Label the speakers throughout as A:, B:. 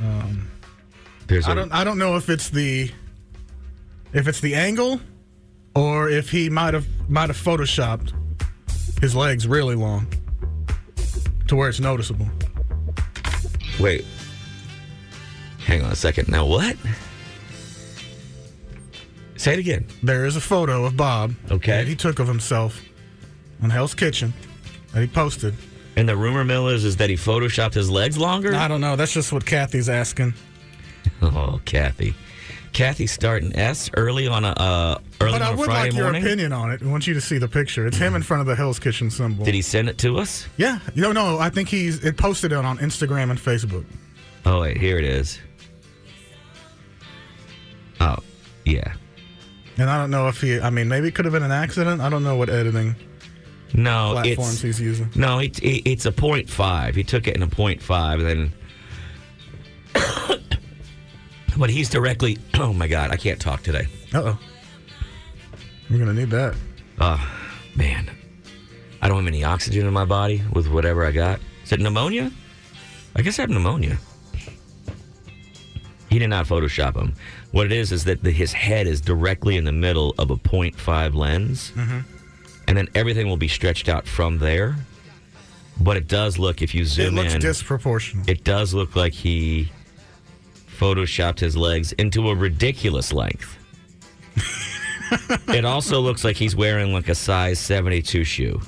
A: Um,
B: There's
A: I
B: a-
A: don't. I don't know if it's the if it's the angle or if he might have might have photoshopped his legs really long to where it's noticeable.
B: Wait. Hang on a second. Now what? Say it again.
A: There is a photo of Bob
B: Okay.
A: that he took of himself on Hell's Kitchen that he posted.
B: And the rumor mill is is that he photoshopped his legs longer.
A: I don't know. That's just what Kathy's asking.
B: oh, Kathy. Kathy starting S early on a uh, early
A: But
B: on
A: I
B: a
A: would
B: Friday
A: like your
B: morning.
A: opinion on it. I want you to see the picture. It's him in front of the Hell's Kitchen symbol.
B: Did he send it to us?
A: Yeah. No, no. I think he's it posted it on Instagram and Facebook.
B: Oh wait, here it is. Oh yeah.
A: And I don't know if he. I mean, maybe it could have been an accident. I don't know what editing
B: No,
A: platforms
B: it's
A: he's using.
B: no, it, it, it's a point five. He took it in a point five, then. but he's directly. Oh my God, I can't talk today.
A: Uh oh. We're gonna need that.
B: Ah, Man, I don't have any oxygen in my body with whatever I got. Is it pneumonia? I guess I have pneumonia. He did not Photoshop him. What it is is that the, his head is directly in the middle of a .5 lens,
A: Mm-hmm.
B: and then everything will be stretched out from there. But it does look, if you
A: It
B: zoom
A: looks
B: in,
A: disproportional.
B: it does look like he photoshopped his legs into a ridiculous length. it also looks like he's wearing like a size 72 shoe.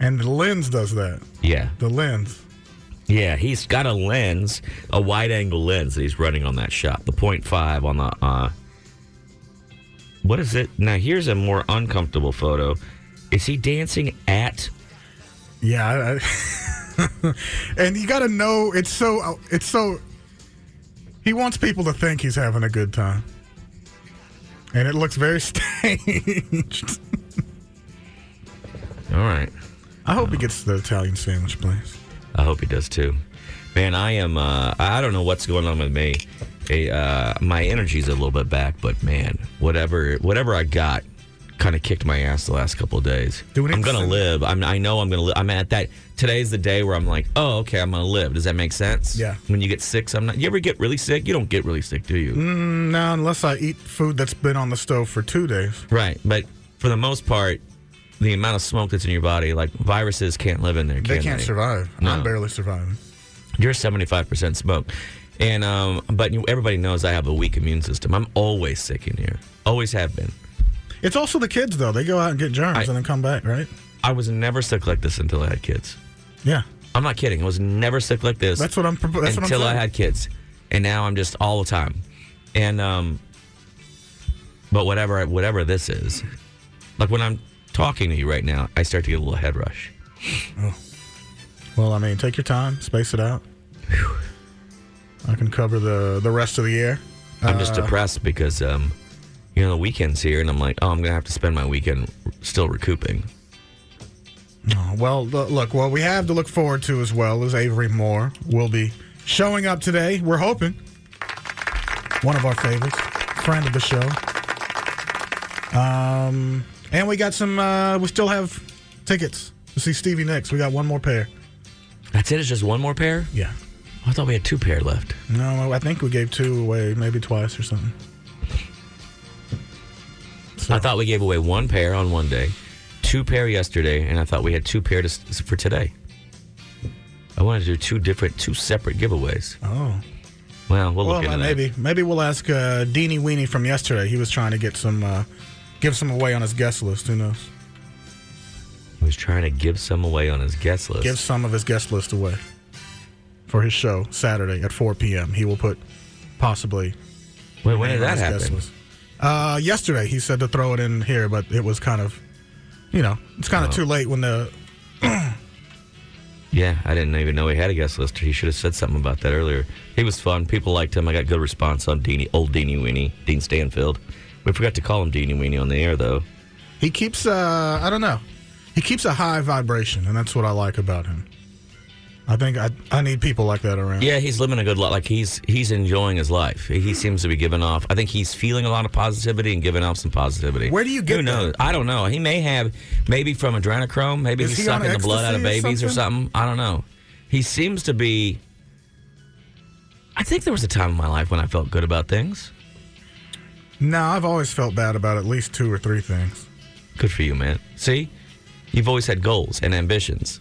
A: and the lens does that.
B: Yeah.
A: The lens.
B: Yeah, he's got a lens, a wide angle lens that he's running on that shot. The point five on the uh what is it? Now here's a more uncomfortable photo. Is he dancing at
A: Yeah. I, I- and you gotta know it's so. It's so. He wants people to think he's having a good time. And it looks very staged.
B: All right.
A: I hope he gets the Italian sandwich place.
B: I hope he does too. Man, I am. Uh, I don't know what's going on with me. Eh, uh, my energy's a little bit back, but man, whatever, whatever I got, kind of kicked my ass the last couple of days.
A: Do we need
B: I'm
A: to
B: gonna
A: send-
B: live. I'm, I know I'm gonna live. I'm at that. Today's the day where I'm like, oh, okay, I'm gonna live. Does that make sense?
A: Yeah.
B: When you get sick, I'm not. You ever get really sick? You don't get really sick, do
A: Mm.
B: you?
A: Now, unless I eat food that's been on the stove for two days.
B: Right. But for the most part, the amount of smoke that's in your body, like viruses, can't live in there.
A: They
B: can
A: can't
B: they?
A: survive.
B: No.
A: I'm barely surviving.
B: You're 75% smoke. And um but you- everybody knows I have a weak immune system. I'm always sick in here. Always have been.
A: It's also the kids though. They go out and get germs
B: I-
A: and then come back, right?
B: I was never sick like this until I had kids.
A: Yeah.
B: I'm not kidding. I was never sick like this.
A: That's what I'm propo- that's what I'm
B: until I
A: saying.
B: had kids. And now I'm just all the time. And um but whatever whatever this is. Like when I'm talking to you right now, I start to get a little head rush.
A: Oh. Well, I mean, take your time, space it out. I can cover the the rest of the year.
B: I'm
A: Uh.
B: just depressed because um you know the weekend's here and I'm like, "Oh, I'm going to have to spend my weekend still recouping."
A: Oh, Well, lo- look, what we have to look forward to as well is Avery Moore will be showing up today. We're hoping one of our favorites, friend of the show. Um, and we got some. Uh, we still have tickets to see Stevie Nicks. We got one more pair.
B: That's it. It's just one more pair? Oh,
A: Yeah.
B: I thought we had two pair left.
A: No, I think we gave two away, maybe twice or something. So,
B: I thought we gave away one pair on one day, two pair yesterday, and I thought we had two pair to, s- for today. I wanted to do two different, two separate giveaways.
A: oh.
B: Well, we'll
A: Well, uh,
B: look into that.
A: maybe maybe we'll ask uh, Deanie Weenie from yesterday. He was trying to get some, uh, give some away on his guest list. Who knows?
B: He was trying to give some away on his guest list.
A: Give some of his guest list away for his show Saturday at 4 p.m. He will put possibly.
B: Wait, when
A: on
B: did that
A: his guest
B: happen?
A: list. Uh, yesterday he said to throw it in here, but it was kind of, you know, it's
B: Oh.
A: kind of too late when the
B: Yeah, I didn't even know he had a guest list. He should have said something about that earlier. He was fun. People liked him. I got good response on Deanie, old Deanie Weenie, Dean Stanfield. We forgot to call him Deanie Weenie on the air, though.
A: He keeps uh I don't know. He keeps a high vibration and that's what I like about him. I think I I need people like that around.
B: Yeah, he's living a good life. Like he's he's enjoying his life. He seems to be giving off. I think he's feeling a lot of positivity and giving off some positivity.
A: Where do you get
B: Who knows? I don't know. He may have maybe from adrenochrome. Maybe
A: Is
B: he's
A: he on
B: sucking the blood out of
A: ecstasy or
B: babies or something?
A: something?
B: I don't know. He seems to be think there was a time in my life when I felt good about things.
A: No, I've always felt bad about at least two or three things.
B: Good for you, man. See, you've always had goals and ambitions.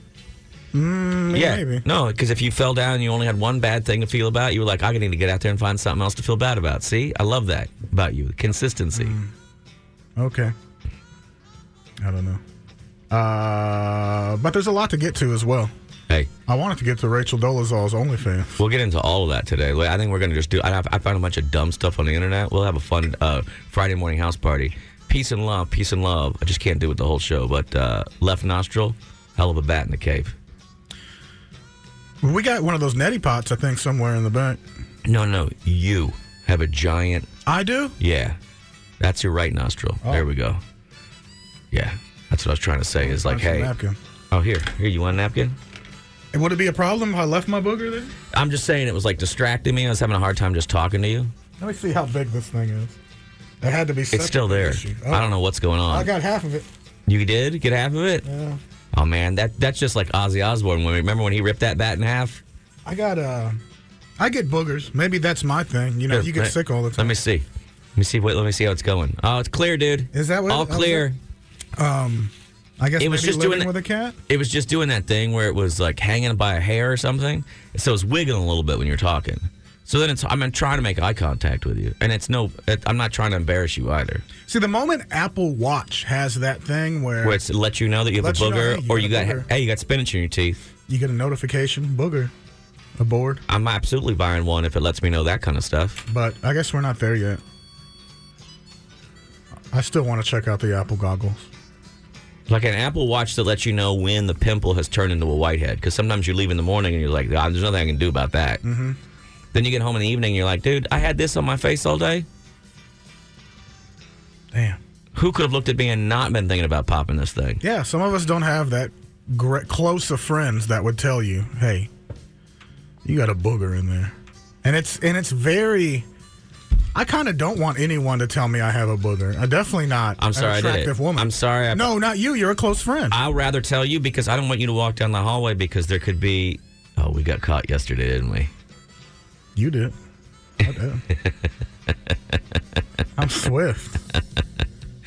A: Mm,
B: Yeah.
A: maybe.
B: No, because if you fell down and you only had one bad thing to feel about, you were like, I need to get out there and find something else to feel bad about. See, I love that about you. Consistency.
A: Okay. I don't know. Uh, but there's a lot to get to as well.
B: Hey,
A: I wanted to get to Rachel Dolezal's OnlyFans.
B: we'll get into all of that today. Like, I think we're going to just do, I, I found a bunch of dumb stuff on the internet. We'll have a fun uh, Friday morning house party. Peace and love, peace and love. I just can't do it the whole show, but uh, left nostril, hell of a bat in the cave.
A: We got one of those neti pots, I think, somewhere in the back.
B: No, no, you have a giant,
A: I do.
B: yeah. That's your right nostril.
A: Oh.
B: There we go. Yeah. That's what I was trying to say is like,
A: That's a
B: hey,
A: napkin.
B: oh, here, here, you want a napkin?
A: And Would it be a problem if I left my booger there?
B: I'm just saying it was like distracting me. I was having a hard time just talking to you.
A: Let me see how big this thing is. It had to be.
B: It's still there. I don't know what's going
A: Oh. I
B: on.
A: got half of it.
B: you did get half of it.
A: Yeah.
B: Oh man, that that's just like Ozzy Osbourne. When remember when he ripped that bat in half?
A: I got uh, I get boogers. Maybe that's my thing. You know,
B: Here,
A: you get
B: let-
A: sick all the
B: Let
A: time.
B: me see. Let me see. Wait, let me see how it's going. Oh, it's clear, dude.
A: Is that what-
B: all
A: that was
B: clear?
A: Um, I guess
B: it was
A: maybe
B: just
A: living
B: doing-
A: with a cat.
B: It was just doing that thing where it was like hanging by a hair or something. So it's wiggling a little bit when you're talking. So then it's I'm trying to make eye contact with you, and it's no. It, I'm not trying to embarrass you either.
A: See, the moment Apple Watch has that thing where,
B: Where it's let you know that you have
A: Let
B: a
A: you know, hey,
B: booger,
A: you
B: or
A: got
B: you
A: a
B: got
A: booger.
B: hey, you got spinach in your teeth.
A: you get a notification, booger, aboard.
B: I'm absolutely buying one if it lets me know that kind of stuff.
A: But I guess we're not there yet. I still want to check out the Apple goggles.
B: Like an Apple Watch that lets you know when the pimple has turned into a whitehead. Because sometimes you leave in the morning and you're like, "Ah, there's nothing I can do about that. Mm-hmm. Then you get home in the evening and you're like, dude, I had this on my face all day.
A: Damn.
B: Who could have looked at me and not been thinking about popping this thing?
A: Yeah, some of us don't have that gre- close of friends that would tell you, "Hey, you got a booger in there," and it's and it's very. I kind of don't want anyone to tell me I have a booger. I'm definitely not.
B: I'm
A: an
B: sorry I did it.
A: attractive woman.
B: I'm sorry I-
A: no, not you. You're a close friend.
B: I'll rather tell you because I don't want you to walk down the hallway because there could be. Oh, we got caught yesterday, didn't we?
A: you did. I did. I'm Swift.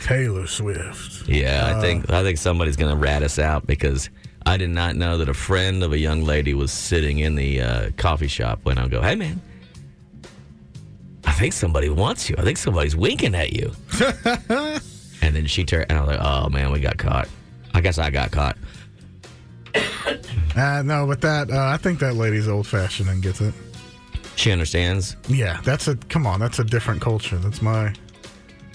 A: Taylor Swift. Uh,
B: Yeah, I think I think somebody's gonna rat us out because I did not know that a friend of a young lady was sitting in the uh, coffee shop when I go, "Hey, man, I think somebody wants you. I think somebody's winking at you." and then she turned, and I was like, "Oh man, we got caught. I guess I got caught."
A: Uh, no, but that uh, I think that lady's old fashioned and gets it.
B: She understands.
A: Yeah, that's a come on. That's a different culture. That's my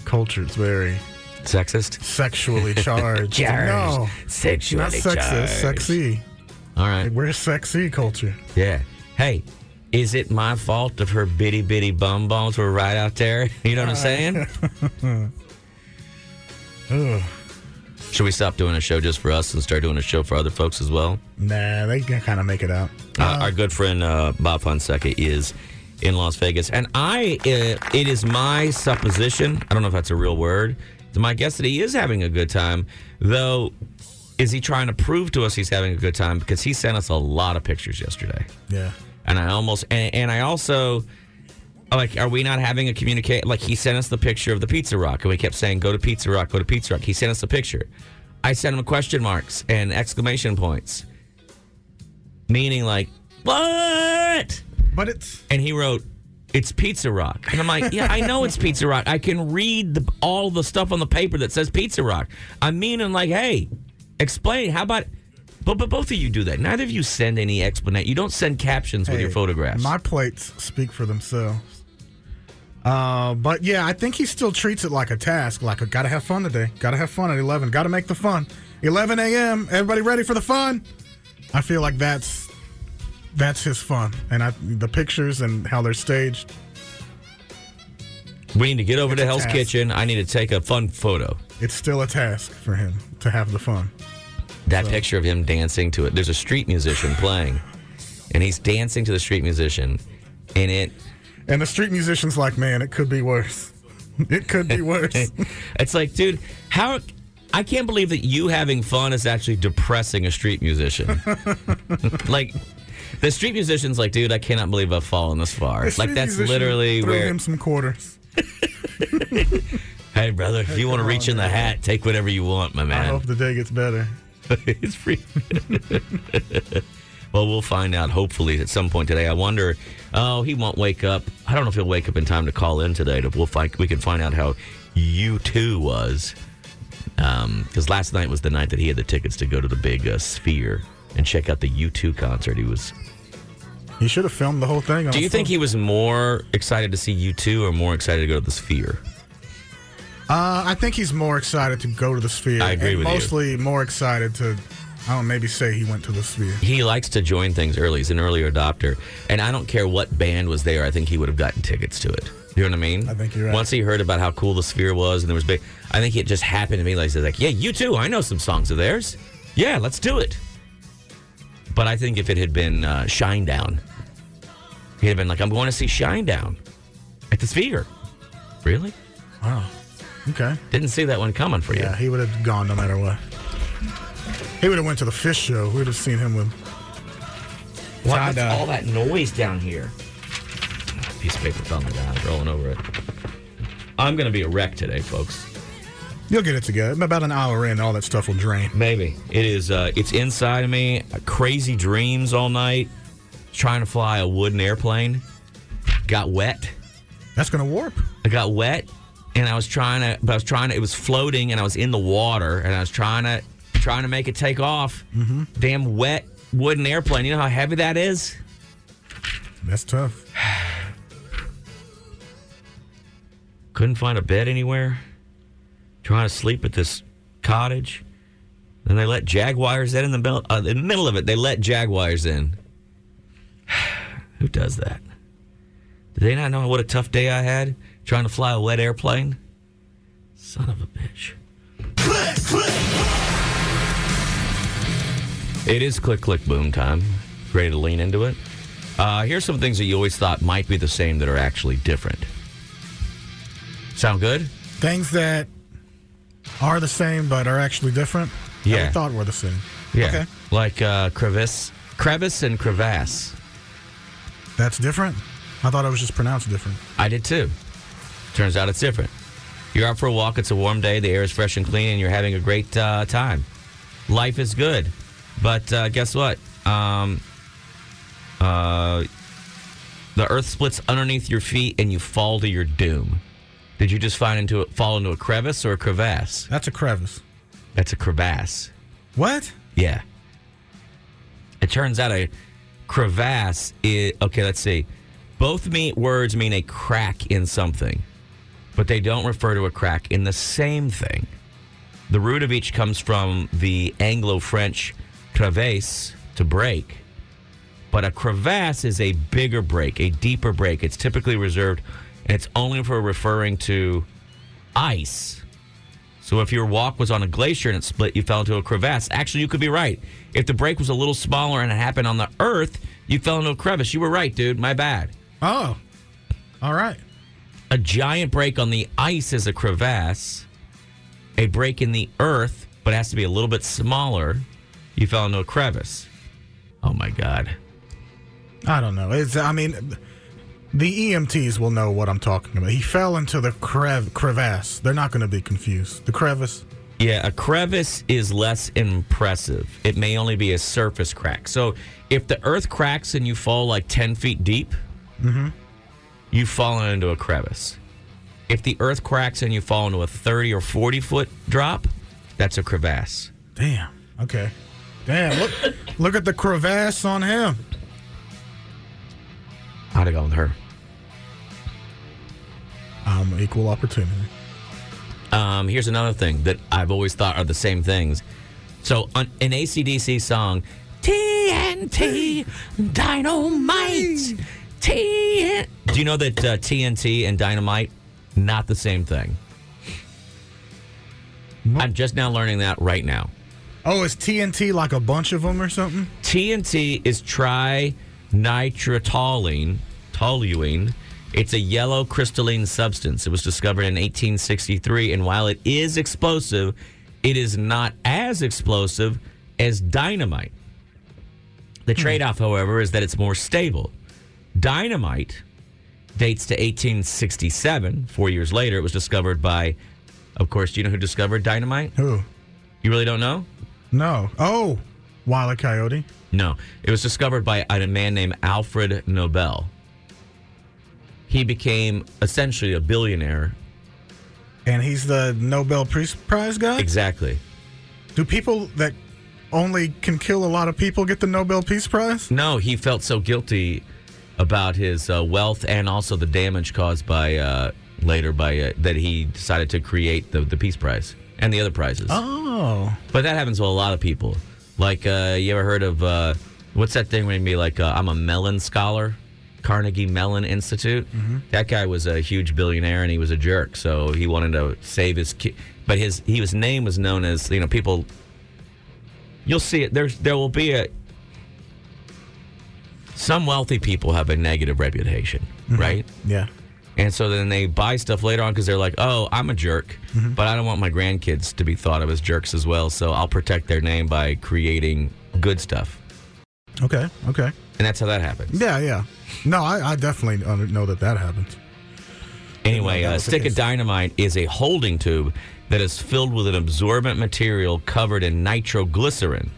A: culture. It's very
B: Sexist.
A: sexually charged. No,
B: Sexually
A: not sexist.
B: charged.
A: Sexy.
B: All right.
A: We're a sexy culture.
B: Yeah. Hey, is it my fault if her bitty bitty bum bums were right out there? You know what I'm saying?
A: Uh, Ugh.
B: Should we stop doing a show just for us and start doing a show for other folks as well?
A: Nah, they can kind of make it out.
B: Uh, our good friend uh, Bob Fonseca is in Las Vegas, and I uh, it is my supposition. I don't know if that's a real word. It's my guess that he is having a good time, though. Is he trying to prove to us he's having a good time? Because he sent us a lot of pictures yesterday.
A: Yeah.
B: and I almost and, and I also like are we not having a communicate like he sent us the picture of the pizza rock and we kept saying go to pizza rock go to pizza rock he sent us the picture I sent him question marks and exclamation points meaning like what
A: But it's
B: and he wrote it's pizza rock and I'm like yeah I know it's pizza rock I can read the, all the stuff on the paper that says pizza rock I'm meaning like hey explain how about but, but both of you do that. Neither of you send any explanation. You don't send captions with your
A: hey,
B: photographs.
A: My plates speak for themselves. Uh, but yeah, I think he still treats it like a task. Like, I gotta have fun today. Gotta have fun at eleven. Gotta make the fun. Eleven a.m. Everybody ready for the fun? I feel like that's that's his fun, and I the pictures and how they're staged.
B: We need to get over
A: It's
B: to
A: a
B: Hell's
A: task.
B: Kitchen. I need to take a fun photo.
A: It's still a task for him to have the fun.
B: That picture of him dancing to it. There's a street musician playing, and he's dancing to the street musician, and it
A: And the street musician's like, man, it could be worse. It could be worse.
B: it's like, dude, how? I can't believe that you having fun is actually depressing a street musician. like, The street musician's like, dude, I cannot believe I've fallen this far.
A: The
B: like
A: street
B: that's
A: musician
B: literally
A: threw
B: where.
A: him some quarters.
B: Hey, brother, if you want to
A: come
B: reach
A: on,
B: in the
A: man.
B: hat, take whatever you want, my
A: I
B: man.
A: hope the day gets better.
B: it's free. well, we'll find out hopefully at some point today. I wonder. Oh, he won't wake up. I don't know if he'll wake up in time to call in today. To, we'll find. We can find out how you two was. Because last night was the night that he had the tickets to go to the big uh, Sphere and check out the U2 concert. He was.
A: He should have filmed the whole thing. On
B: Do you think he was more excited to see U2 or more excited to go to the Sphere?
A: Uh, I think he's more excited to go to the Sphere.
B: I agree
A: and
B: with you.
A: mostly more excited to, I don't maybe say he went to the Sphere.
B: He likes to join things early. He's an early adopter. And I don't care what band was there, I think he would have gotten tickets to it. You know what I mean?
A: I think you're right.
B: Once he heard about how cool the sphere was and there was big I think it just happened to me like he's like, Yeah, you too, I know some songs of theirs. Yeah, let's do it. But I think if it had been uh Shinedown, he'd have been like, I'm going to see Shinedown at the sphere. Really?
A: Wow. Okay.
B: Didn't see that one coming for you.
A: Yeah, he would have gone no matter what. He would have went to the fish show. We would have seen him with. uh,
B: Why
A: Tie-dye.
B: all that noise down here? Piece of paper fell on the ground, rolling over it. I'm gonna be a wreck today, folks.
A: You'll get it together. In About an hour in, all that stuff will drain.
B: Maybe it is. Uh, it's inside of me. uh, Crazy dreams all night. Trying to fly a wooden airplane. Got wet.
A: That's gonna warp.
B: I got wet, and I was trying to. But I was trying to. It was floating, and I was in the water, and I was trying to trying to make it take off.
A: Mm-hmm.
B: Damn wet wooden airplane. You know how heavy that is.
A: That's tough.
B: couldn't find a bed anywhere. Trying to sleep at this cottage, and they let jaguars in in the, middle uh, in the middle of it. They let jaguars in. Who does that? Did they not know what a tough day I had trying to fly a wet airplane? Son of a bitch. It is click click boom time. Ready to lean into it. Uh, here's some things that you always thought might be the same that are actually different. Sound good?
A: Things that are the same but are actually different.
B: Yeah.
A: I thought were the same.
B: Yeah.
A: Okay.
B: Like uh, crevice, crevice, and crevasse.
A: That's different. I thought it was just pronounced different.
B: I did too. Turns out it's different. You're out for a walk. It's a warm day. The air is fresh and clean, and you're having a great uh, time. Life is good, but uh, guess what? Um, uh, the earth splits underneath your feet, and you fall to your doom. Did you just find into a, fall into a crevice or a crevasse?
A: That's a crevice.
B: That's a crevasse.
A: What?
B: Yeah. It turns out a crevasse is okay. Let's see. Both me words mean a crack in something, but they don't refer to a crack in the same thing. The root of each comes from the Anglo-French crevasse to break, but a crevasse is a bigger break, a deeper break. It's typically reserved, and it's only for referring to ice. So if your walk was on a glacier and it split, you fell into a crevasse. Actually, you could be right. If the break was a little smaller and it happened on the earth, you fell into a crevice. You were right, dude. My bad.
A: Oh. All right.
B: A giant break on the ice is a crevasse. A break in the earth, but it has to be a little bit smaller, you fell into a crevice. Oh my God.
A: I don't know. It's. I mean, the EMTs will know what I'm talking about. He fell into the crev- crevasse. They're not going to be confused. The crevice.
B: Yeah, a crevice is less impressive. It may only be a surface crack. So if the earth cracks and you fall like 10 feet deep, Mm-hmm. you've fallen into a crevice. If the earth cracks and you fall into a 30 or 40 foot drop, that's a crevasse.
A: Damn. Okay. Damn. Look. look at the crevasse on him.
B: I'd have gone with her.
A: I'm equal opportunity.
B: Um, here's another thing that I've always thought are the same things. So on an ACDC song, TNT, Dynamite, TNT. Do you know that uh, TNT and Dynamite, not the same thing? I'm just now learning that right now.
A: Oh, is TNT like a bunch of them or something?
B: TNT is trinitrotoluene. Toluene. It's a yellow crystalline substance. It was discovered in 1863, and while it is explosive, it is not as explosive as dynamite. The trade off, however, is that it's more stable. Dynamite dates to 1867. Four years later, it was discovered by, of course, do you know who discovered dynamite?
A: Who?
B: You really don't know?
A: No. Oh, Wile E. Coyote.
B: No. It was discovered by a man named Alfred Nobel. He became essentially a billionaire.
A: And he's the Nobel Peace Prize guy?
B: Exactly.
A: Do people that only can kill a lot of people get the Nobel Peace Prize?
B: No, he felt so guilty about his uh, wealth and also the damage caused by uh, later by uh, that he decided to create the, the Peace Prize and the other prizes.
A: Oh.
B: But that happens with a lot of people. Like, uh, you ever heard of uh, what's that thing when you be like, uh, I'm a Mellon scholar, Carnegie Mellon Institute? That guy was a huge billionaire and he was a jerk, so he wanted to save his kid. But his he his name was known as you know people. You'll see it. There's there will be a. Some wealthy people have a negative reputation,
A: Mm-hmm.
B: right?
A: Yeah.
B: And so then they buy stuff later on because they're like, oh, I'm a jerk, but I don't want my grandkids to be thought of as jerks as well. So I'll protect their name by creating good stuff.
A: Okay. Okay.
B: And that's how that happens.
A: Yeah, yeah. No, I, I definitely uh, know that that happens.
B: Anyway,
A: Yeah, that
B: uh,
A: was the
B: stick of
A: case.
B: dynamite is a holding tube that is filled with an absorbent material covered in nitroglycerin,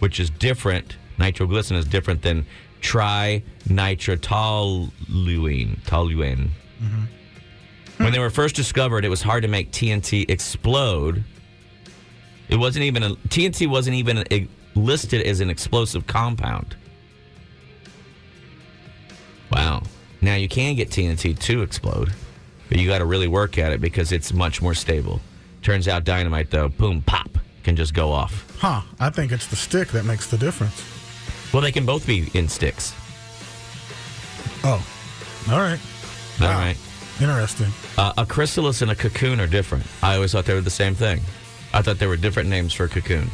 B: which is different. Nitroglycerin is different than trinitrotoluene. Toluene.
A: Mm-hmm.
B: When they were first discovered, it was hard to make TNT explode. It wasn't even a, TNT wasn't even eh, listed as an explosive compound. Wow. Now you can get TNT to explode, but you got to really work at it because it's much more stable. Turns out dynamite, though, boom, pop, can just go off.
A: Huh. I think it's the stick that makes the difference.
B: Well, they can both be in sticks.
A: Oh. All right.
B: All
A: Wow.
B: right.
A: Interesting.
B: Uh, a chrysalis and a cocoon are different. I always thought they were the same thing. I thought they were different names for cocoon.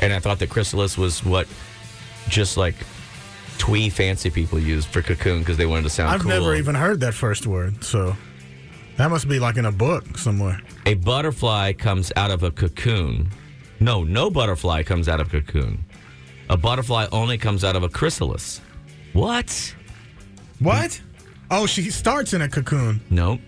B: And I thought that chrysalis was what just like twee fancy people used for cocoon because they wanted to sound
A: I've
B: cool.
A: never even heard that first word, so that must be like in a book somewhere.
B: a butterfly comes out of a cocoon. No, no butterfly comes out of a cocoon. A butterfly only comes out of a chrysalis. What?
A: What? Oh, she starts in a cocoon.
B: Nope.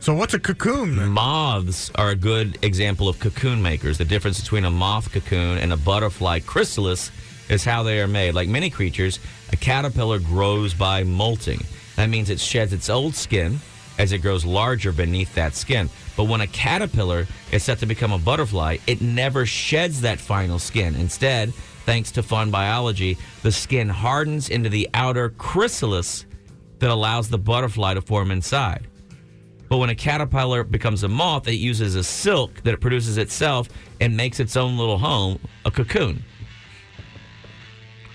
A: So what's a cocoon? Then?
B: Moths are a good example of cocoon makers. The difference between a moth cocoon and a butterfly chrysalis is how they are made. Like many creatures, a caterpillar grows by molting. That means it sheds its old skin as it grows larger beneath that skin. But when a caterpillar is set to become a butterfly, it never sheds that final skin. Instead, thanks to fun biology, the skin hardens into the outer chrysalis that allows the butterfly to form inside. But when a caterpillar becomes a moth, it uses a silk that it produces itself and makes its own little home, a cocoon.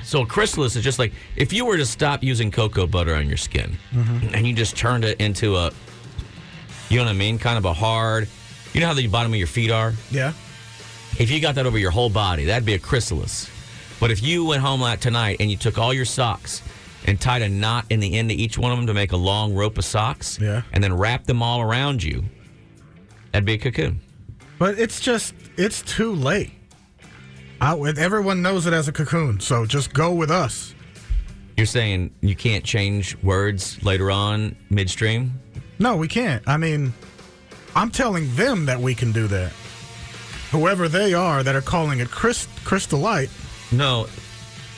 B: So a chrysalis is just like if you were to stop using cocoa butter on your skin
A: Mm-hmm.
B: and you just turned it into a, you know what I mean? Kind of a hard, you know how the bottom of your feet are?
A: Yeah.
B: If you got that over your whole body, that'd be a chrysalis. But if you went home like tonight and you took all your socks and tied a knot in the end of each one of them to make a long rope of socks,
A: Yeah.
B: and then wrapped them all around you, that'd be a cocoon.
A: But it's just it's too late. I, and everyone knows it as a cocoon, so just go with us.
B: You're saying you can't change words later on midstream?
A: No, we can't. I mean, I'm telling them that we can do that. Whoever they are that are calling it Chris, crystallite,
B: No,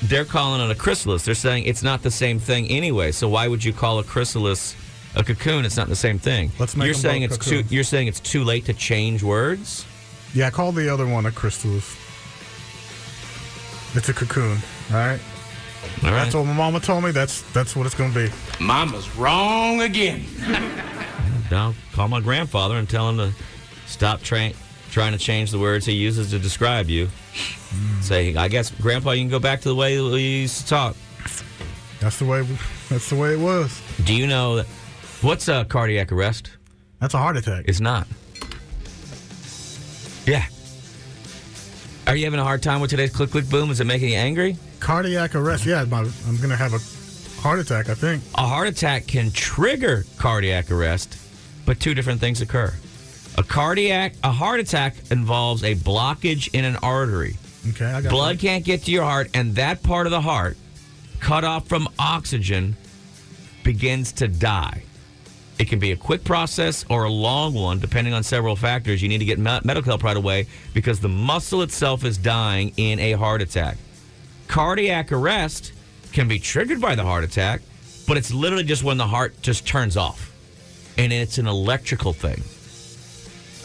B: they're calling it a chrysalis. They're saying it's not the same thing anyway. So why would you call a chrysalis a cocoon? It's not the same thing.
A: Let's make
B: you're
A: them
B: saying
A: both
B: it's
A: cocoons.
B: too. You're saying it's too late to change words.
A: yeah, call the other one a chrysalis. It's a cocoon. All right.
B: All right.
A: That's what my mama told me. That's that's what it's going to be.
C: Mama's wrong again.
B: I'll call my grandfather and tell him to stop tra- trying to change the words he uses to describe you. Say, I guess, Grandpa, you can go back to the way we used to talk.
A: That's the way. That's the way it was.
B: Do you know that, what's a cardiac arrest?
A: That's a heart attack.
B: It's not. Yeah. Are you having a hard time with today's click click boom? Is it making you angry?
A: Cardiac arrest. Yeah, my, I'm going to have a heart attack. I think.
B: A heart attack can trigger cardiac arrest, but two different things occur. A cardiac a heart attack involves a blockage in an artery.
A: Okay, I got
B: Blood can't get to your heart, and that part of the heart, cut off from oxygen, begins to die. It can be a quick process or a long one, depending on several factors. You need to get me- medical help right away because the muscle itself is dying in a heart attack. Cardiac arrest can be triggered by the heart attack, but it's literally just when the heart just turns off. And it's an electrical thing.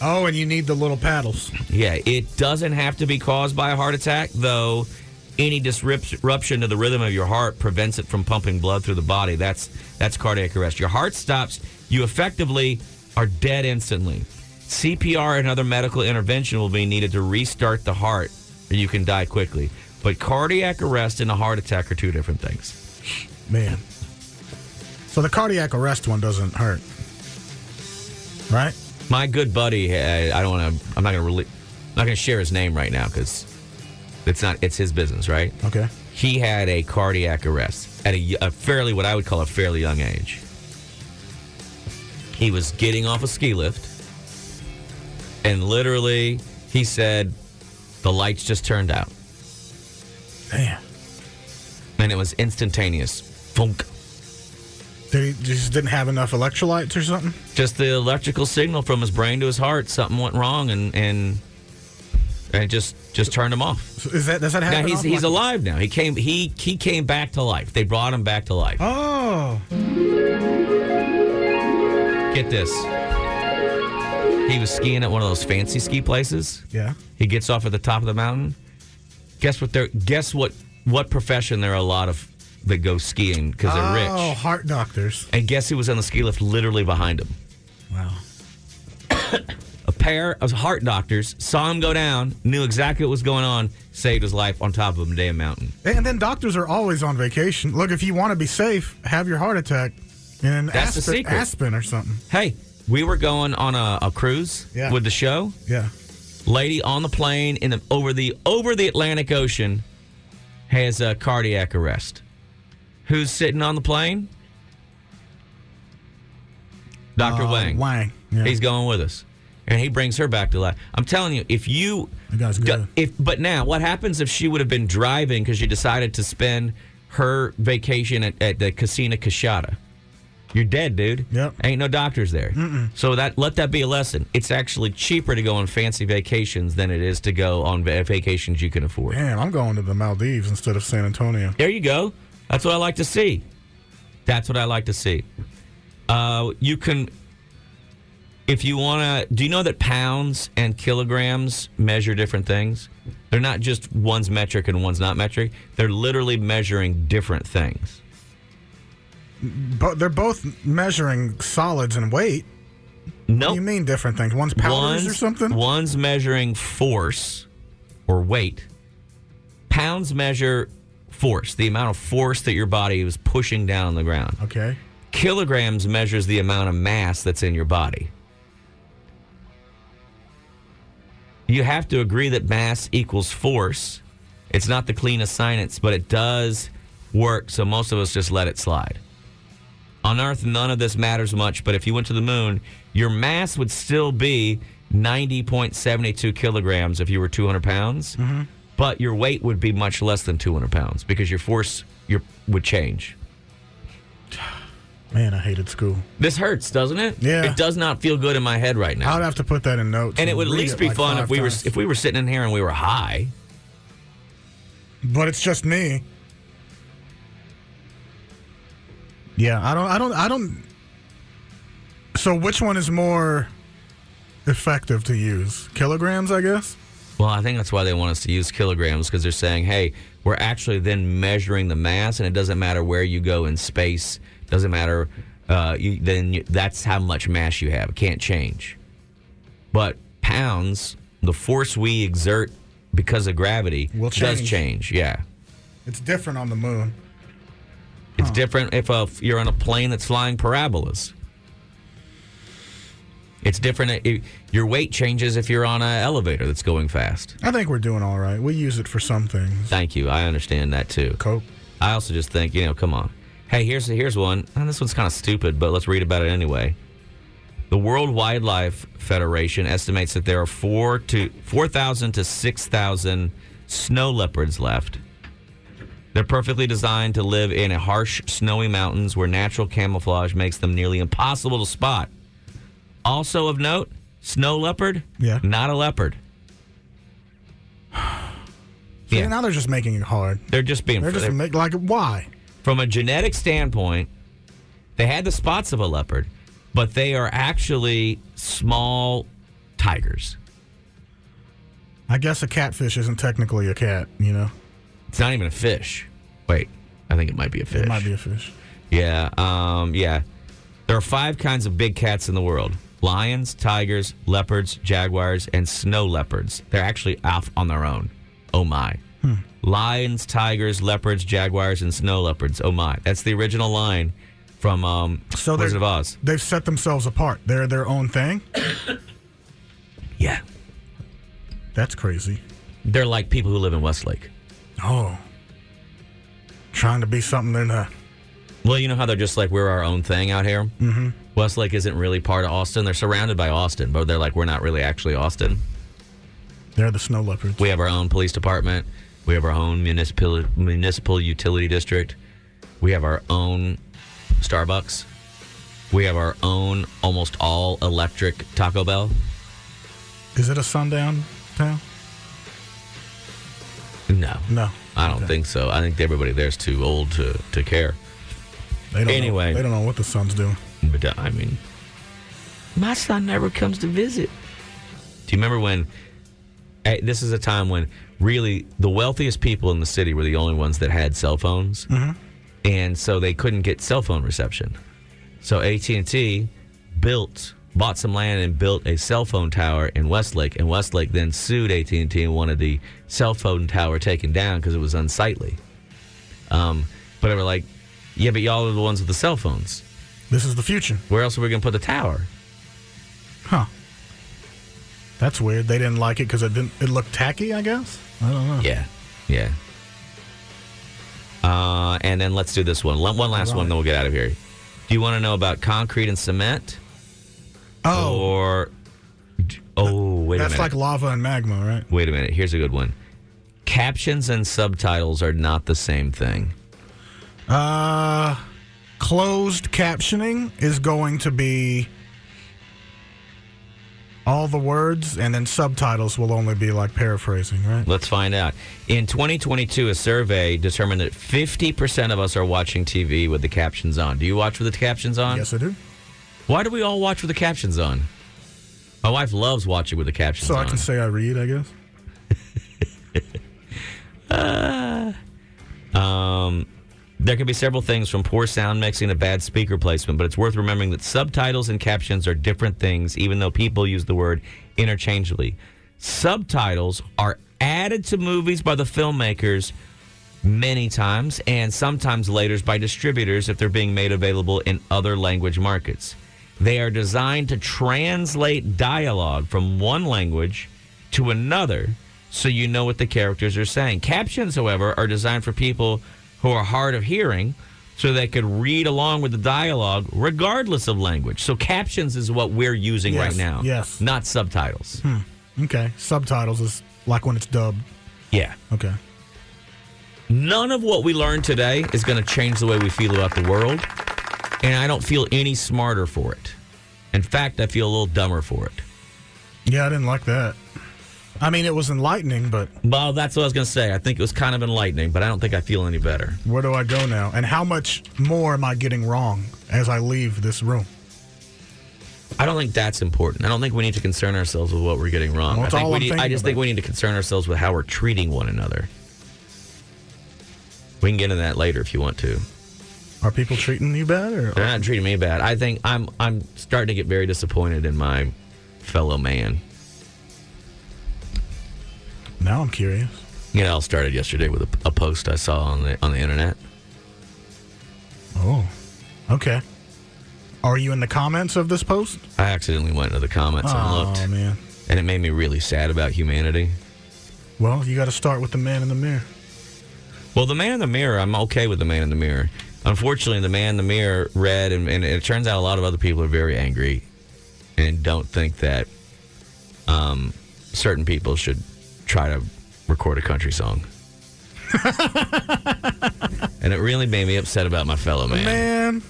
A: Oh, and you need the little paddles.
B: Yeah, it doesn't have to be caused by a heart attack, though. Any disruption to the rhythm of your heart prevents it from pumping blood through the body. That's that's cardiac arrest. Your heart stops. You effectively are dead instantly. CPR and other medical intervention will be needed to restart the heart, and you can die quickly. But cardiac arrest and a heart attack are two different things.
A: Man. So the cardiac arrest one doesn't hurt. Right?
B: My good buddy, uh, I don't want to. I'm not going to really. I'm not going to share his name right now because it's not. It's his business, right?
A: Okay.
B: he had a cardiac arrest at a, a fairly what I would call a fairly young age. He was getting off a ski lift, and literally, he said, "The lights just turned out,"
A: Damn.
B: and it was instantaneous. Funk.
A: Did he just didn't have enough electrolytes or something?
B: Just the electrical signal from his brain to his heart. Something went wrong, and and and it just just turned him off.
A: So Is that does that
B: Now
A: happen?
B: he's
A: off
B: he's
A: like-
B: alive now. He came he he came back to life. They brought him back to life.
A: Oh.
B: Get this. He was skiing at one of those fancy ski places.
A: Yeah.
B: He gets off at the top of the mountain. Guess what? They're guess what? What profession there are a lot of that go skiing because they're
A: Oh,
B: rich.
A: heart doctors.
B: And guess who was on the ski lift literally behind him?
A: Wow.
B: A pair of heart doctors saw him go down, knew exactly what was going on, saved his life on top of a damn mountain.
A: And then doctors are always on vacation. Look, if you want to be safe, have your heart attack in
B: That's the
A: Aspen,
B: secret.
A: Aspen or something.
B: Hey, we were going on a, a cruise
A: Yeah.
B: with the show.
A: Yeah.
B: lady on the plane in the, over the over the Atlantic Ocean has a cardiac arrest. Who's sitting on the plane? Dr.
A: Uh,
B: Wang.
A: Wang. Yeah.
B: He's going with us. And he brings her back to life. I'm telling you, if you
A: That guy's
B: d-
A: good.
B: if but now what happens if she would have been driving because she decided to spend her vacation at, at the Casina Cachada? You're dead, dude.
A: Yep.
B: Ain't no doctors there. So that let that be a lesson. It's actually cheaper to go on fancy vacations than it is to go on va- vacations you can afford.
A: Damn, I'm going to the Maldives instead of San Antonio.
B: There you go. That's what I like to see. That's what I like to see. Uh, you can, if you want to, do you know that pounds and kilograms measure different things? They're not just one's metric and one's not metric. They're literally measuring different things.
A: But they're both measuring solids and weight.
B: No,
A: What do you mean different things? One's powders or something?
B: One's measuring force or weight. Pounds measure force, the amount of force that your body was pushing down on the ground.
A: Okay.
B: kilograms measures the amount of mass that's in your body. You have to agree that mass equals force. It's not the cleanest science, but it does work, so most of us just let it slide. On Earth, none of this matters much, but if you went to the moon, your mass would still be 90.72 kilograms if you were 200 pounds,
A: Mm-hmm.
B: but your weight would be much less than 200 pounds because your force your, would change.
A: Man, I hated school.
B: This hurts, doesn't it?
A: Yeah.
B: It does not feel good in my head right
A: I
B: now.
A: would have to put that in notes.
B: and it would at
A: read
B: least be
A: like
B: fun
A: five
B: if we
A: times.
B: were if we were sitting in here and we were high.
A: but it's just me. Yeah, I don't. I don't. I don't. So which one is more effective to use? Kilograms, I guess.
B: Well, I think that's why they want us to use kilograms because they're saying, "Hey, we're actually then measuring the mass, and it doesn't matter where you go in space. Doesn't matter. Uh, you, then you, that's how much mass you have. It can't change. But pounds, the force we exert because of gravity,
A: Will
B: does
A: change.
B: change. Yeah."
A: It's different on the moon.
B: It's different if uh, you're on a plane that's flying parabolas. It's different. It, your weight changes if you're on an elevator that's going fast.
A: I think we're doing all right. We use it for some things.
B: Thank you. I understand that too.
A: Coke.
B: I also just think, you know, come on. Hey, here's here's one. And this one's kind of stupid, but let's read about it anyway. The World Wildlife Federation estimates that there are four to four thousand to six thousand snow leopards left. They're perfectly designed to live in harsh, snowy mountains where natural camouflage makes them nearly impossible to spot. Also of note, snow leopard,
A: Yeah.
B: not a leopard.
A: See,
B: Yeah.
A: now they're just making it hard.
B: They're just being
A: They're just
B: they're-
A: make, like, why?
B: from a genetic standpoint, they had the spots of a leopard, but they are actually small tigers.
A: I guess a catfish isn't technically a cat, you know?
B: It's not even a fish. Wait, I think it might be a fish.
A: It might be a fish.
B: Yeah, um, yeah. There are five kinds of big cats in the world: lions, tigers, leopards, jaguars, and snow leopards. They're actually off on their own. Oh my!
A: Hmm.
B: Lions, tigers, leopards, jaguars, and snow leopards. Oh my! That's the original line from um,
A: So they're-
B: Wizard of Oz.
A: They've set themselves apart. They're their own thing.
B: Yeah,
A: That's crazy.
B: they're like people who live in Westlake.
A: Oh. Trying to be something they're not.
B: Well, you know how they're just like we're our own thing out here. Mm-hmm. Westlake isn't really part of Austin. They're surrounded by Austin, but they're like we're not really actually Austin.
A: They're the snow leopards.
B: We have our own police department. We have our own municipal municipal utility district. We have our own Starbucks. We have our own almost all electric Taco Bell.
A: Is it a sundown town?
B: No,
A: No.
B: I don't think so. I think everybody there's too old to, to care.
A: They don't know-
B: Anyway.
A: they don't know what the sun's doing.
B: But uh, I mean, my son never comes to visit. Do you remember when? eh, This is a time when really the wealthiest people in the city were the only ones that had cell phones,
D: Mm. Mm-hmm.
B: and so they couldn't get cell phone reception. So AT and T built, bought some land and built a cell phone tower in Westlake, and Westlake then sued AT and T and wanted the cell phone tower taken down because it was unsightly. Um, but they were like, "Yeah, but y'all are the ones with the cell phones."
A: This is the future.
B: Where else are we going to put the tower?
A: Huh. That's weird. They didn't like it because it didn't. It looked tacky, I guess. I don't know.
B: Yeah. Yeah. Uh, and then let's do this one. One one last one,
A: Right.
B: then we'll get out of here. Do you want to know about concrete and cement?
A: Oh,
B: Or. Oh, wait a
A: that's
B: minute.
A: like lava and magma, right?
B: wait a minute. Here's a good one. Captions and subtitles are not the same thing.
A: Uh, closed captioning is going to be all the words, and then subtitles will only be like paraphrasing, right?
B: Let's find out. In 2022, a survey determined that 50% of us are watching TV with the captions on. Do you watch with the captions on?
A: Yes, I do.
B: Why do we all watch with the captions on? My wife loves watching with the captions
A: So
B: on.
A: I can say I read, I guess.
B: Um, There can be several things from poor sound mixing to bad speaker placement, but it's worth remembering that subtitles and captions are different things, even though people use the word interchangeably. Subtitles are added to movies by the filmmakers many times and sometimes later by distributors if they're being made available in other language markets. They are designed to translate dialogue from one language to another so you know what the characters are saying. Captions, however, are designed for people who are hard of hearing so they could read along with the dialogue regardless of language. So captions is what we're using
A: Yes,
B: right now.
A: yes.
B: Not subtitles.
A: Okay. Subtitles is like when it's dubbed.
B: Yeah.
A: Okay.
B: None of what we learned today is going to change the way we feel about the world, and I don't feel any smarter for it. In fact, I feel a little dumber for it.
A: Yeah, I didn't like that. I mean, it was enlightening, but
B: Well, that's what I was going to say. I think it was kind of enlightening, but I don't think I feel any better.
A: Where do I go now? And how much more am I getting wrong as I leave this room?
B: I don't think that's important. I don't think we need to concern ourselves with what we're getting wrong.
A: Well,
B: I,
A: that's
B: think
A: all
B: we
A: I'm
B: need, I
A: thinking
B: just think
A: about.
B: we need to concern ourselves with how we're treating one another. We can get into that later if you want to.
A: Are people treating you bad? Or
B: They're not treating me bad. I think I'm I'm starting to get very disappointed in my fellow man.
A: now I'm curious.
B: It all started yesterday with a, a post I saw on the on the internet.
A: Oh, okay. Are you in the comments of this post?
B: I accidentally went into the comments and
A: Oh
B: looked,
A: man.
B: and it made me really sad about humanity.
A: Well, you got to start with the man in the mirror.
B: Well, the man in the mirror, I'm okay with the man in the mirror. Unfortunately, the man in the mirror read, and, and it turns out a lot of other people are very angry and don't think that um, certain people should try to record a country song. and it really made me upset about my fellow man.
A: Man.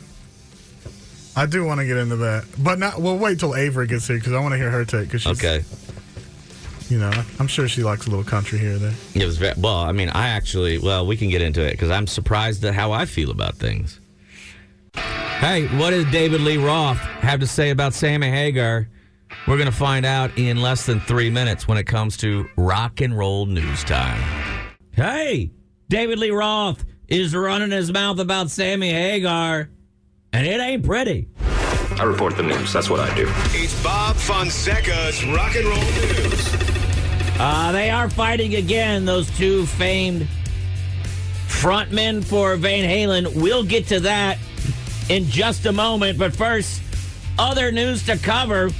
A: I do want to get into that, but not. We'll wait till Avery gets here because I want to hear her take. Because she's,
B: Okay.
A: you know, I'm sure she likes a little country here or there.
B: It was very, well, I mean, I actually, well, we can get into it because I'm surprised at how I feel about things. Hey, what does David Lee Roth have to say about Sammy Hagar? We're going to find out in less than three minutes when it comes to rock and roll news time. Hey, David Lee Roth is running his mouth about Sammy Hagar, and it ain't pretty.
E: I report the news. That's what I do.
C: It's Bob Fonseca's Rock and Roll News.
B: Uh, they are fighting again, those two famed frontmen for Van Halen. We'll get to that in just a moment. But first, other news to cover.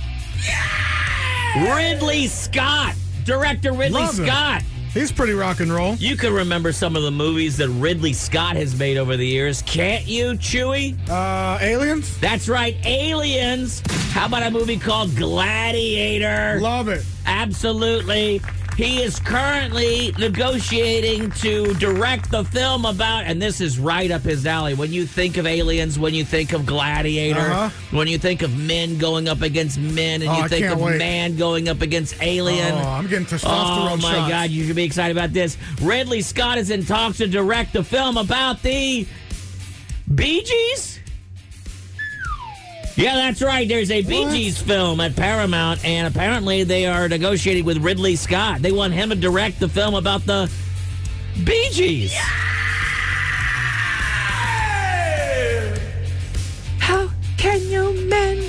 B: Ridley Scott, director Ridley
A: Love him.
B: Scott.
A: He's pretty rock and roll.
B: You can remember some of the movies that Ridley Scott has made over the years, can't you, Chewy?
A: Uh, aliens,
B: That's right, Aliens. How about a movie called Gladiator?
A: love it.
B: Absolutely. He is currently negotiating to direct the film about, and this is right up his alley. When you think of aliens, when you think of Gladiator,
A: Uh-huh.
B: when you think of men going up against men, and
A: Oh,
B: you
A: I
B: think
A: can't
B: of
A: wait.
B: man going up against alien.
A: Oh, I'm getting testosterone
B: Oh my
A: shots.
B: God, you should be excited about this. Ridley Scott is in talks to direct the film about the Bee Gees? Yeah, that's right. There's a Bee
A: What?
B: Gees film at Paramount, and apparently they are negotiating with Ridley Scott. They want him to direct the film about the Bee Gees.
D: How can you mend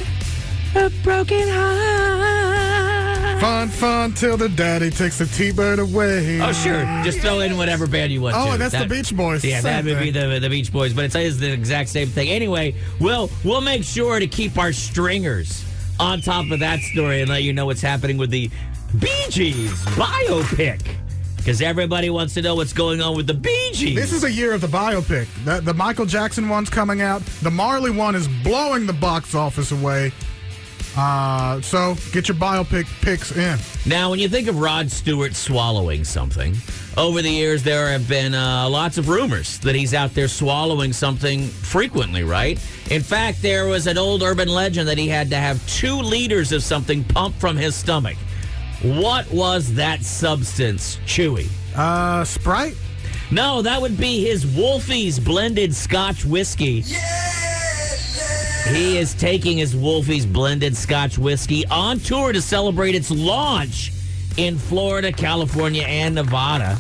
D: a broken heart?
A: Fun, fun till the daddy takes the T-bird away.
B: Oh, sure. Just throw in whatever band you want
A: Oh,
B: to.
A: and that's the Beach Boys.
B: Yeah, that
A: Same
B: would be the, the Beach Boys, but it's, it's the exact same thing. Anyway, we'll, we'll make sure to keep our stringers on top of that story and let you know what's happening with the Bee Gees biopic. Because everybody wants to know what's going on with the Bee Gees.
A: This is a year of the biopic. The, the Michael Jackson one's coming out. The Marley one is blowing the box office away. Uh, so get your biopic picks in.
B: Now, when you think of Rod Stewart swallowing something, over the years there have been uh, lots of rumors that he's out there swallowing something frequently, right? In fact, there was an old urban legend that he had to have two liters of something pumped from his stomach. What was that substance, Chewy?
A: Uh, Sprite.
B: No, that would be his Wolfie's blended Scotch whiskey. He is taking his Wolfie's blended Scotch whiskey on tour to celebrate its launch in Florida, California, and Nevada.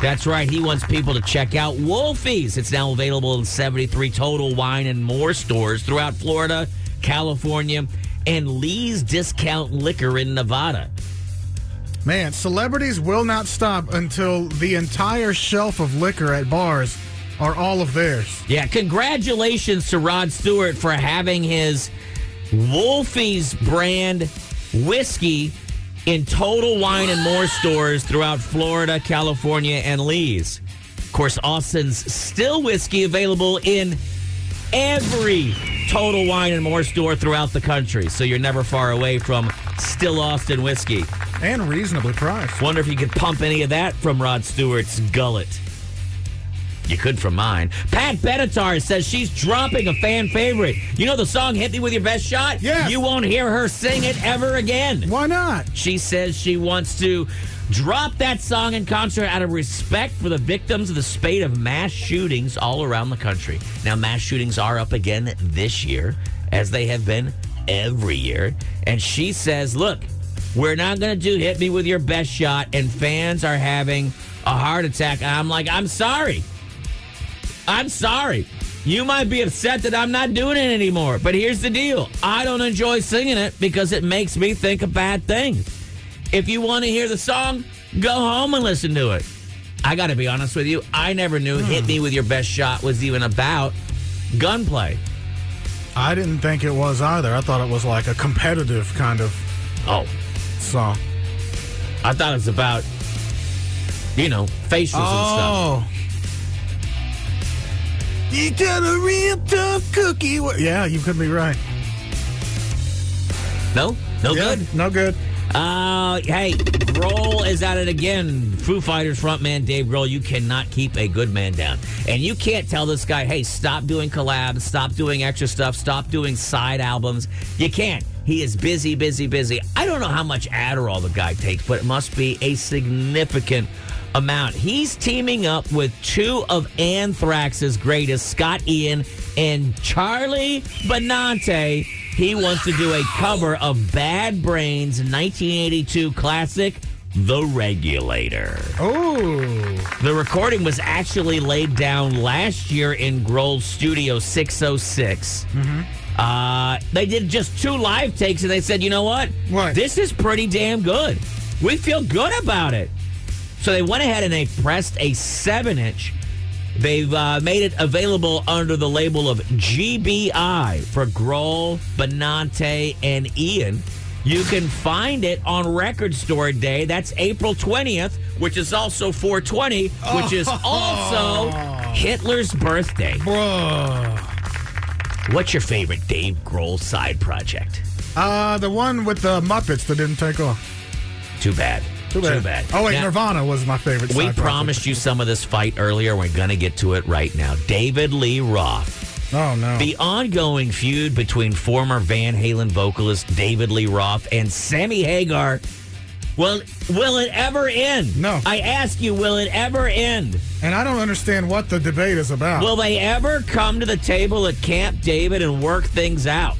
B: That's right. He wants people to check out Wolfie's. It's now available in 73 total wine and more stores throughout Florida, California, and Lee's Discount Liquor in Nevada.
A: Man, celebrities will not stop until the entire shelf of liquor at bars are all of theirs.
B: Yeah, congratulations to Rod Stewart for having his Wolfie's brand whiskey in Total Wine and More stores throughout Florida, California, and Lee's. Of course, Austin's still whiskey available in every Total Wine and More store throughout the country, so you're never far away from Still Austin whiskey.
A: And reasonably priced.
B: Wonder if you could pump any of that from Rod Stewart's gullet. You could from mine. Pat Benatar says she's dropping a fan favorite. You know the song Hit Me With Your Best Shot?
A: Yes.
B: You won't hear her sing it ever again.
A: Why not?
B: She says she wants to drop that song in concert out of respect for the victims of the spate of mass shootings all around the country. Now, mass shootings are up again this year, as they have been every year. And she says, look, we're not going to do Hit Me With Your Best Shot, and fans are having a heart attack. And I'm like, I'm sorry. I'm sorry. You might be upset that I'm not doing it anymore, but here's the deal. I don't enjoy singing it because it makes me think of bad things. If you want to hear the song, go home and listen to it. I got to be honest with you, I never knew Hit Me With Your Best Shot was even about gunplay.
A: I didn't think it was either. I thought it was like a competitive kind of
B: Oh,
A: song.
B: I thought it was about, you know, facials
A: Oh,
B: and stuff.
A: You got a real tough cookie. Yeah, you could be right.
B: No? No
A: Yeah,
B: good?
A: No good.
B: Uh, hey, Grohl is at it again. Foo Fighters frontman Dave Grohl, you cannot keep a good man down. And you can't tell this guy, hey, stop doing collabs, stop doing extra stuff, stop doing side albums. You can't. He is busy, busy, busy. I don't know how much Adderall the guy takes, but it must be a significant amount. He's teaming up with two of Anthrax's greatest, Scott Ian and Charlie Benante. He wants to do a cover of Bad Brains' 1982 classic, The Regulator.
A: Oh,
B: The recording was actually laid down last year in Grohl's Studio 606. Uh, they did just two live takes and they said, you know what?
A: What?
B: This is pretty damn good. We feel good about it. So they went ahead and they pressed a 7 inch. They've uh, made it available under the label of GBI for Grohl, Benante, and Ian. You can find it on Record Store Day. That's April 20th, which is also 420, which is also Hitler's birthday.
A: bro.
B: What's your favorite Dave Grohl side project?
A: Uh, the one with the Muppets that didn't take off.
B: Too bad. Too bad.
A: Oh wait,
B: Now,
A: Nirvana was my favorite. side
B: We
A: project.
B: promised you some of this fight earlier. We're going to get to it right now. David Lee Roth.
A: Oh no.
B: The ongoing feud between former Van Halen vocalist David Lee Roth and Sammy Hagar. Well, will it ever end?
A: No.
B: I ask you, will it ever end?
A: and I don't understand what the debate is about.
B: Will they ever come to the table at Camp David and work things out?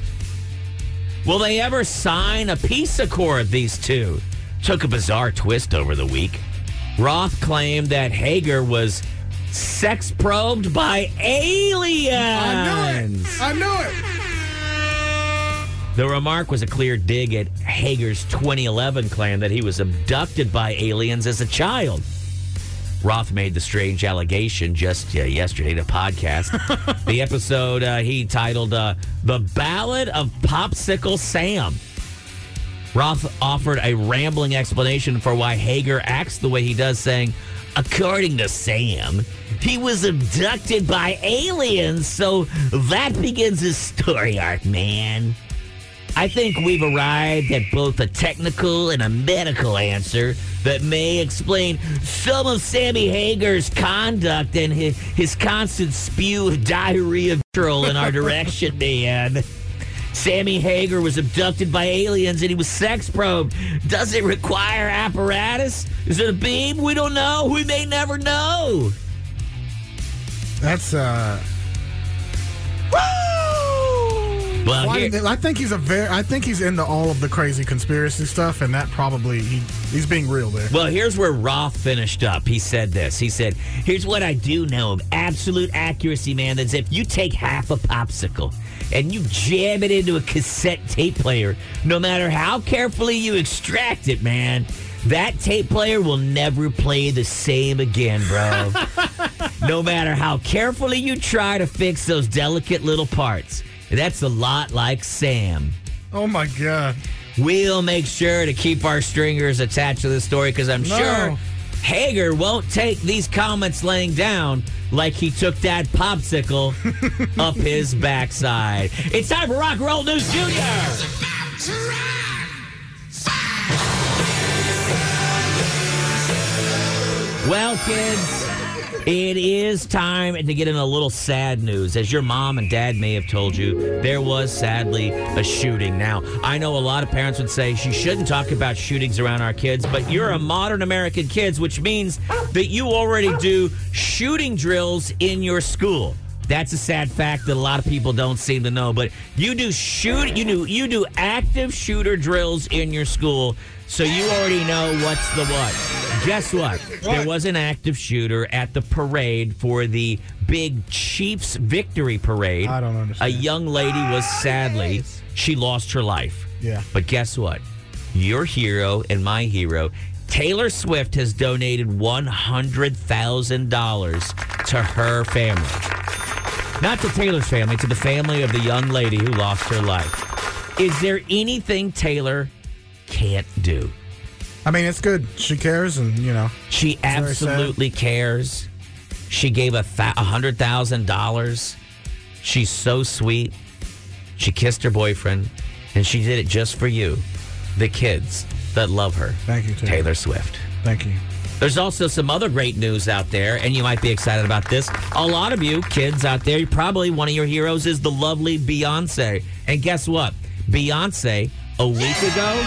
B: Will they ever sign a peace accord, these two? Took a bizarre twist over the week. Roth claimed that Hager was sex probed by aliens.
A: I knew it. I knew it.
B: The remark was a clear dig at Hager's 2011 claim that he was abducted by aliens as a child. Roth made the strange allegation just uh, yesterday in a podcast. the episode uh, he titled uh, The Ballad of Popsicle Sam. Roth offered a rambling explanation for why Hager acts the way he does, saying, According to Sam, he was abducted by aliens, so that begins his story arc, man. I think we've arrived at both a technical and a medical answer that may explain some of Sammy Hager's conduct and his, his constant spew of diarrhea vitriol in our direction, man. Sammy Hager was abducted by aliens and he was sex probed. Does it require apparatus? Is it a beam? We don't know. We may never know.
A: That's uh.
B: Well,
A: Why
B: here-
A: did they- I think he's a very. I think he's into all of the crazy conspiracy stuff, and that probably he, he's being real there.
B: Well, here's where Roth finished up. He said this. He said, Here's what I do know of absolute accuracy, man. That's if you take half a popsicle and you jam it into a cassette tape player, no matter how carefully you extract it, man, that tape player will never play the same again, bro. no matter how carefully you try to fix those delicate little parts. That's a lot like Sam.
A: Oh my god.
B: We'll make sure to keep our stringers attached to this story because I'm
A: No.
B: sure Hager won't take these comments laying down like he took that popsicle up his backside. It's time for Rock and Roll News Junior. Well, kids, it is time to get in a little sad news. As your mom and dad may have told you, there was sadly a shooting. Now, I know a lot of parents would say she shouldn't talk about shootings around our kids, but you're a modern American kids, which means that you already do shooting drills in your school. That's a sad fact that a lot of people don't seem to know, but you do shoot you do you do active shooter drills in your school, so you already know what's the what. Guess what? There was an active shooter at the parade for the big Chiefs victory parade.
A: I don't understand. Ah,
B: A young lady was sadly she lost her life.
A: Yeah.
B: But guess what? Your hero and my hero, Taylor Swift, has donated $100,000 to her family. Not to Taylor's family, to the family of the young lady who lost her life. Is there anything Taylor can't do?
A: I mean, it's good. She cares, and you know.
B: She
A: very
B: absolutely cares. She gave a fa- hundred thousand dollars. She's so sweet. She kissed her boyfriend, and she did it just for you, the kids. that love her.
A: Thank you, Taylor.
B: Taylor Swift.
A: Thank you.
B: There's also some other great news out there, and you might be excited about this. A lot of you kids out there, probably one of your heroes is the lovely Beyonce. And guess what? Beyonce, a week ago,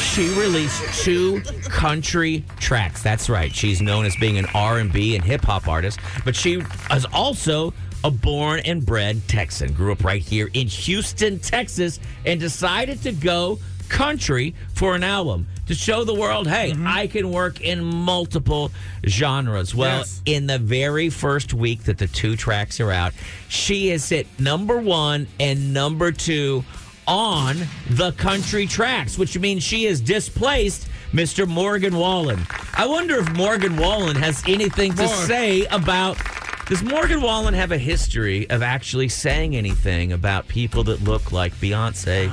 B: she released two country tracks. That's right. She's known as being an R&B and hip hop artist, but she is also a born and bred Texan. Grew up right here in Houston, Texas, and decided to go country for an album to show the world, hey, I can work in multiple genres. Well,
A: Yes.
B: in the very first week that the two tracks are out, she has hit number one and number two on the country tracks, which means she has displaced Mr. Morgan Wallen. I wonder if Morgan Wallen has anything to
A: Morgan.
B: say about. Does Morgan Wallen have a history of actually saying anything about people that look like
A: Uh.
B: Beyonce?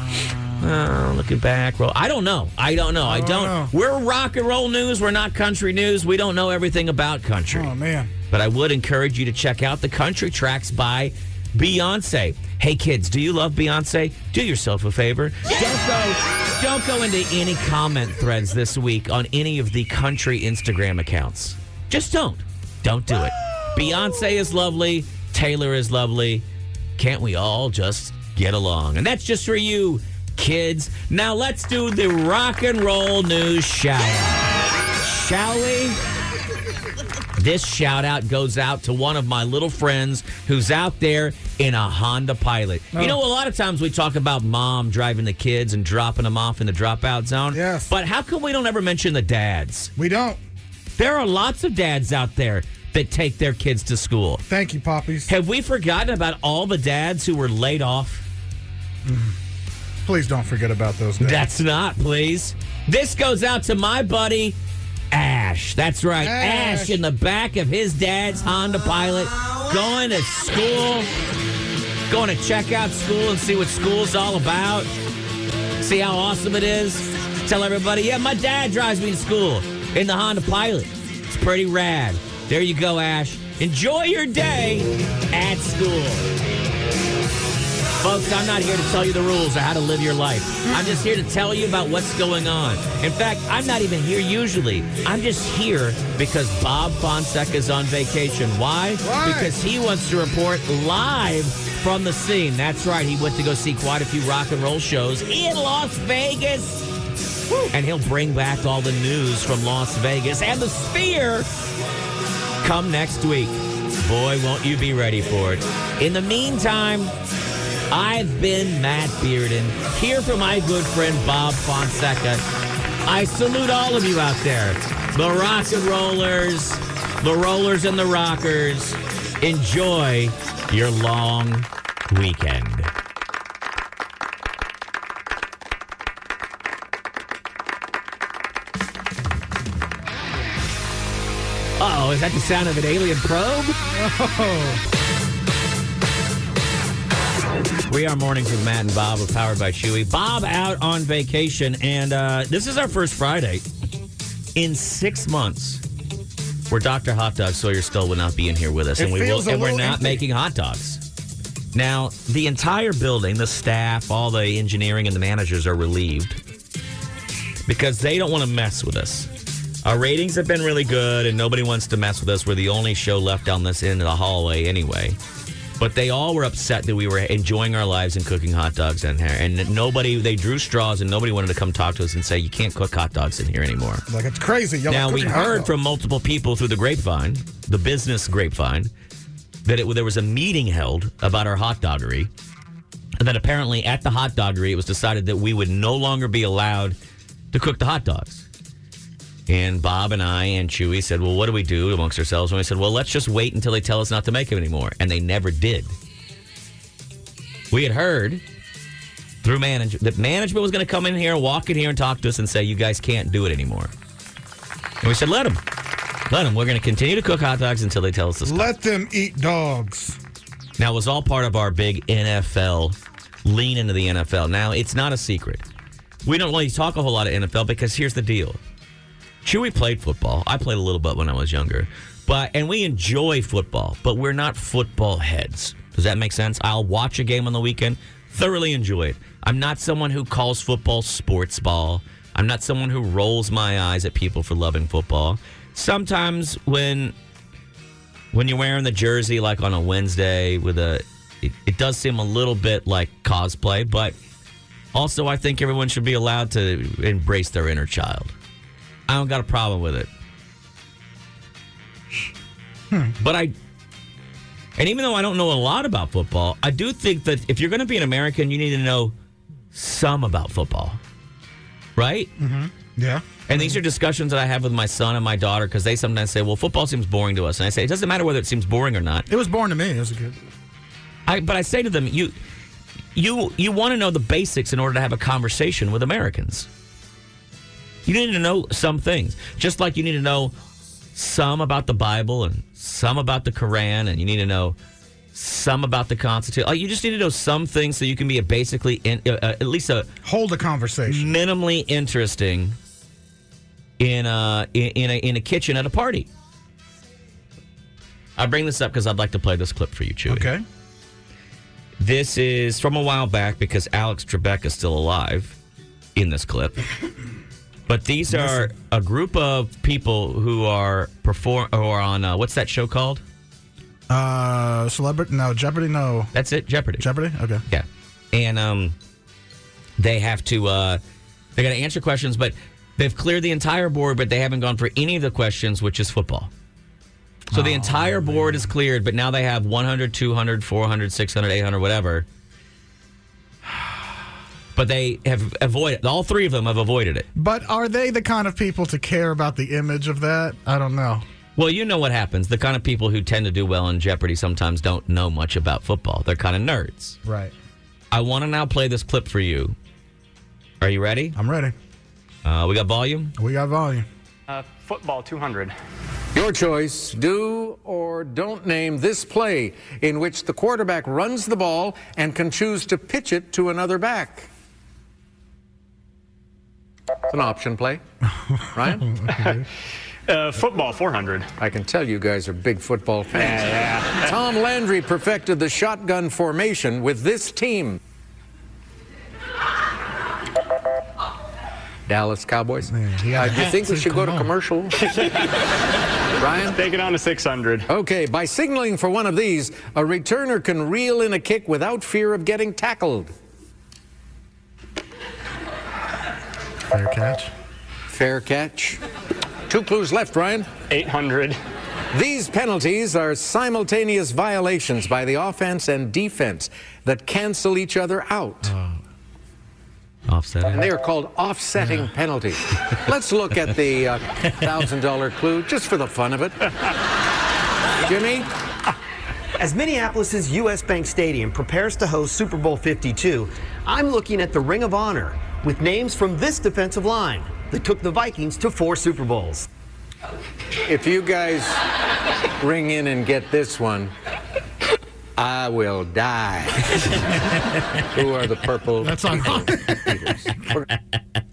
B: Oh, looking back, well, I don't know. I don't know. I
A: don't
B: don't.
A: know.
B: We're rock and roll news. We're not country news. We don't know everything about country.
A: Oh man.
B: But I would encourage you to check out the country tracks by Beyonce. Hey kids, do you love Beyonce? Do yourself a favor. Don't go don't go into any comment threads this week on any of the country Instagram accounts. Just don't. Don't do it. Beyonce is lovely, Taylor is lovely. Can't we all just get along? And that's just for you kids. Now let's do the rock and roll news shout out. Shall we? This shout out goes out to one of my little friends who's out there in a Honda Pilot.
A: Oh.
B: You know, a lot of times we talk about mom driving the kids and dropping them off in the dropout zone.
A: Yes.
B: But how come we don't ever mention the dads?
A: We don't.
B: There are lots of dads out there that take their kids to school.
A: Thank you, Poppies.
B: Have we forgotten about all the dads who were laid off?
A: Please don't forget about those days.
B: That's not, please. This goes out to my buddy Ash. That's right. Ash,
A: Ash.
B: in the back of his dad's Honda Pilot going to school, going to check out school and see what school's all about. See how awesome it is. Tell everybody, yeah, my dad drives me to school in the Honda Pilot. It's pretty rad. There you go, Ash. Enjoy your day at school. Folks, I'm not here to tell you the rules or how to live your life. I'm just here to tell you about what's going on. In fact, I'm not even here usually. I'm just here because Bob Fonseca's on vacation. Why?
A: Why?
B: Because he wants to report live from the scene. That's right. He went to go see quite a few rock and roll shows in Las Vegas. And he'll bring back all the news from Las Vegas and the Sphere come next week. Boy, won't you be ready for it. In the meantime, I've been Matt Bearden, here for my good friend Bob Fonseca. I salute all of you out there, the rock and rollers, the rollers and the rockers. Enjoy your long weekend. Uh oh, is that the sound of an alien probe?
A: Oh.
B: We are mornings with Matt and Bob. We're powered by Chewy. Bob out on vacation, and uh, this is our first Friday in six months where Dr. Hot Dog Sawyer Skull will not be in here with us,
A: It
B: and we will,
A: feels a
B: and we're
A: little
B: not
A: empty.
B: making hot dogs. Now, the entire building, the staff, all the engineering, and the managers are relieved because they don't want to mess with us. Our ratings have been really good, and nobody wants to mess with us. We're the only show left down this end of the hallway, anyway. But they all were upset that we were enjoying our lives and cooking hot dogs in here, and nobody they drew straws, and nobody wanted to come talk to us and say you can't cook hot dogs in here anymore.
A: Like it's crazy. Y'all
B: Now
A: are
B: we
A: cooking hot
B: heard
A: dogs.
B: from multiple people through the grapevine, the business grapevine, that it, there was a meeting held about our hot doggery, and that apparently at the hot doggery it was decided that we would no longer be allowed to cook the hot dogs. And Bob and I and Chewy said, "Well, what do we do amongst ourselves?" And we said, "Well, let's just wait until they tell us not to make them anymore," and they never did. We had heard through management that management was going to come in here, walk in here, and talk to us and say, "You guys can't do it anymore." And we said, let them. Let them. We're going to continue to cook hot dogs until they tell us to stop.
A: Let them eat dogs.
B: Now, it was all part of our big NFL lean into the NFL. Now, it's not a secret. We don't really talk a whole lot of NFL because here's the deal. Chewy played football. I played a little bit when I was younger. But and we enjoy football, but we're not football heads. Does that make sense? I'll watch a game on the weekend, thoroughly enjoy it. I'm not someone who calls football sports ball. I'm not someone who rolls my eyes at people for loving football. Sometimes when when you're wearing the jersey like on a Wednesday with a it, it does seem a little bit like cosplay, but also I think everyone should be allowed to embrace their inner child. I don't got a problem with it. But I and even though I don't know a lot about football, I do think that if you're going to be an American, you need to know some about football. Right?
A: Yeah.
B: And these are discussions that I have with my son and my daughter because they sometimes say, "Well, football seems boring to us," and I say, "It doesn't matter whether it seems boring or not."
A: It was born to me. It was a good.
B: I, but I say to them, "You, you, you want to know the basics in order to have a conversation with Americans. You need to know some things, just like you need to know some about the Bible and some about the Koran, and you need to know." Some about the Constitution. Like you just need to know some things so you can be a basically, in, uh, uh, at least a
A: Hold a conversation.
B: minimally interesting in a in a in a kitchen at a party. I bring this up because I'd like to play this clip for you, Chewy.
A: Okay.
B: This is from a while back because Alex Trebek is still alive in this clip. But these are a group of people who are perform who are on uh, what's that show called?
A: Uh, celebrity? No, Jeopardy. No,
B: That's it, Jeopardy.
A: Jeopardy. Okay.
B: Yeah. And um they have to uh they gotta answer questions, but they've cleared the entire board, but they haven't gone for any of the questions, which is football. So the entire board is cleared, but now they have 100, 200, 400, 600, 800, whatever. But they have avoided, all three of them have avoided it.
A: But are they the kind of people to care about the image of that? I don't know.
B: Well, you know what happens. The kind of people who tend to do well in Jeopardy sometimes don't know much about football. They're kind of nerds.
A: Right.
B: I want to now play this clip for you. Are you ready?
A: I'm ready.
B: Uh, we got volume.
A: We got volume.
F: Football 200.
G: Your choice do or don't name this play in which the quarterback runs the ball and can choose to pitch it to another back. It's an option play. Ryan,
F: Uh, football 400.
G: I can tell you guys are big football fans.
F: yeah.
G: Tom Landry perfected the shotgun formation with this team. Dallas Cowboys.
A: yeah.
G: Uh, do you think we should go
A: Come
G: to
A: on.
G: commercial? Ryan?
F: Take it on to 600.
G: Okay, by signaling for one of these, a returner can reel in a kick without fear of getting tackled.
A: Fair catch.
G: Fair catch. Two clues left, Ryan.
F: 800.
G: These penalties are simultaneous violations by the offense and defense that cancel each other out.
B: Offset.
G: And they are called offsetting penalties. Let's look at the uh, $1,000 clue just for the fun of it. Jimmy?
H: As Minneapolis's U.S. Bank Stadium prepares to host Super Bowl 52, I'm looking at the Ring of Honor with names from this defensive line that took the Vikings to four Super Bowls.
G: If you guys ring in and get this one, I will die. Who are the purple?
A: That's on.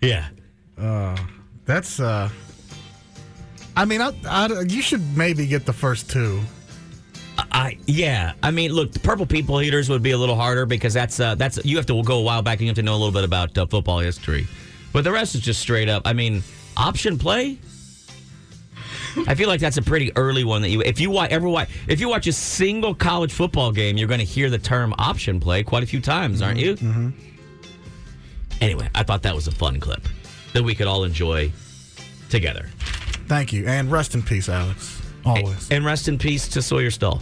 B: Yeah.
A: That's uh. I mean, I, I, you should maybe get the first two.
B: I yeah. I mean, look, the purple people eaters would be a little harder because that's uh, that's you have to go a while back and you have to know a little bit about uh, football history. But the rest is just straight up. I mean, option play. I feel like that's a pretty early one that you if you watch ever watch if you watch a single college football game, you're going to hear the term option play quite a few times, aren't you? Mm-hmm. Anyway, I thought that was a fun clip that we could all enjoy together.
A: Thank you, and rest in peace, Alex. Always.
B: And rest in peace to Sawyer Stahl.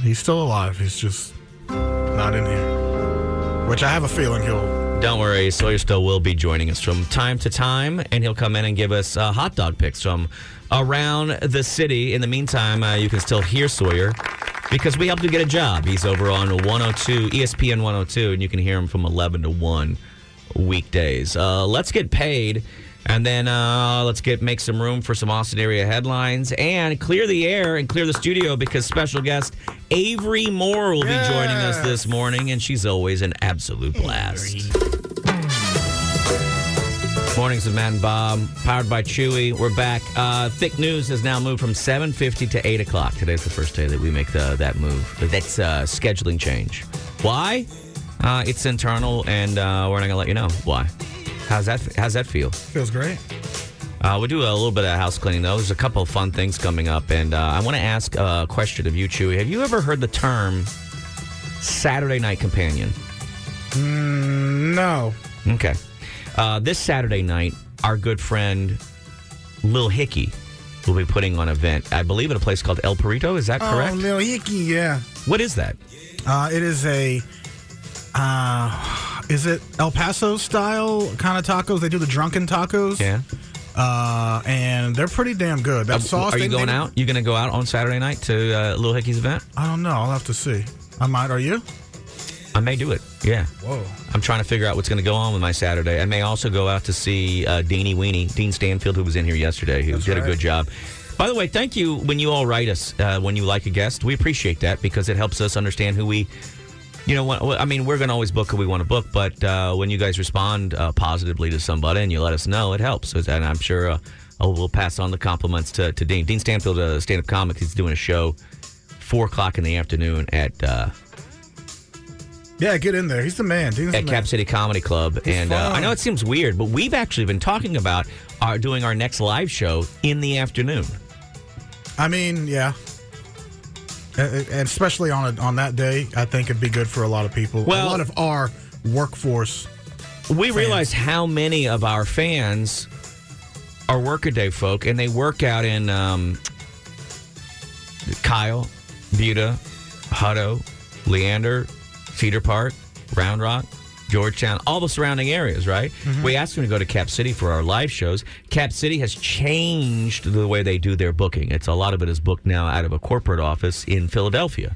A: He's still alive. He's just not in here. Which I have a feeling he'll.
B: Don't worry, Sawyer still will be joining us from time to time, and he'll come in and give us uh, hot dog picks from around the city. In the meantime, uh, you can still hear Sawyer because we helped him get a job. He's over on 102, ESPN 102, and you can hear him from 11 to 1 weekdays. Uh, let's get paid, and then uh, let's get make some room for some Austin area headlines and clear the air and clear the studio because special guest Avery Moore will be joining us this morning, and she's always an absolute blast. Mornings with Matt and Bob, powered by Chewy. We're back. Uh, thick news has now moved from 7.50 to 8 o'clock. Today's the first day that we make the, that move. That's uh, scheduling change. Why? Uh, it's internal, and uh, we're not going to let you know why. How's that? How's that feel?
A: Feels great.
B: Uh, we'll do a little bit of house cleaning, though. There's a couple of fun things coming up, and uh, I want to ask a question of you, Chewy. Have you ever heard the term Saturday Night Companion?
A: Mm, no.
B: Okay. Uh, this Saturday night, our good friend Lil Hickey will be putting on an event, I believe, at a place called El Perito. Is that correct?
A: Oh, Lil Hickey, yeah.
B: What is that?
A: Uh, it is a. Uh, is it El Paso style kind of tacos? They do the drunken tacos.
B: Yeah.
A: Uh, and they're pretty damn good. That
B: Uh,
A: sauce.
B: Are you
A: they-
B: going
A: they-
B: out? You going to go out on Saturday night to uh, Lil Hickey's event?
A: I don't know. I'll have to see. I might. Are you?
B: I may do it. Yeah.
A: Whoa.
B: I'm trying to figure out what's going to go on with my Saturday. I may also go out to see uh, Deanie Weenie, Dean Stanfield, who was in here yesterday, who did a
A: right.
B: good job. By the way, thank you when you all write us uh, when you like a guest. We appreciate that because it helps us understand who we, you know, what, I mean, we're going to always book who we want to book, but uh, when you guys respond uh, positively to somebody and you let us know, it helps. And I'm sure uh, oh, we'll pass on the compliments to, to Dean. Dean Stanfield, a stand up comic, he's doing a show four o'clock in the afternoon at. Uh,
A: Yeah, get in there. He's the man. Dean's the
B: at
A: man.
B: Cap City Comedy Club. and uh,
A: fun.
B: I know it seems weird, but we've actually been talking about our, doing our next live show in the afternoon.
A: I mean, yeah. Uh, uh, And especially on a, on that day, I think it'd be good for a lot of people. a
B: Well-
A: lot of our workforce.
B: We realize how many of our fans are workaday folk, and they work out in um, Kyle, Buda, Hutto, Leander, Cedar Park, Round Rock, Georgetown, all the surrounding areas, right? We asked them to go to Cap City for our live shows. Cap City has changed the way they do their booking. It's a lot of it is booked now out of a corporate office in Philadelphia.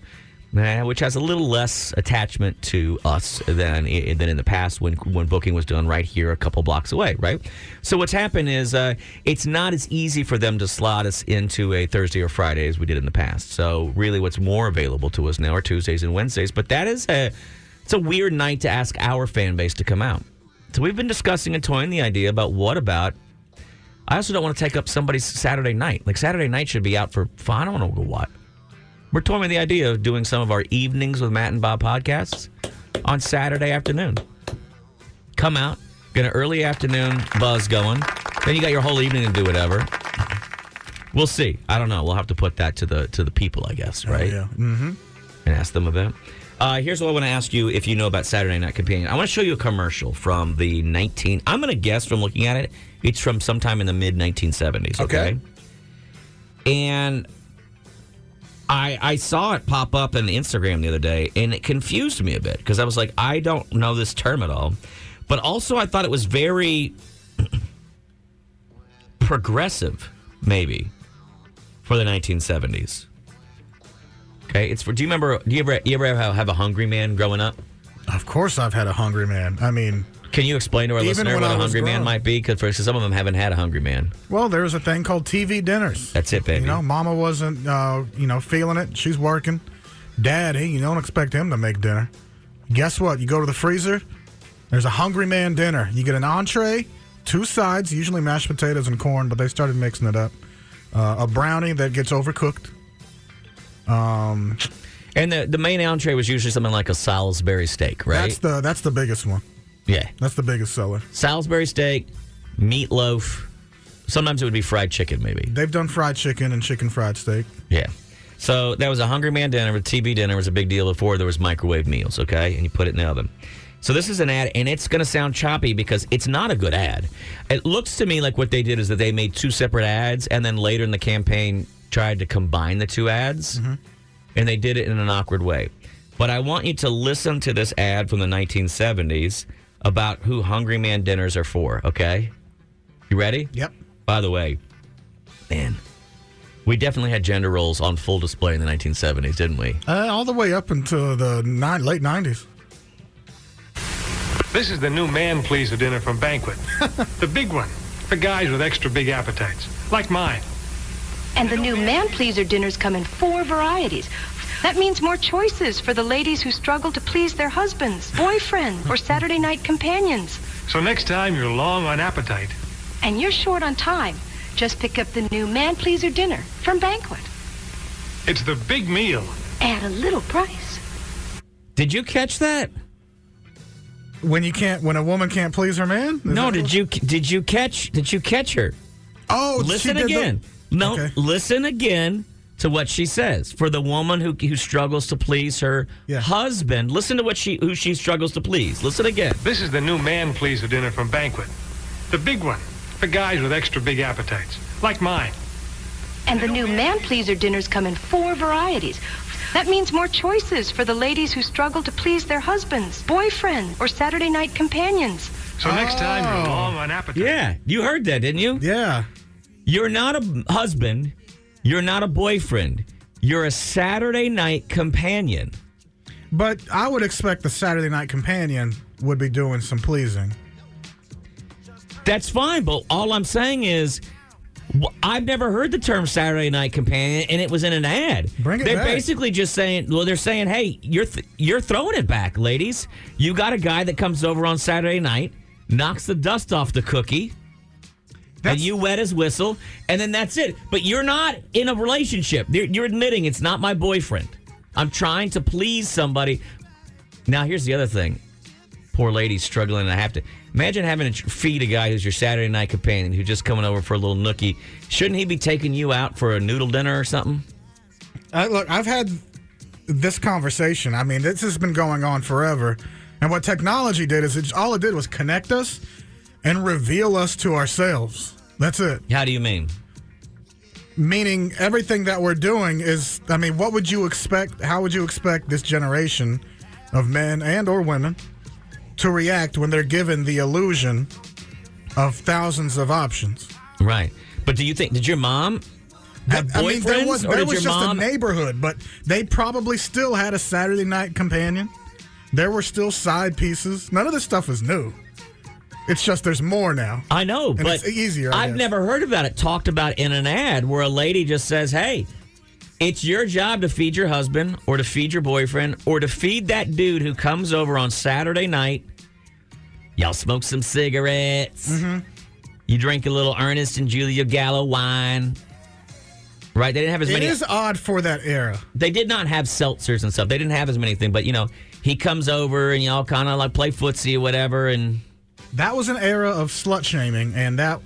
B: uh, Which has a little less attachment to us than i- than in the past when when booking was done right here a couple blocks away, right? So what's happened is uh, it's not as easy for them to slot us into a Thursday or Friday as we did in the past. So really, what's more available to us now are Tuesdays and Wednesdays. But that is a it's a weird night to ask our fan base to come out. So we've been discussing and toying the idea about what about. I also don't want to take up somebody's Saturday night. Like Saturday night should be out for fun. I don't know what. We're toying with the idea of doing some of our evenings with Matt and Bob podcasts on Saturday afternoon. Come out, get an early afternoon buzz going. Then you got your whole evening to do whatever. We'll see. I don't know. We'll have to put that to the to the people, I guess, right?
A: Yeah. Mm-hmm.
B: and ask them about. Uh, here's what I want to ask you if you know about Saturday Night Companion. I want to show you a commercial from the 19. I'm going to guess from looking at it, it's from sometime in the mid 1970s. Okay.
A: Okay.
B: And I I saw it pop up on Instagram the other day, and it confused me a bit because I was like, I don't know this term at all. But also, I thought it was very progressive, maybe, for the 1970s. Okay, it's for. Do you remember? Do you ever you ever have, have a hungry man growing up?
A: Of course, I've had a hungry man. I mean,
B: Can you explain to our
A: Even
B: listener
A: when
B: what a
A: I was
B: hungry man
A: grown.
B: might be? Because some of them haven't had a hungry man.
A: well, there was a thing called TV dinners.
B: That's it, baby.
A: You know, Mama wasn't, uh, you know, feeling it. She's working. Dad, he, you don't expect him to make dinner. Guess what? You go to the freezer. There's a hungry man dinner. You get an entree, two sides, usually mashed potatoes and corn, but they started mixing it up. Uh, a brownie that gets overcooked. Um,
B: And the the main entree was usually something like a Salisbury steak, right?
A: That's the that's the biggest one.
B: yeah,
A: That's the biggest seller.
B: Salisbury steak, meatloaf. Sometimes it would be fried chicken, maybe.
A: They've done fried chicken and chicken fried steak.
B: Yeah. So there was a Hungry Man dinner, a TV dinner was a big deal before there was microwave meals, okay? And you put it in the oven. So this is an ad, and it's going to sound choppy because it's not a good ad. It looks to me like what they did is that they made two separate ads, and then later in the campaign tried to combine the two ads, and they did it in an awkward way. But I want you to listen to this ad from the 1970s about who Hungry Man dinners are for, okay? You ready?
A: Yep.
B: By the way, man, we definitely had gender roles on full display in the 1970s, didn't we?
A: Uh, all the way up until the nine, late 90s.
I: This is the new man pleaser dinner from Banquet. the big one for guys with extra big appetites, like mine.
J: And the new man pleaser dinners come in four varieties. That means more choices for the ladies who struggle to please their husbands, boyfriends, or Saturday night companions.
I: So next time you're long on appetite,
J: And you're short on time. Just pick up the new man pleaser dinner from Banquet
I: it's the big meal.
J: at a little price.
B: Did you catch that?
A: When you can't, when a woman can't please her man. Is
B: No,
A: that
B: did
A: what-
B: you did you catch did you catch her?
A: Oh, she
B: listen
A: did the-
B: again. no, listen again to what she says. For the woman who who struggles to please her husband, listen to what she who she struggles to please. Listen again.
I: This is the new man pleaser dinner from Banquet. The big one for guys with extra big appetites, like mine.
J: And the new man pleaser dinners come in four varieties. That means more choices for the ladies who struggle to please their husbands, boyfriend, or Saturday night companions.
I: So next time you're long on appetite.
B: Yeah, you heard that, didn't you?
A: Oh. Yeah.
B: You're not a husband. You're not a boyfriend. You're a Saturday night companion.
A: But I would expect the Saturday Night Companion would be doing some pleasing.
B: That's fine, but all I'm saying is wh- I've never heard the term Saturday Night Companion, and it was in an ad.
A: Bring it
B: they're
A: back.
B: basically just saying, well, they're saying, hey, you're th- you're throwing it back, ladies. You got a guy that comes over on Saturday night, knocks the dust off the cookie, and you wet his whistle, and then that's it. But you're not in a relationship. You're, you're admitting it's not my boyfriend. I'm trying to please somebody. Now, here's the other thing poor lady struggling. I have to imagine having to feed a guy who's your Saturday night companion who's just coming over for a little nookie. Shouldn't he be taking you out for a noodle dinner or something?
A: I, Uh, look, I've had this conversation. I mean, this has been going on forever. And what technology did is it, all it did was connect us and reveal us to ourselves. That's it.
B: How do you mean?
A: Meaning everything that we're doing is, I mean, what would you expect? How would you expect this generation of men and or women to react when they're given the illusion of thousands of options?
B: Right. But do you think did your mom have
A: I mean, there
B: boyfriends,
A: was,
B: or
A: there
B: did
A: was
B: your
A: just
B: mom-
A: a neighborhood, but they probably still had a Saturday night companion. There were still side pieces. None of this stuff is new. It's just there's more now.
B: I know,
A: And
B: but
A: it's easier, I
B: I've
A: guess.
B: never heard about it talked about in an ad where a lady just says, "Hey, it's your job to feed your husband or to feed your boyfriend or to feed that dude who comes over on Saturday night. Y'all smoke some cigarettes.
A: Mm-hmm.
B: You drink a little Ernest and Julia Gallo wine." Right? They didn't have as
A: It
B: many
A: is odd for that era.
B: they did not have seltzers and stuff. They didn't have as many things, but you know, he comes over and y'all kind of like play footsie or whatever and
A: That was an era of slut shaming, and that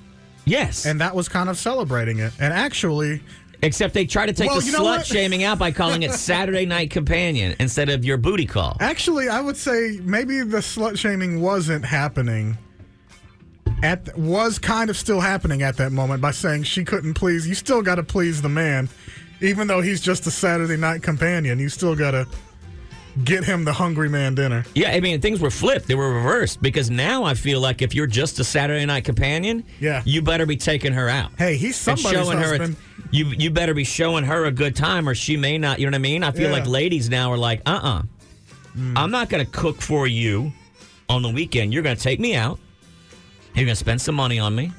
B: yes,
A: and that was kind of celebrating it. And actually,
B: Except they try to take
A: Well,
B: the
A: you know
B: slut
A: what?
B: shaming out by calling it Saturday Night Companion instead of your booty call.
A: Actually, I would say maybe the slut shaming wasn't happening. At th- was kind of still happening at that moment by saying she couldn't please. You still got to please the man, even though he's just a Saturday night companion. You still got to get him the hungry man dinner.
B: Yeah, I mean things were flipped; they were reversed because now I feel like if you're just a Saturday Night Companion,
A: Yeah.
B: you better be taking her out.
A: Hey, he's
B: And
A: somebody's husband.
B: Her a, you you better be showing her a good time, or she may not. You know what I mean? I feel
A: Yeah. Hmm.
B: like ladies now are like, uh, uh-uh. uh, i am not going to cook for you on the weekend. You're going to take me out. You're going to spend some money on me.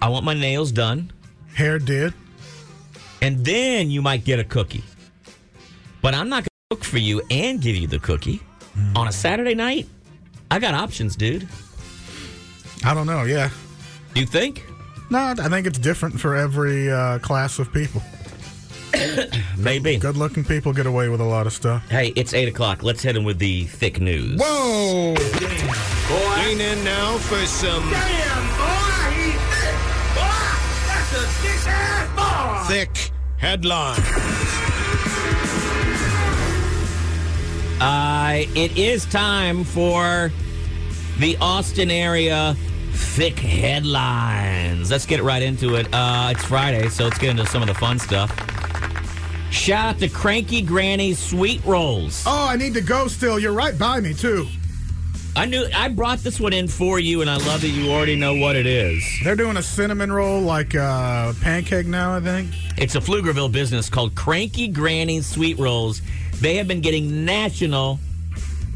B: I want my nails done.
A: Hmm. Hair did.
B: And then you might get a cookie. But I'm not going to cook for you and give you the cookie
A: Hmm.
B: on a Saturday night. I got options, dude.
A: I don't know. Yeah.
B: You think?
A: No, I think it's different for every uh, class of people.
B: Maybe.
A: Good looking people get away with a lot of stuff.
B: Hey, it's 8 o'clock. Let's hit him with the thick news.
A: Whoa!
K: Lean in now for some thick headline.
B: Uh, it is time for the Austin area thick headlines. Let's get right into it. Uh, it's Friday, so let's get into some of the fun stuff. Shout out to Cranky Granny Sweet Rolls.
A: Oh, I need to go still. You're right by me, too.
B: I knew I brought this one in for you, and I love that you already know what it is.
A: They're doing a cinnamon roll like uh, pancake now, I think.
B: It's a Pflugerville business called Cranky Granny Sweet Rolls. They have been getting national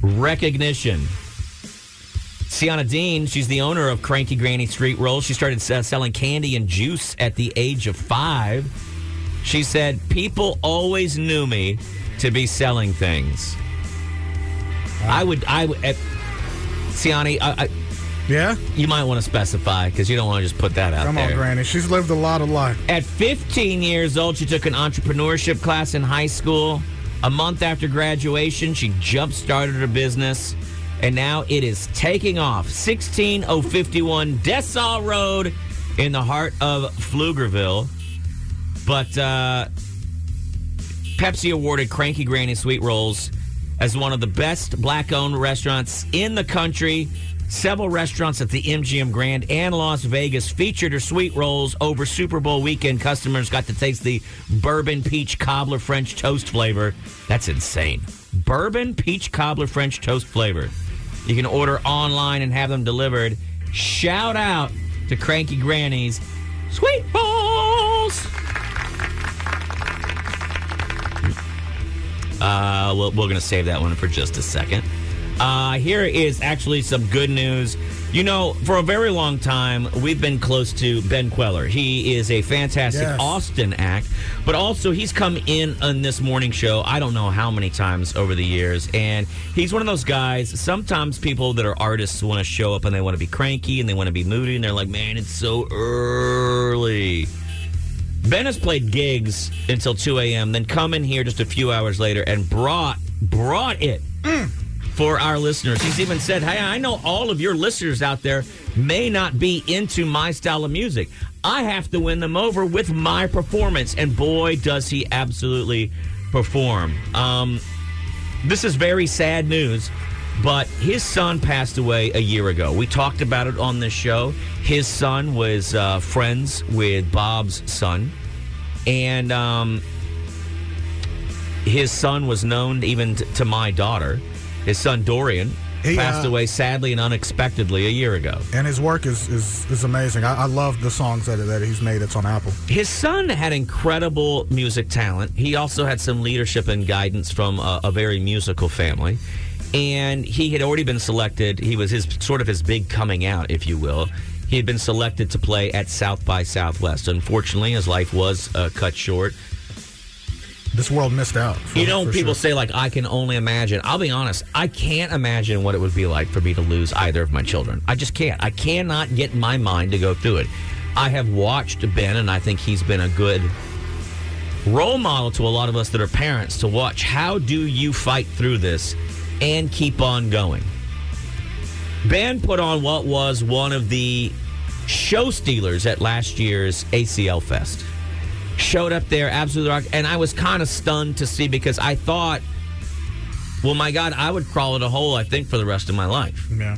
B: recognition. Sienna Dean, she's the owner of Cranky Granny Sweet Rolls. She started uh, selling candy and juice at the age of five. She said, People always knew me to be selling things. I would, I would, uh, Siani, I, I,
A: yeah,
B: you might want to specify because you don't want to just put that out
A: Come
B: there.
A: on, Granny. She's lived a lot of life.
B: At 15 years old, she took an entrepreneurship class in high school. A month after graduation, she jump started her business. And now it is taking off 16051 Dessau Road in the heart of Pflugerville. But uh, Pepsi awarded Cranky Granny Sweet Rolls as one of the best black owned restaurants in the country. Several restaurants at the MGM Grand and Las Vegas featured her sweet rolls over Super Bowl weekend. Customers got to taste the bourbon peach cobbler French toast flavor. That's insane. Bourbon peach cobbler French toast flavor. You can order online and have them delivered. Shout out to Cranky Granny's Sweet Rolls. Uh, we'll, we're going to save that one for just a second. Uh, here is actually some good news. You know, for a very long time, we've been close to Ben Queller. He is a fantastic
L: Yes.
B: Austin act, but also he's come in on this morning show, I don't know how many times over the years. And he's one of those guys, sometimes people that are artists want to show up and they want to be cranky and they want to be moody and they're like, man, it's so early. Ben has played gigs until 2 a.m., then come in here just a few hours later and brought brought it for our listeners. He's even said, "Hey, I know all of your listeners out there may not be into my style of music. I have to win them over with my performance." And boy, does he absolutely perform! Um, this is very sad news, but his son passed away a year ago. We talked about it on this show. His son was uh, friends with Bob's son, and um, his son was known even t- to my daughter. His son Dorian
A: He,
B: passed
A: uh,
B: away sadly and unexpectedly a year ago.
A: And his work is is, is amazing. I, I love the songs that, that he's made. That's on Apple.
B: His son had incredible music talent. He also had some leadership and guidance from a, a very musical family. And he had already been selected. He was his sort of his big coming out, if you will. He had been selected to play at South by Southwest. Unfortunately, his life was uh, cut short.
A: This world missed out.
B: You know,
A: for
B: people
A: sure.
B: say like, "I can only imagine." I'll be honest, I can't imagine what it would be like for me to lose either of my children. I just can't. I cannot get my mind to go through it. I have watched Ben, and I think he's been a good role model to a lot of us that are parents to watch. How do you fight through this and keep on going? Ben put on what was one of the show stealers at last year's ACL Fest. Showed up there, absolutely rocked, and I was kind of stunned to see because I thought, well, my God, I would crawl in a hole, I think, for the rest of my life.
A: Yeah.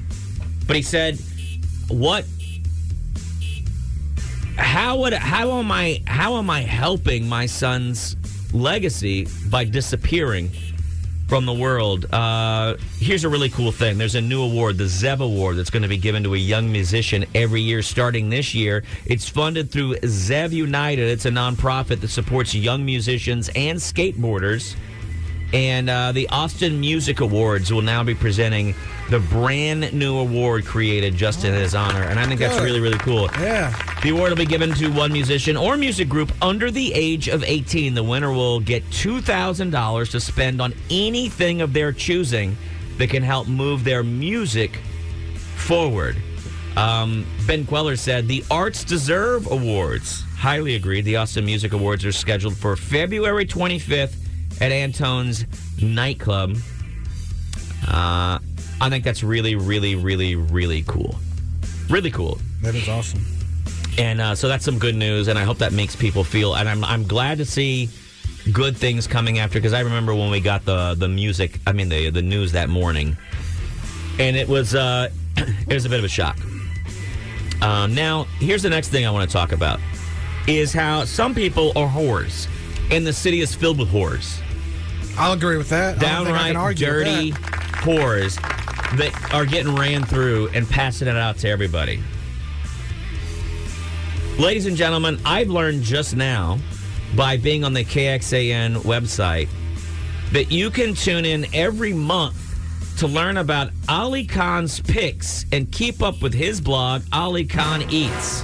B: But he said, "What? How would how am I how am I helping my son's legacy by disappearing from the world?" Uh, here's a really cool thing. There's a new award, the Zeb Award, that's going to be given to a young musician every year, starting this year. It's funded through Zeb United. It's a nonprofit that supports young musicians and skateboarders. And uh, the Austin Music Awards will now be presenting the brand new award created just in his honor. And I think that's
A: Good.
B: really, really cool.
A: Yeah.
B: The award will be given to one musician or music group under the age of 18. The winner will get $2,000 to spend on anything of their choosing that can help move their music forward. Um, ben Queller said the Arts Deserve Awards. Highly agreed. The Austin Music Awards are scheduled for February 25th at Antone's nightclub. Uh, I think that's really, really, really, really cool. Really cool.
A: That is awesome.
B: And uh, so that's some good news, and I hope that makes people feel. And I'm I'm glad to see good things coming after because I remember when we got the the music, I mean the the news that morning, and it was uh, it was a bit of a shock. Um, now here's the next thing I want to talk about is how some people are whores, and the city is filled with whores
A: I'll agree with that. I don't think I can
B: downright
A: argue with
B: dirty
A: that.
B: whores that are getting ran through and passing it out to everybody. Ladies and gentlemen, I've learned just now by being on the KXAN website that you can tune in every month to learn about Ali Khan's picks and keep up with his blog, Ali Khan Eats.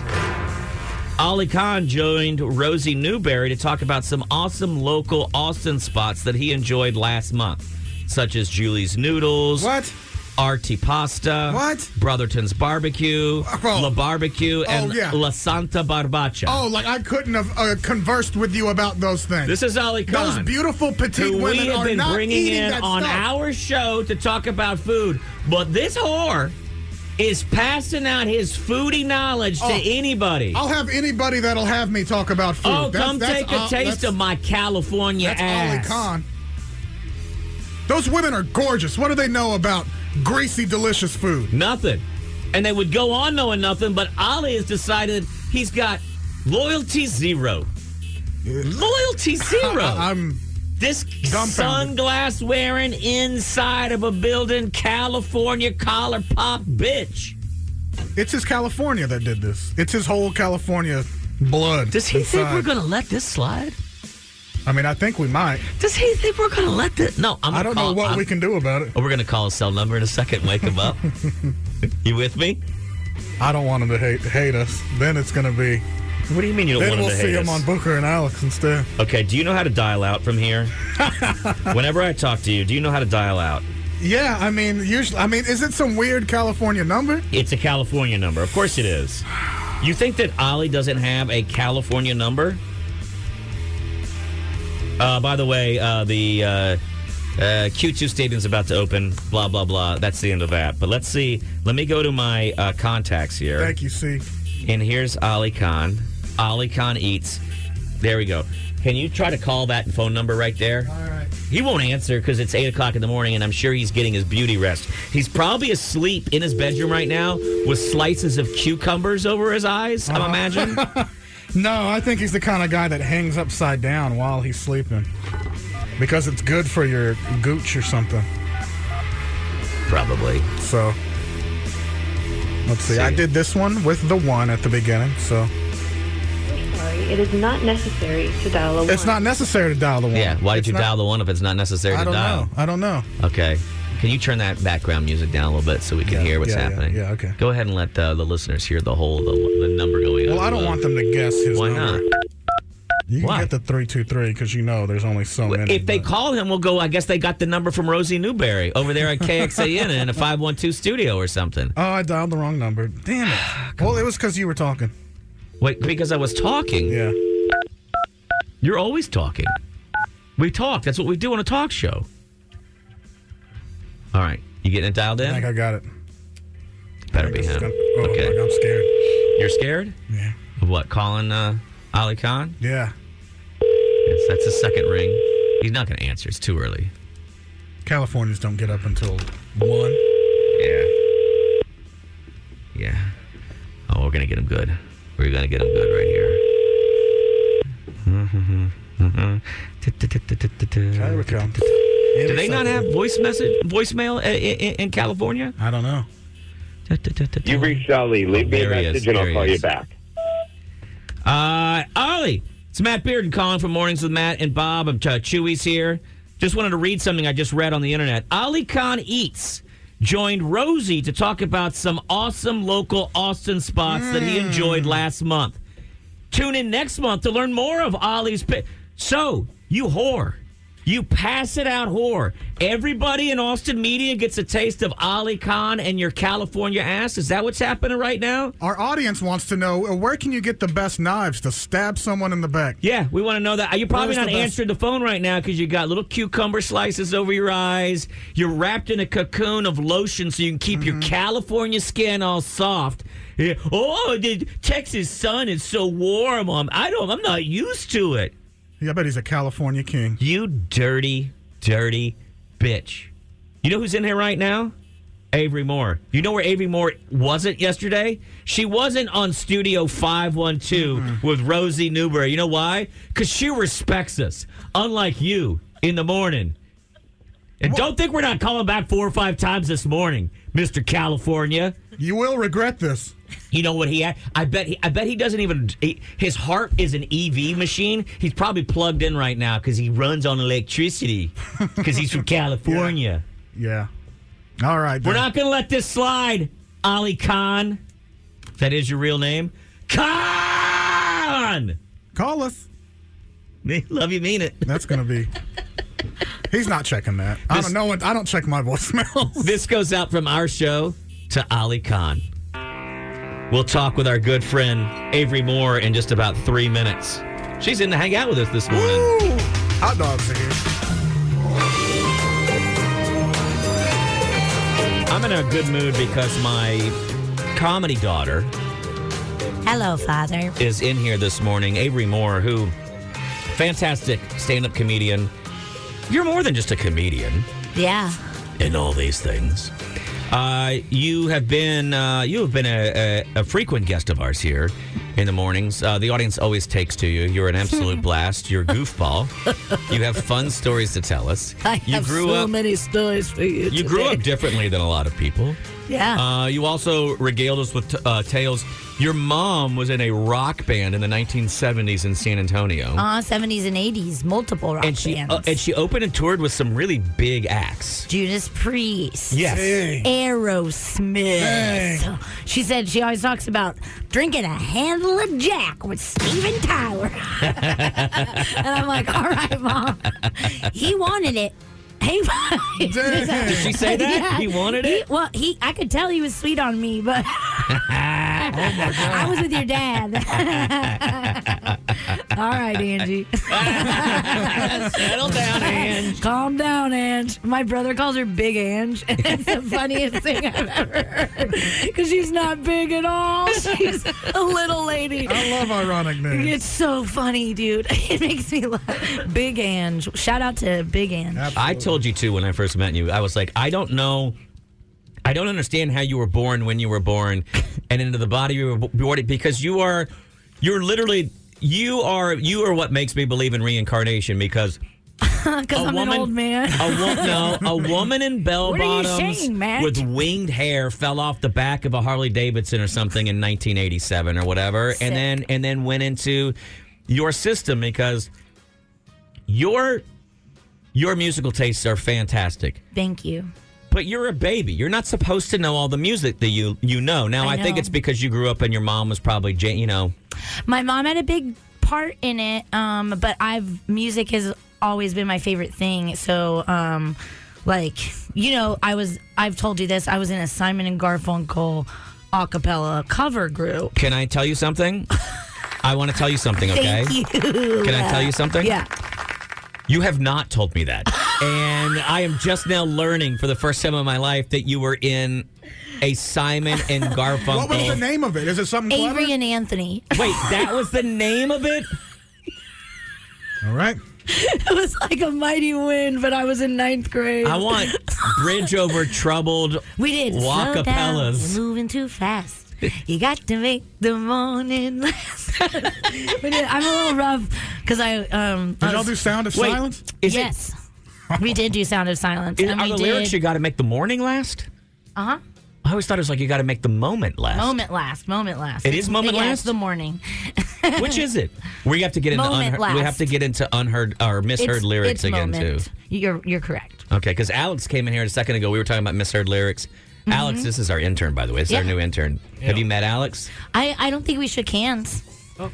B: Ali Khan joined Rosie Newberry to talk about some awesome local Austin spots that he enjoyed last month, such as Julie's Noodles. What? Artie Pasta. What? oh, Brotherton's Barbecue. La Barbecue. and
A: yeah.
B: La Santa Barbacha.
A: Oh, like I couldn't have uh, conversed with you about those things.
B: This is Ali Khan.
A: Those beautiful petite
B: who
A: women
B: we have
A: are
B: been
A: not
B: bringing
A: eating
B: in
A: that
B: on
A: stuff.
B: our show to talk about food. But this whore is passing out his foodie knowledge to
A: Oh,
B: anybody.
A: I'll have anybody that'll have me talk about food.
B: Oh,
A: That's-
B: come
A: that's
B: take a
A: all-
B: taste
A: that's-
B: of my California
A: That's
B: ass.
A: Ali Khan. Those women are gorgeous. What do they know about greasy, delicious food?
B: Nothing. And they would go on knowing nothing, but Ali has decided he's got loyalty zero. Loyalty zero. I,
A: am
B: this
A: dumbfounded.
B: sunglass wearing inside of a building, California collar pop bitch.
A: It's his California that did this. It's his whole California blood.
B: Does he think
A: inside.
B: we're gonna let this slide?
A: I mean, I think we might.
B: Does he think we're gonna let this? No, I'm.
A: I do not know what we can do about it.
B: Oh, we're gonna call his cell number in a second. Wake him up. you with me?
A: I don't want him to hate hate us. Then it's going to be.
B: What do you mean you don't
A: then
B: want him
A: we'll
B: to
A: see
B: hate
A: him
B: us?
A: on Booker and Alex instead.
B: Okay. Do you know how to dial out from here? Whenever I talk to you, do you know how to dial out?
A: Yeah, I mean, usually, I mean, is it some weird California number?
B: It's a California number. Of course it is. You think that Ollie doesn't have a California number? Uh, by the way, uh, the uh, uh, Q2 Stadium's about to open. Blah blah blah. That's the end of that. But let's see. Let me go to my uh, contacts here.
A: Thank you, C.
B: And here's Ali Khan. Ali Khan eats. There we go. Can you try to call that phone number right there? All right. He won't answer because it's 8 o'clock in the morning and I'm sure he's getting his beauty rest. He's probably asleep in his bedroom right now with slices of cucumbers over his eyes,
A: Uh-huh.
B: I'm imagining.
A: No, I think he's the kind of guy that hangs upside down while he's sleeping because it's good for your gooch or something.
B: Probably.
A: So, let's see. I did this one with the one at the beginning, so
M: Sorry, it is not necessary to dial a
A: it's not necessary to dial the one.
B: Yeah, why did
A: It's
B: you
A: not-
B: dial the one if it's not necessary
A: I
B: to
A: don't
B: dial?
A: know. I don't know.
B: Okay. Can you turn that background music down a little bit so we can hear what's
A: yeah, yeah,
B: happening?
A: yeah, okay.
B: Go ahead and let uh, the listeners hear the whole the, the number going up.
A: Well, I don't want them to guess his
B: Why
A: number.
B: not?
A: You can get the three two three because you know there's only so many.
B: If they call him, we'll go. I guess they got the number from Rosie Newberry over there at KXAN in a 512 studio or something.
A: Oh, I dialed the wrong number. Damn it. well, it was because you were talking.
B: Wait, because I was talking.
A: Yeah.
B: You're always talking. We talk. That's what we do on a talk show. All right. You getting it dialed in?
A: I think I got it.
B: Better be him. okay.
A: I'm scared.
B: You're scared?
A: Yeah.
B: Of what? Calling uh, Ali Khan?
A: Yeah.
B: Yes, that's the second ring. He's not going to answer. It's too early.
A: Californians don't get up until one.
B: Yeah. Yeah. Oh, we're gonna get him good. We're gonna get him good right Mm-hmm. here. Do they not have voice message voicemail uh, in, in, in California?
A: I don't know.
C: You reached Ali. Leave me a
B: There he is.
C: message and
B: There he
C: I'll call you
B: is.
C: back.
B: Uh, Ollie, it's Matt Bearden calling from Mornings with Matt and Bob. I'm uh, Chewy's here. Just wanted to read something I just read on the internet. Ali Khan Eats joined Rosie to talk about some awesome local Austin spots that he enjoyed last month. Tune in next month to learn more of Ollie's pick. So, you whore. You pass it out whore. Everybody in Austin media gets a taste of Ali Khan and your California ass. Is that what's happening right now?
A: Our audience wants to know uh, where can you get the best knives to stab someone in the back?
B: Yeah, we want to know that. You're probably
A: Where's
B: not
A: the best-
B: answering the phone right now because you got little cucumber slices over your eyes. You're wrapped in a cocoon of lotion so you can keep
A: Mm-hmm.
B: your California skin all soft. Yeah. Oh, the Texas sun is so warm. Um, I don't. I'm not used to it.
A: Yeah, I bet he's a California king.
B: You dirty, dirty bitch. You know who's in here right now? Avery Moore. You know where Avery Moore wasn't yesterday? She wasn't on Studio 512 with Rosie Newberry. You know why? Because she respects us, unlike you in the morning. And don't think we're not calling back four or five times this morning, Mr. California.
A: You will regret this.
B: You know what he had? I bet he. I bet he doesn't even. He, his heart is an EV machine. He's probably plugged in right now because he runs on electricity. Because he's from California.
A: Yeah. All right.
B: We're
A: then.
B: not going to let this slide, Ali Khan. That is your real name, Khan.
A: Call us.
B: Me- Love you, mean it.
A: That's going to be. He's not checking that. I don't know. What, I don't check my voicemail.
B: This goes out from our show to Ali Khan. We'll talk with our good friend Avery Moore in just about three minutes. She's in to hang out with us this morning.
A: Hot dogs are here.
B: I'm in a good mood because my comedy daughter
D: Hello, Father.
B: is in here this morning. Avery Moore, who fantastic stand-up comedian. You're more than just a comedian.
D: Yeah.
B: and all these things. Uh, you have been uh, you have been a, a, a frequent guest of ours here in the mornings. Uh, the audience always takes to you. You're an absolute blast. You're a goofball. You have fun stories to tell us.
D: I
B: you
D: have
B: grew
D: so
B: up.
D: many stories for you.
B: You grew
D: today.
B: up differently than a lot of people.
D: Yeah.
B: Uh, you also regaled us with uh, tales. Your mom was in a rock band in the 1970s in San Antonio.
D: Uh, 70s and 80s, multiple rock
B: and she
D: bands.
B: uh, and she opened and toured with some really big acts.
D: Judas Priest.
B: Yes. Dang.
D: Aerosmith. She said she always talks about drinking a handle of Jack with Steven Tyler. and I'm like, all right, mom. He wanted it. He
N: Dang. Did she say that? He wanted
D: He-
N: it?
D: well, he I could tell he was sweet on me, but I was with your dad. All right, Angie.
B: Settle down, Ange.
D: Calm down, Ange. My brother calls her Big Ange. and It's the funniest thing I've ever heard. Because she's not big at all. She's a little lady.
A: I love ironic names.
D: It's so funny, dude. It makes me laugh. Big Ange. Shout out to Big Ange.
B: I told you too when I first met you. I was like, I don't know, I don't understand how you were born when you were born, and into the body you were born in, because you are, you're literally, you are, you are what makes me believe in reincarnation because
D: Because I'm an old man.
B: a wo- no, a woman in bell
D: What are you
B: bottoms
D: saying, Matt?
B: with winged hair fell off the back of a Harley Davidson or something in 1987 or whatever,
D: Sick.
B: and then and then went into your system because your your musical tastes are fantastic.
D: Thank you.
B: But you're a baby. You're not supposed to know all the music that you you know. Now I,
D: I
B: think
D: know.
B: it's because you grew up and your mom was probably ja- you know
D: My mom had a big part in it, um, but I've music has always been my favorite thing. So, um, like you know, I was I've told you this. I was in a Simon and Garfunkel a cappella cover group.
B: Can I tell you something? I want to tell you something, okay?
D: Thank you.
B: Can I tell you something?
D: Yeah.
B: You have not told me that. and I am just now learning for the first time in my life that you were in a Simon and
A: What
B: Garfunkel.
A: was the name of it? Is it something clever?
D: Avery and Anthony.
B: Wait, that was the name of it?
A: All right.
D: it was like a mighty wind, but I was in ninth grade.
B: I want Bridge Over Troubled
D: We did. Slow down.
B: Walkapellas.
D: You're moving too fast. You got to make the morning last. We did- I'm a little rough because I. Um,
B: Did
D: I
B: y'all
D: was-
B: do Sound of Wait, Silence? is it-
D: Yes. we did do Sound of Silence.
B: Is-
D: and
B: are
D: we
B: the lyrics you
D: did.
B: got to make the morning last?
D: Uh huh.
B: I always thought it was like you got to make the moment last.
D: Moment last. Moment last.
B: It is moment
D: yeah,
B: last?
D: It's the morning.
B: Which is it? We have to get into
D: Moment
B: unheard, we
D: last.
B: have to get into unheard or misheard
D: It's-
B: lyrics
D: it's
B: again
D: moment.
B: too.
D: You're you're correct.
B: Okay, because Alex came in here a second ago. We were talking about misheard lyrics. Alex,
D: Mhm.
B: this is our intern, by the way. This is
D: Yeah.
B: our new intern. Have you met Alex?
D: I I don't think we shook hands.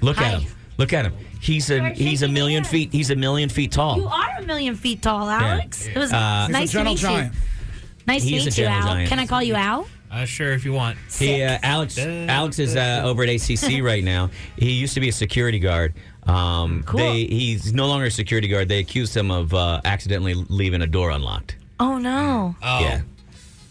B: Look at him. Look at him. He's a he's a million feet. He's a million feet tall.
D: You are a million feet tall,
B: Oh. Yeah.
D: Alex. It was
B: Uh,
D: nice to meet you. Nice
B: He's a
D: to meet you,
B: gentle
D: Al.
B: giant.
D: Can I call you Al?
O: Uh, sure, if you want.
B: He, uh, Alex Alex is uh, over at ACC right now. He used to be a security guard. Um, cool. They, he's no longer a security guard. They accused him of uh, accidentally leaving a door unlocked.
D: Oh no.
O: Oh.
B: Yeah.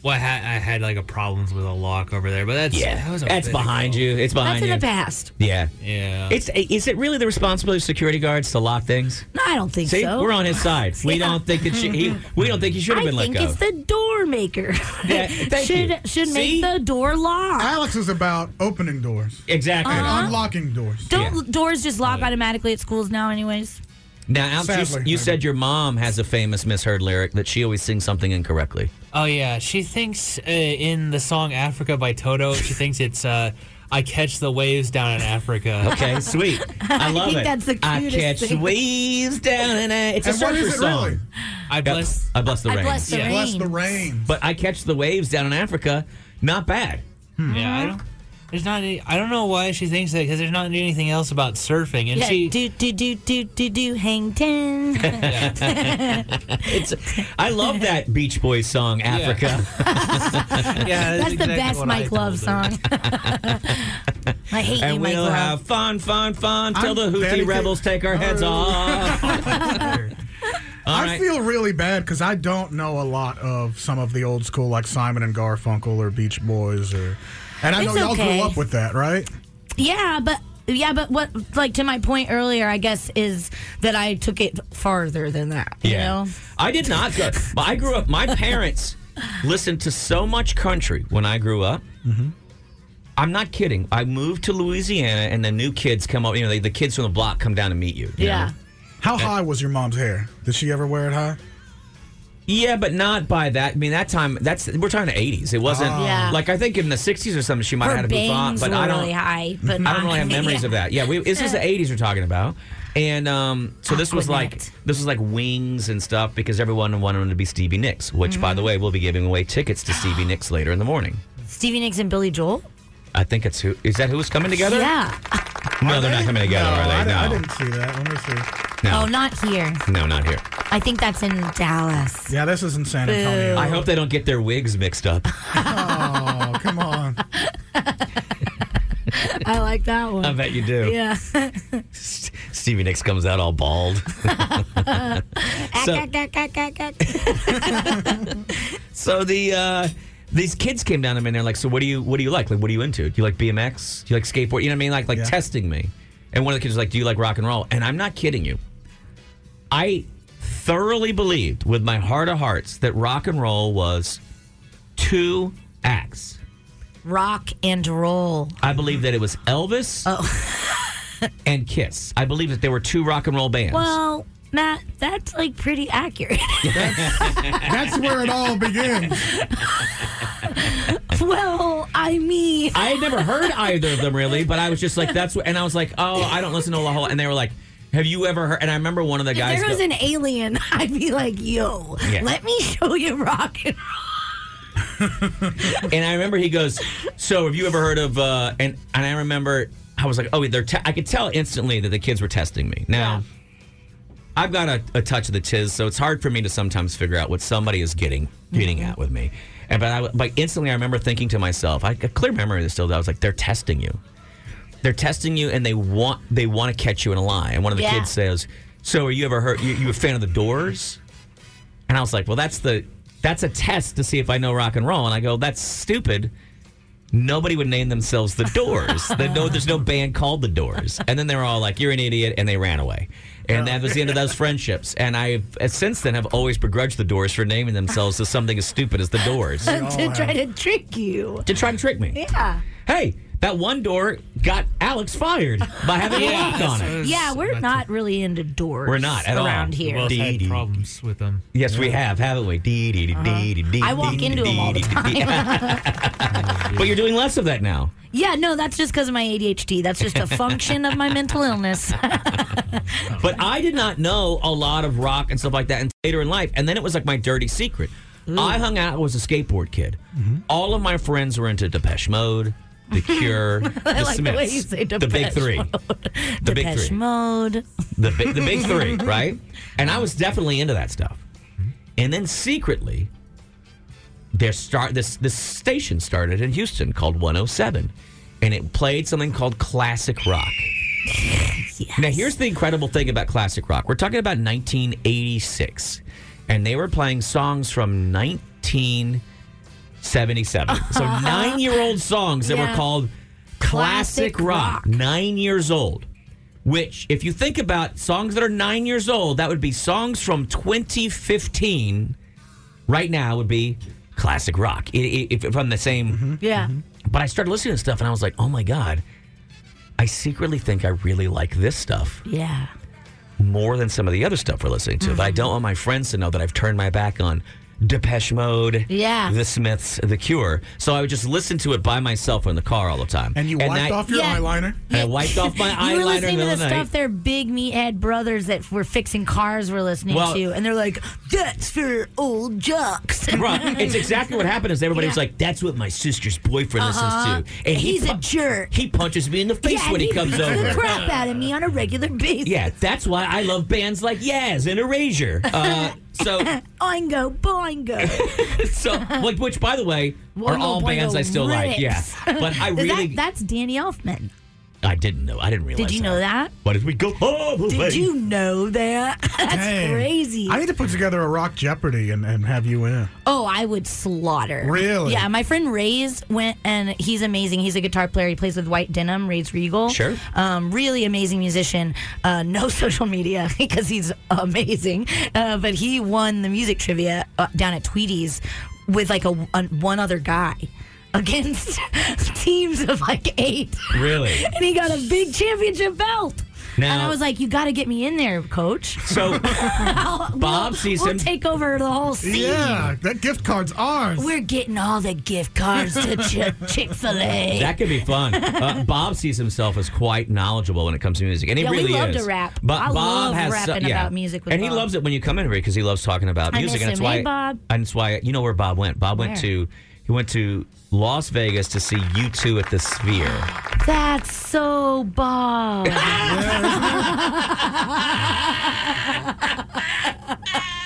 O: Well, I had, I had like a problems with a lock over there, but that's
B: Yeah.
O: that was a
B: That's
O: bit ago.
B: behind you. It's behind
D: That's in
B: you.
D: the past.
B: Yeah.
O: Yeah.
B: It's is it really the responsibility of security guards to lock things?
D: No, I don't think
B: See,
D: so.
B: we're on his side. We don't think that she, he, we don't think he should have
D: I
B: been let
D: think
B: go.
D: it's the door maker.
B: Yeah, thank
D: should
B: you.
D: should
A: See?
D: make the door lock.
A: Alex is about opening doors.
B: Exactly.
A: And
D: Uh-huh.
A: unlocking doors.
D: Don't doors just
B: Oh,
D: lock automatically at schools now, anyways?
B: now, Alex, you s-
A: Sadly,
B: you, said your mom has a famous misheard lyric that she always sings something incorrectly.
O: Oh yeah, she thinks uh, in the song "Africa" by Toto, she thinks it's uh, "I catch the waves down in Africa."
B: Okay, sweet. I I love think it. that's the I cutest catch thing. waves down in a- it's a And what surfer is it song. really?
O: I bless.
B: I bless the rain.
A: Yeah. Bless the rain.
B: But I catch the waves down in Africa. Not bad.
O: Yeah, I don't. There's not any. I don't know why she thinks that because there's not anything else about surfing, and
D: Yeah,
O: she
D: do do do do do do hang ten.
B: it's, I love that Beach Boys song, Africa.
D: that's, the best Mike Love song. I hate you,
B: and
D: Mike
B: we'll
D: Love.
B: have fun, fun, fun till the
A: I'm
B: Houthi
A: dedicated-
B: rebels take our heads off.
A: I
B: right.
A: feel really bad because I don't know a lot of some of the old school, like Simon and Garfunkel or Beach Boys, or and I
D: It's
A: know y'all
D: okay.
A: grew up with that, right?
D: Yeah, but yeah, but what like to my point earlier, I guess is that I took it farther than that. You know?
B: I did not go. but I grew up. My parents listened to so much country when I grew up. I'm not kidding. I moved to Louisiana, and the new kids come up. You know, they, the kids from the block come down to meet you. you know?
A: How high was your mom's hair? Did she ever wear it high?
B: Yeah, but not by that. I mean, that time that's we're talking the '80s. It wasn't
D: Oh. Yeah.
B: like I think in the '60s or something. She might
D: Her
B: have had a bouffant,
D: bangs
B: but
D: were
B: I don't.
D: really high, but Uh,
B: I
D: not,
B: don't really have memories of that. Yeah, we, this is the '80s we're talking about, and um, so this was like this was like Wings and stuff because everyone wanted them to be Stevie Nicks, which by the
D: Mm-hmm.
B: way we'll be giving away tickets to Stevie Nicks later in the morning.
D: Stevie Nicks and Billy Joel.
B: I think it's who is that who's coming together?
D: Yeah.
B: No, they're not coming together,
A: no,
B: are
A: I,
B: they?
A: di-
B: No.
A: I didn't see that. Let me see.
D: Oh, not here.
B: No, not here.
D: I think that's in Dallas.
A: Yeah, this is in San
D: Boo.
A: Antonio.
B: I hope they don't get their wigs mixed up.
A: Oh, come on.
D: I like that one.
B: I bet you do.
D: Yeah.
B: Stevie Nicks comes out all bald. So- So the uh, these kids came down to me and they're like, "So what do you what do you like? Like what are you into? Do you like BMX? Do you like skateboard? You know what I mean? Like like
L: Yeah.
B: testing me." And one of the kids was like, "Do you like rock and roll?" And I'm not kidding you. I thoroughly believed with my heart of hearts that rock and roll was two acts.
D: Rock and roll.
B: I believe that it was Elvis and Kiss. I believe that there were two rock and roll bands.
D: Well, Matt, that's like pretty accurate.
A: That's where it all begins.
D: well, I mean,
B: I had never heard either of them really, but I was just like, that's what, and I was like, oh, I don't listen to La Whole. And they were like, have you ever heard? And I remember one of the
D: if
B: guys.
D: there
B: go-
D: was an alien, I'd be like, yo,
B: Yeah.
D: let me show you rock and
B: and I remember he goes, "So have you ever heard of?" Uh, and and I remember I was like, "Oh, they're." Te-. I could tell instantly that the kids were testing me. Now, I've got a, a touch of the tiz, so it's hard for me to sometimes figure out what somebody is getting getting
D: Mm-hmm.
B: at with me. And but I but instantly I remember thinking to myself, I a clear memory of this still. That I was like, "They're testing you. They're testing you, and they want they want to catch you in a lie." And one of the
L: Yeah.
B: kids says, "So are you ever heard? You, you a fan of the Doors?" And I was like, well, that's the that's a test to see if I know rock and roll. And I go, that's stupid. Nobody would name themselves the Doors. They know there's no band called the Doors. And then they were all like, "You're an idiot," and they ran away. And that was the end of those friendships. And I, uh, since then, have always begrudged the Doors for naming themselves to something as stupid as the Doors
D: to try to trick you.
B: to try to trick me.
D: Yeah.
B: Hey, that one door got Alex fired by having a lock on it.
D: Yeah, we're not really into doors.
B: We're not at all.
D: around here.
B: Well, had Dee-dee.
O: problems with them.
B: Yes, we have, haven't we? Dee dee dee dee dee.
D: Uh-huh. I walk
B: dee,
D: into
B: dee,
D: 'em all the
B: dee, dee, dee. But you're doing less of that now.
D: Yeah, no, that's just because of my ADHD. That's just a function of my mental illness.
B: But I did not know a lot of rock and stuff like that until later in life. And then it was like my dirty secret.
D: Mm.
B: I hung out, I was a skateboard kid.
D: Mm-hmm.
B: All of my friends were into Depeche Mode, The Cure,
D: I
B: The
D: like the
B: Smiths.
D: way you say
B: the big
D: Depeche
B: three. The big
D: Depeche
B: three.
D: Mode.
B: The, bi- the big three, right? And I was definitely into that stuff. And then secretly, there start this this station started in Houston called 107, and it played something called classic rock. Now here's the incredible thing about classic rock. We're talking about 1986, and they were playing songs from 1977. So nine year old songs that were
L: Yeah.
B: called classic,
L: Classic
B: rock, nine years old. Which, if you think about songs that are nine years old, that would be songs from 2015 right now would be classic rock i- i- if from the same
D: Yeah.
B: but i started listening to stuff and i was like oh my god i secretly think i really like this stuff
D: Yeah.
B: more than some of the other stuff we're listening to but i don't want my friends to know that i've turned my back on Depeche Mode,
D: Yeah.
B: The Smiths, The Cure. So I would just listen to it by myself in the car all the time.
A: And you wiped off your Yeah. eyeliner?
B: And I wiped off my
D: you
B: eyeliner
D: were
B: in the
D: listening to the
B: middle of the night.
D: stuff their big meathead brothers that were fixing cars were listening
B: Well-
D: to, and they're like, "That's for old jocks."
B: Right. It's exactly what happened. Is everybody was
D: Yeah.
B: like, "That's what my sister's boyfriend
D: Uh-huh.
B: listens to," and he
D: He's a
B: pu-
D: jerk.
B: He punches me in the face
D: yeah,
B: when
D: and
B: he, comes
D: beats
B: over.
D: the crap out of me on a regular basis.
B: Yeah, that's why I love bands like Yaz and Erasure. Uh, so,
D: Oingo boingo.
B: so like, which by the way, are
D: Oingo
B: all bands
D: boingo
B: I still like. Yeah,
D: rips.
B: but I
D: Is that-
B: really,
D: that's Danny Elfman.
B: I didn't know. I didn't realize.
D: Did you know that?
B: Why did we go all the way?
D: Did you know that? That's
A: Dang.
D: crazy.
A: I need to put together a rock Jeopardy and, and have you in.
D: Oh, I would slaughter.
A: Really?
D: Yeah, my friend Ray's went, and he's amazing. He's a guitar player. He plays with White Denim, Ray's Regal.
P: Sure.
D: Um, really amazing musician. Uh, no social media because he's amazing. Uh, but he won the music trivia uh, down at Tweety's with like a, a- one other guy against teams of like eight.
B: Really?
D: And he got a big championship belt.
B: Now-
D: and I was like, "You got to get me in there, Coach."
B: So
D: Bob
B: Bob sees
D: Uh, we'll
B: him.
D: take over the whole scene.
A: Yeah, that gift card's ours.
D: We're getting all the gift cards to Ch- Chick Fil A.
B: That could be fun. Uh, Bob sees himself as quite knowledgeable when it comes to music, and he
D: Yeah, we
B: really
D: love
B: is.
D: to rap.
B: But
D: I
B: Bob
D: love
B: has
D: rapping
B: so- yeah.
D: about music with
B: and he
D: Bob.
B: loves it when you come in here because he loves talking about
D: I
B: music,
D: miss
B: and it's
D: him.
B: why
D: Hey, Bob.
B: and it's why you know where Bob went. Bob went
D: Where?
B: to he went to Las Vegas to see you two at the Sphere.
D: That's so Bob.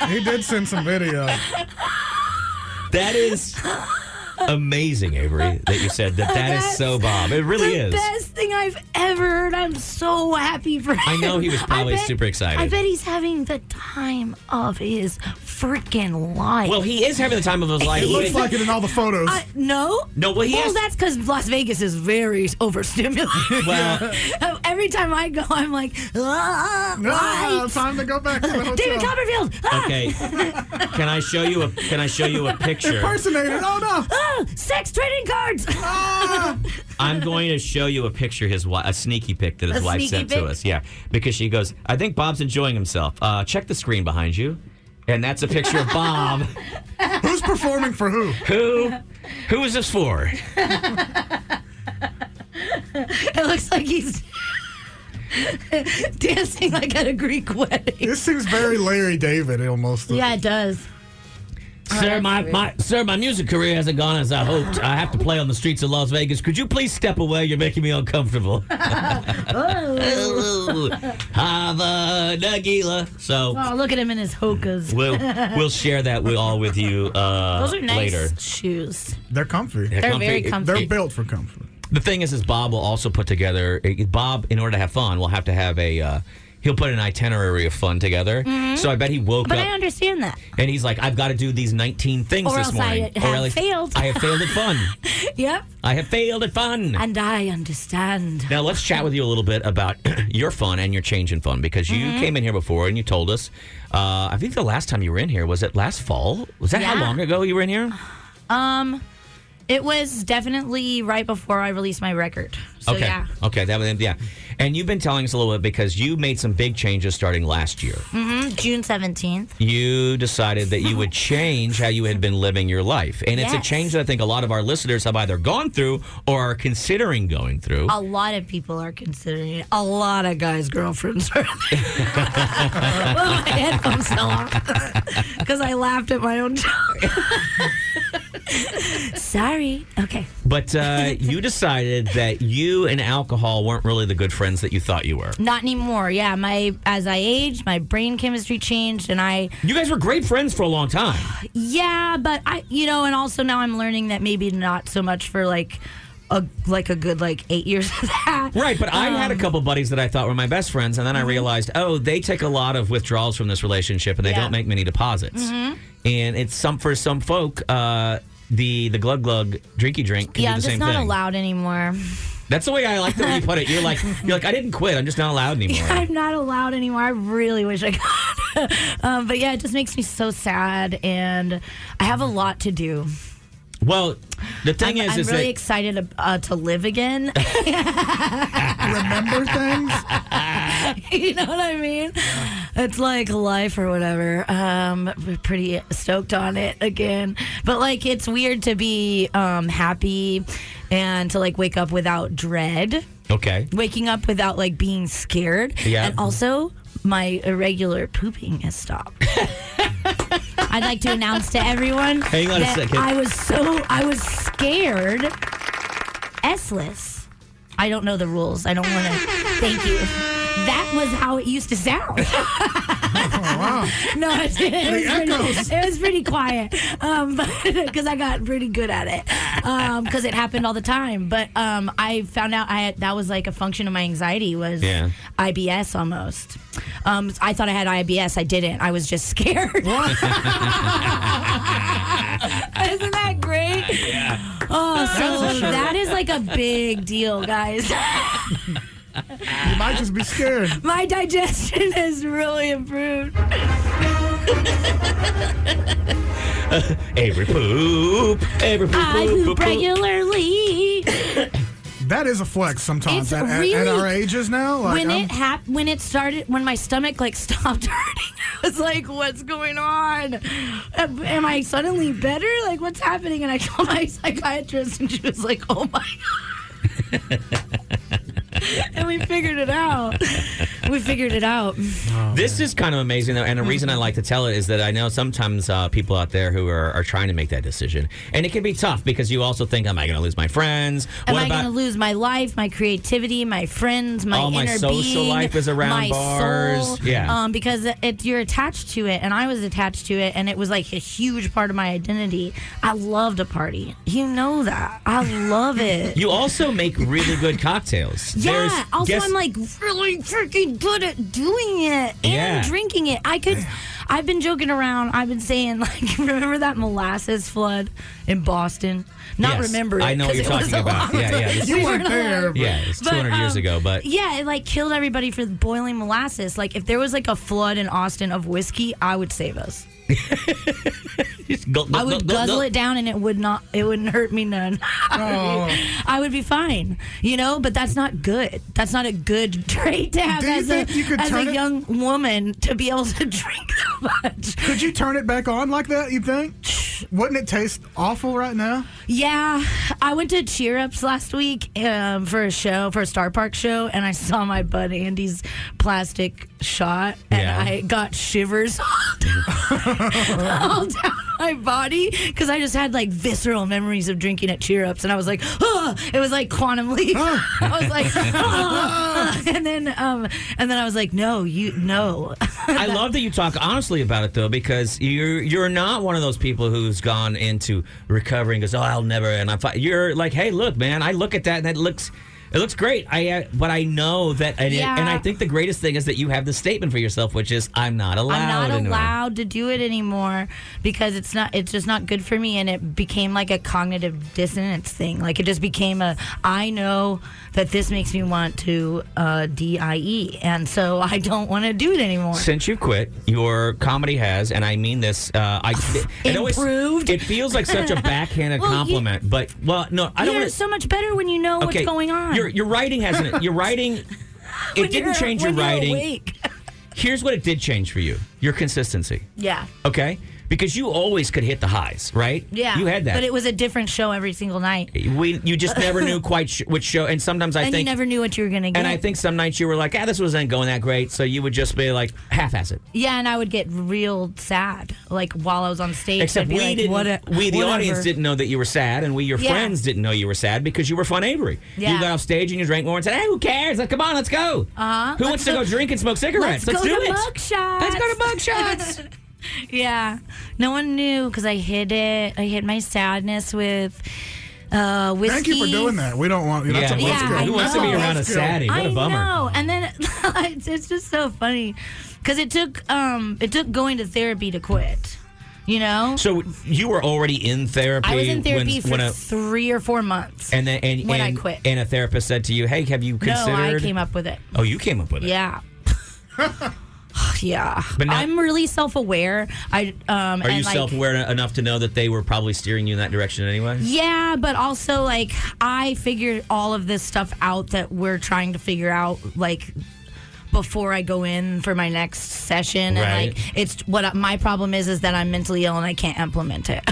A: He did send some video.
B: That is amazing, Avery, that you said that. That is so Bob. It really
D: the
B: is.
D: best thing I've ever heard. I'm so happy for him.
B: I know he was
D: I
B: probably
D: bet-
B: super excited.
D: I bet he's having the time of his freaking life.
B: Well, he is having the time of his life.
A: It looks like it in all the photos.
D: Uh, no.
B: No, well, he
D: Well,
B: has-
D: that's because Las Vegas is very overstimulated.
B: Well-
D: every time I go, I'm like, ah,
A: Ah,
D: lights.
A: time to go back to the hotel.
D: David Copperfield. Ah,
B: Okay. Can I show you a Can I show you a picture?
A: Impersonator. Oh no. Ah.
D: Ah, sex trading cards.
B: I'm going to show you a picture his wife, a sneaky pic that his
D: A
B: wife
D: sneaky
B: sent
D: pic?
B: to us. Yeah, because she goes, I think Bob's enjoying himself. Uh, check the screen behind you, and that's a picture of Bob.
A: Who's performing for who?
B: Who? Who is this for?
D: it looks like he's dancing like at a Greek wedding.
A: This seems very Larry David almost.
D: Yeah, it does.
B: Sir, my, my sir, my music career hasn't gone as I hoped. I have to play on the streets of Las Vegas. Could you please step away? You're making me uncomfortable.
D: Oh.
B: Have a tequila. So
D: Oh, look at him in his hokas.
B: we'll we'll share that with all with you uh,
D: Those are nice
B: later.
D: shoes.
A: They're comfy.
B: They're They're comfy. very comfy.
A: They're built for comfort.
B: The thing is, is Bob will also put together. eh, Bob, in order to have fun, will have to have a. Uh, he'll put an itinerary of fun together.
D: Mhm.
B: So I bet he woke
D: But
B: up
D: I understand that.
B: and he's like, "I've got to do these 19 things
D: Or
B: this
D: else
B: morning,
D: I have failed."
B: I have failed at fun.
D: Yep.
B: I have failed at fun."
D: And I understand.
B: Now let's chat with you a little bit about your fun and your change in fun because you
D: Mhm.
B: came in here before and you told us. Uh, I think the last time you were in here was it last fall? Was that how
D: Yeah.
B: long ago you were in here?
D: Um, it was definitely right before I released my record. So
B: okay.
D: yeah.
B: Okay. That was yeah. And you've been telling us a little bit because you made some big changes starting last year.
D: hmm June seventeenth.
B: You decided that you would change how you had been living your life, and it's
D: Yes.
B: a change that I think a lot of our listeners have either gone through or are considering going through.
D: A lot of people are considering it. A lot of guys' girlfriends are. well, my headphones fell off because I laughed at my own joke. Sorry. Okay.
B: But uh, you decided that you and alcohol weren't really the good friends that you thought you were.
D: Not anymore. Yeah, my as I aged, my brain chemistry changed, and I
B: You guys were great friends for a long time.
D: Yeah, but I, you know, and also now I'm learning that maybe not so much for like a like a good like eight years of that.
B: Right, but I had a
D: Um, Mm-hmm.
B: couple buddies that I thought were my best friends, and then I realized, oh, they take a lot of withdrawals from this relationship, and they
D: Yeah.
B: don't make many deposits.
D: Mhm.
B: And it's some for some folk, uh, the the glug glug drinky drink can
D: Yeah,
B: do the
D: I'm just
B: same
D: not
B: thing.
D: allowed anymore.
B: That's the way I like the way you put it. You're like you're like I didn't quit. I'm just not allowed anymore.
D: I'm not allowed anymore. I really wish I could. um, but yeah, it just makes me so sad, and I have a lot to do.
B: Well, the thing
D: I'm,
B: is,
D: I'm
B: is
D: really
B: that
D: excited uh, to live again. Remember
A: things?
D: you know what I mean? it's like life or whatever. Um, we're pretty stoked on it again. But like, it's weird to be um, happy and to like wake up without dread,
B: Okay.
D: waking up without like being scared.
B: Yeah.
D: And also, my irregular pooping has stopped. I'd like to announce to everyone
B: Hang on a
D: that
B: second.
D: I was so I was scared. Sless. I don't know the rules. I don't want to. Thank you. That was how it used to sound. no, it, it,
N: echoes.
D: was pretty, it was pretty quiet um, because I got pretty good at it because it happened all the time. But um, I found out I had, that was like a function of my anxiety was
N: Yeah.
D: IBS almost. Um, I thought I had IBS. I didn't. I was just scared. Isn't that great?
N: Yeah.
D: Oh,
N: That's a
D: so
N: shirt.
D: that is like a big deal, guys.
A: You might just be scared.
D: My digestion has really improved.
B: every poop. Every poop.
D: I
B: poop,
D: poop
B: poop, poop.
D: regularly.
A: That is a flex sometimes
D: It's
A: at, at-
D: really-
A: at our ages now. Like
D: when
A: I'm-
D: it hap- when it started, when my stomach like stopped hurting, I was like, "What's going on? Am am I suddenly better? Like, what's happening?" And I called my psychiatrist, and she was like, "Oh my god!" and we figured it out. We figured it out.
A: Oh,
B: This is kind of amazing, though, and the reason I
D: Mm-hmm.
B: like to tell it is that I know sometimes uh, people out there who are, are trying to make that decision, and it can be tough because you also think, "Am I going to lose my friends?
D: Am I going to lose my life, my creativity, my friends, my
B: All my
D: inner
B: social
D: being,
B: life is around
D: my
B: bars.
D: soul?
B: Yeah.
D: um, because it, you're attached to it, and I was attached to it, and it was like a huge part of my identity. I loved a party, you know that. I love it.
B: You also make really good cocktails.
D: Yeah.
B: There's-
D: also,
B: guess-
D: I'm like really freaking good at doing it and
B: Yeah.
D: drinking it. I could. I've been joking around. I've been saying like, remember that molasses flood in Boston? Not
B: Yes,
D: remember. It,
B: I know what
D: 'cause
B: you're
D: it was
B: talking
D: a
B: about.
D: long
B: Yeah, yeah.
D: time-
B: This-
D: We
B: You weren't
D: alive.
B: there, but- Yeah, it's
D: But, um,
B: 200 years ago, but-
D: yeah, it like killed everybody for boiling molasses. Like if there was like a flood in Austin of whiskey, I would save us.
B: Gulp, gulp,
D: I would
B: gulp, gulp,
D: guzzle
B: gulp.
D: it down, and it would not. It wouldn't hurt me none.
B: Oh.
D: I would be fine, you know. But that's not good. That's not a good trait to have
A: Do you
D: as a
A: think you could
D: as
A: turn
D: a
A: it-
D: young woman to be able to drink that much.
A: Could you turn it back on like that? You think? Wouldn't it taste awful right now?
D: Yeah, I went to Cheer Ups last week um, for a show, for a Star Park show, and I saw my bud Andy's plastic shot, and
N: Yeah.
D: I got shivers all down, all down my body because I just had like visceral memories of drinking at Cheer Ups, and I was like, oh, it was like quantum leap. I was like, "Ah." and then, um, and then I was like, no, you, no.
B: I love that you talk honestly about it though, because you're you're not one of those people who's gone into recovery and goes, "Oh, I'll never." And I'm fine. You're like, "Hey, look, man, I look at that and that looks." It looks great. I uh, but I know that, and, it- and I
D: Yeah.
B: think the greatest thing is that you have the statement for yourself, which is, "I'm not allowed."
D: I'm not
B: into it."
D: allowed to do it anymore because it's not it's just not good for me and it became like a cognitive dissonance thing. Like it just became a I know that this makes me want to uh DIE and so I don't want to do it anymore.
B: Since you've quit, your comedy has, and I mean this. Uh, I it, always
D: Improved?
B: it feels like such a backhanded
D: Well, you-
B: compliment, but well, no, I don't.
D: you're
B: wanna-
D: so much better when you know what's going on.
B: Your your writing hasn't. Your writing. It didn't change your writing. Here's what it did change for you: your consistency.
D: Yeah.
B: Okay, because you always could hit the highs, right?
D: Yeah.
B: you had that.
D: But it was a different show every single night.
B: we you just never knew quite sh- which show, and sometimes I
D: and
B: think.
D: you never knew what you were going to get.
B: and I think some nights you were like, ah, this wasn't going that great. So you would just be like, half ass it.
D: yeah, and I would get real sad, like while I was on stage.
B: Except
D: I'd be
B: we
D: like,
B: didn't.
D: what a-
B: we the
D: whatever.
B: audience didn't know that you were sad, and we your
D: Yeah.
B: friends didn't know you were sad because you were fun Avery. You
D: Yeah.
B: got off stage and you drank more and said, "Hey, who cares? Like, come on, let's go."
D: Uh-huh.
B: Who
D: Let's
B: wants to go drink and smoke cigarettes?
D: Let's,
B: Let's
D: go
B: do
D: to
B: it.
D: mug shots.
N: Let's go to mug
D: shots. yeah. No one knew because I hid it. I hid my sadness with uh, whiskey.
A: Thank you for doing that. We don't want. You know, that's a-
D: Yeah,
A: that's good.
D: I Who wants to be know. around a
A: That's good.
B: saddie? What a
D: I
B: bummer.
D: know. And then it's, it's just so funny because it took um, it took going to therapy to quit. You know,
B: So you were already in therapy.
D: I was in therapy
B: when,
D: for
B: when a,
D: three or four months.
B: and then and,
D: when I
B: and-
D: quit.
B: and a therapist said to you, "Hey, have you considered?"
D: No, I came up with it.
B: Oh, you came up with it.
D: Yeah. yeah.
B: But now-
D: I'm really self-aware. I um
B: Are
D: and
B: you
D: like
B: self-aware en- enough to know that they were probably steering you in that direction anyway?
D: yeah, but also like I figured all of this stuff out that we're trying to figure out like before I go in for my next session.
N: Right.
D: And like, it's what I- my problem is is that I'm mentally ill and I can't implement it.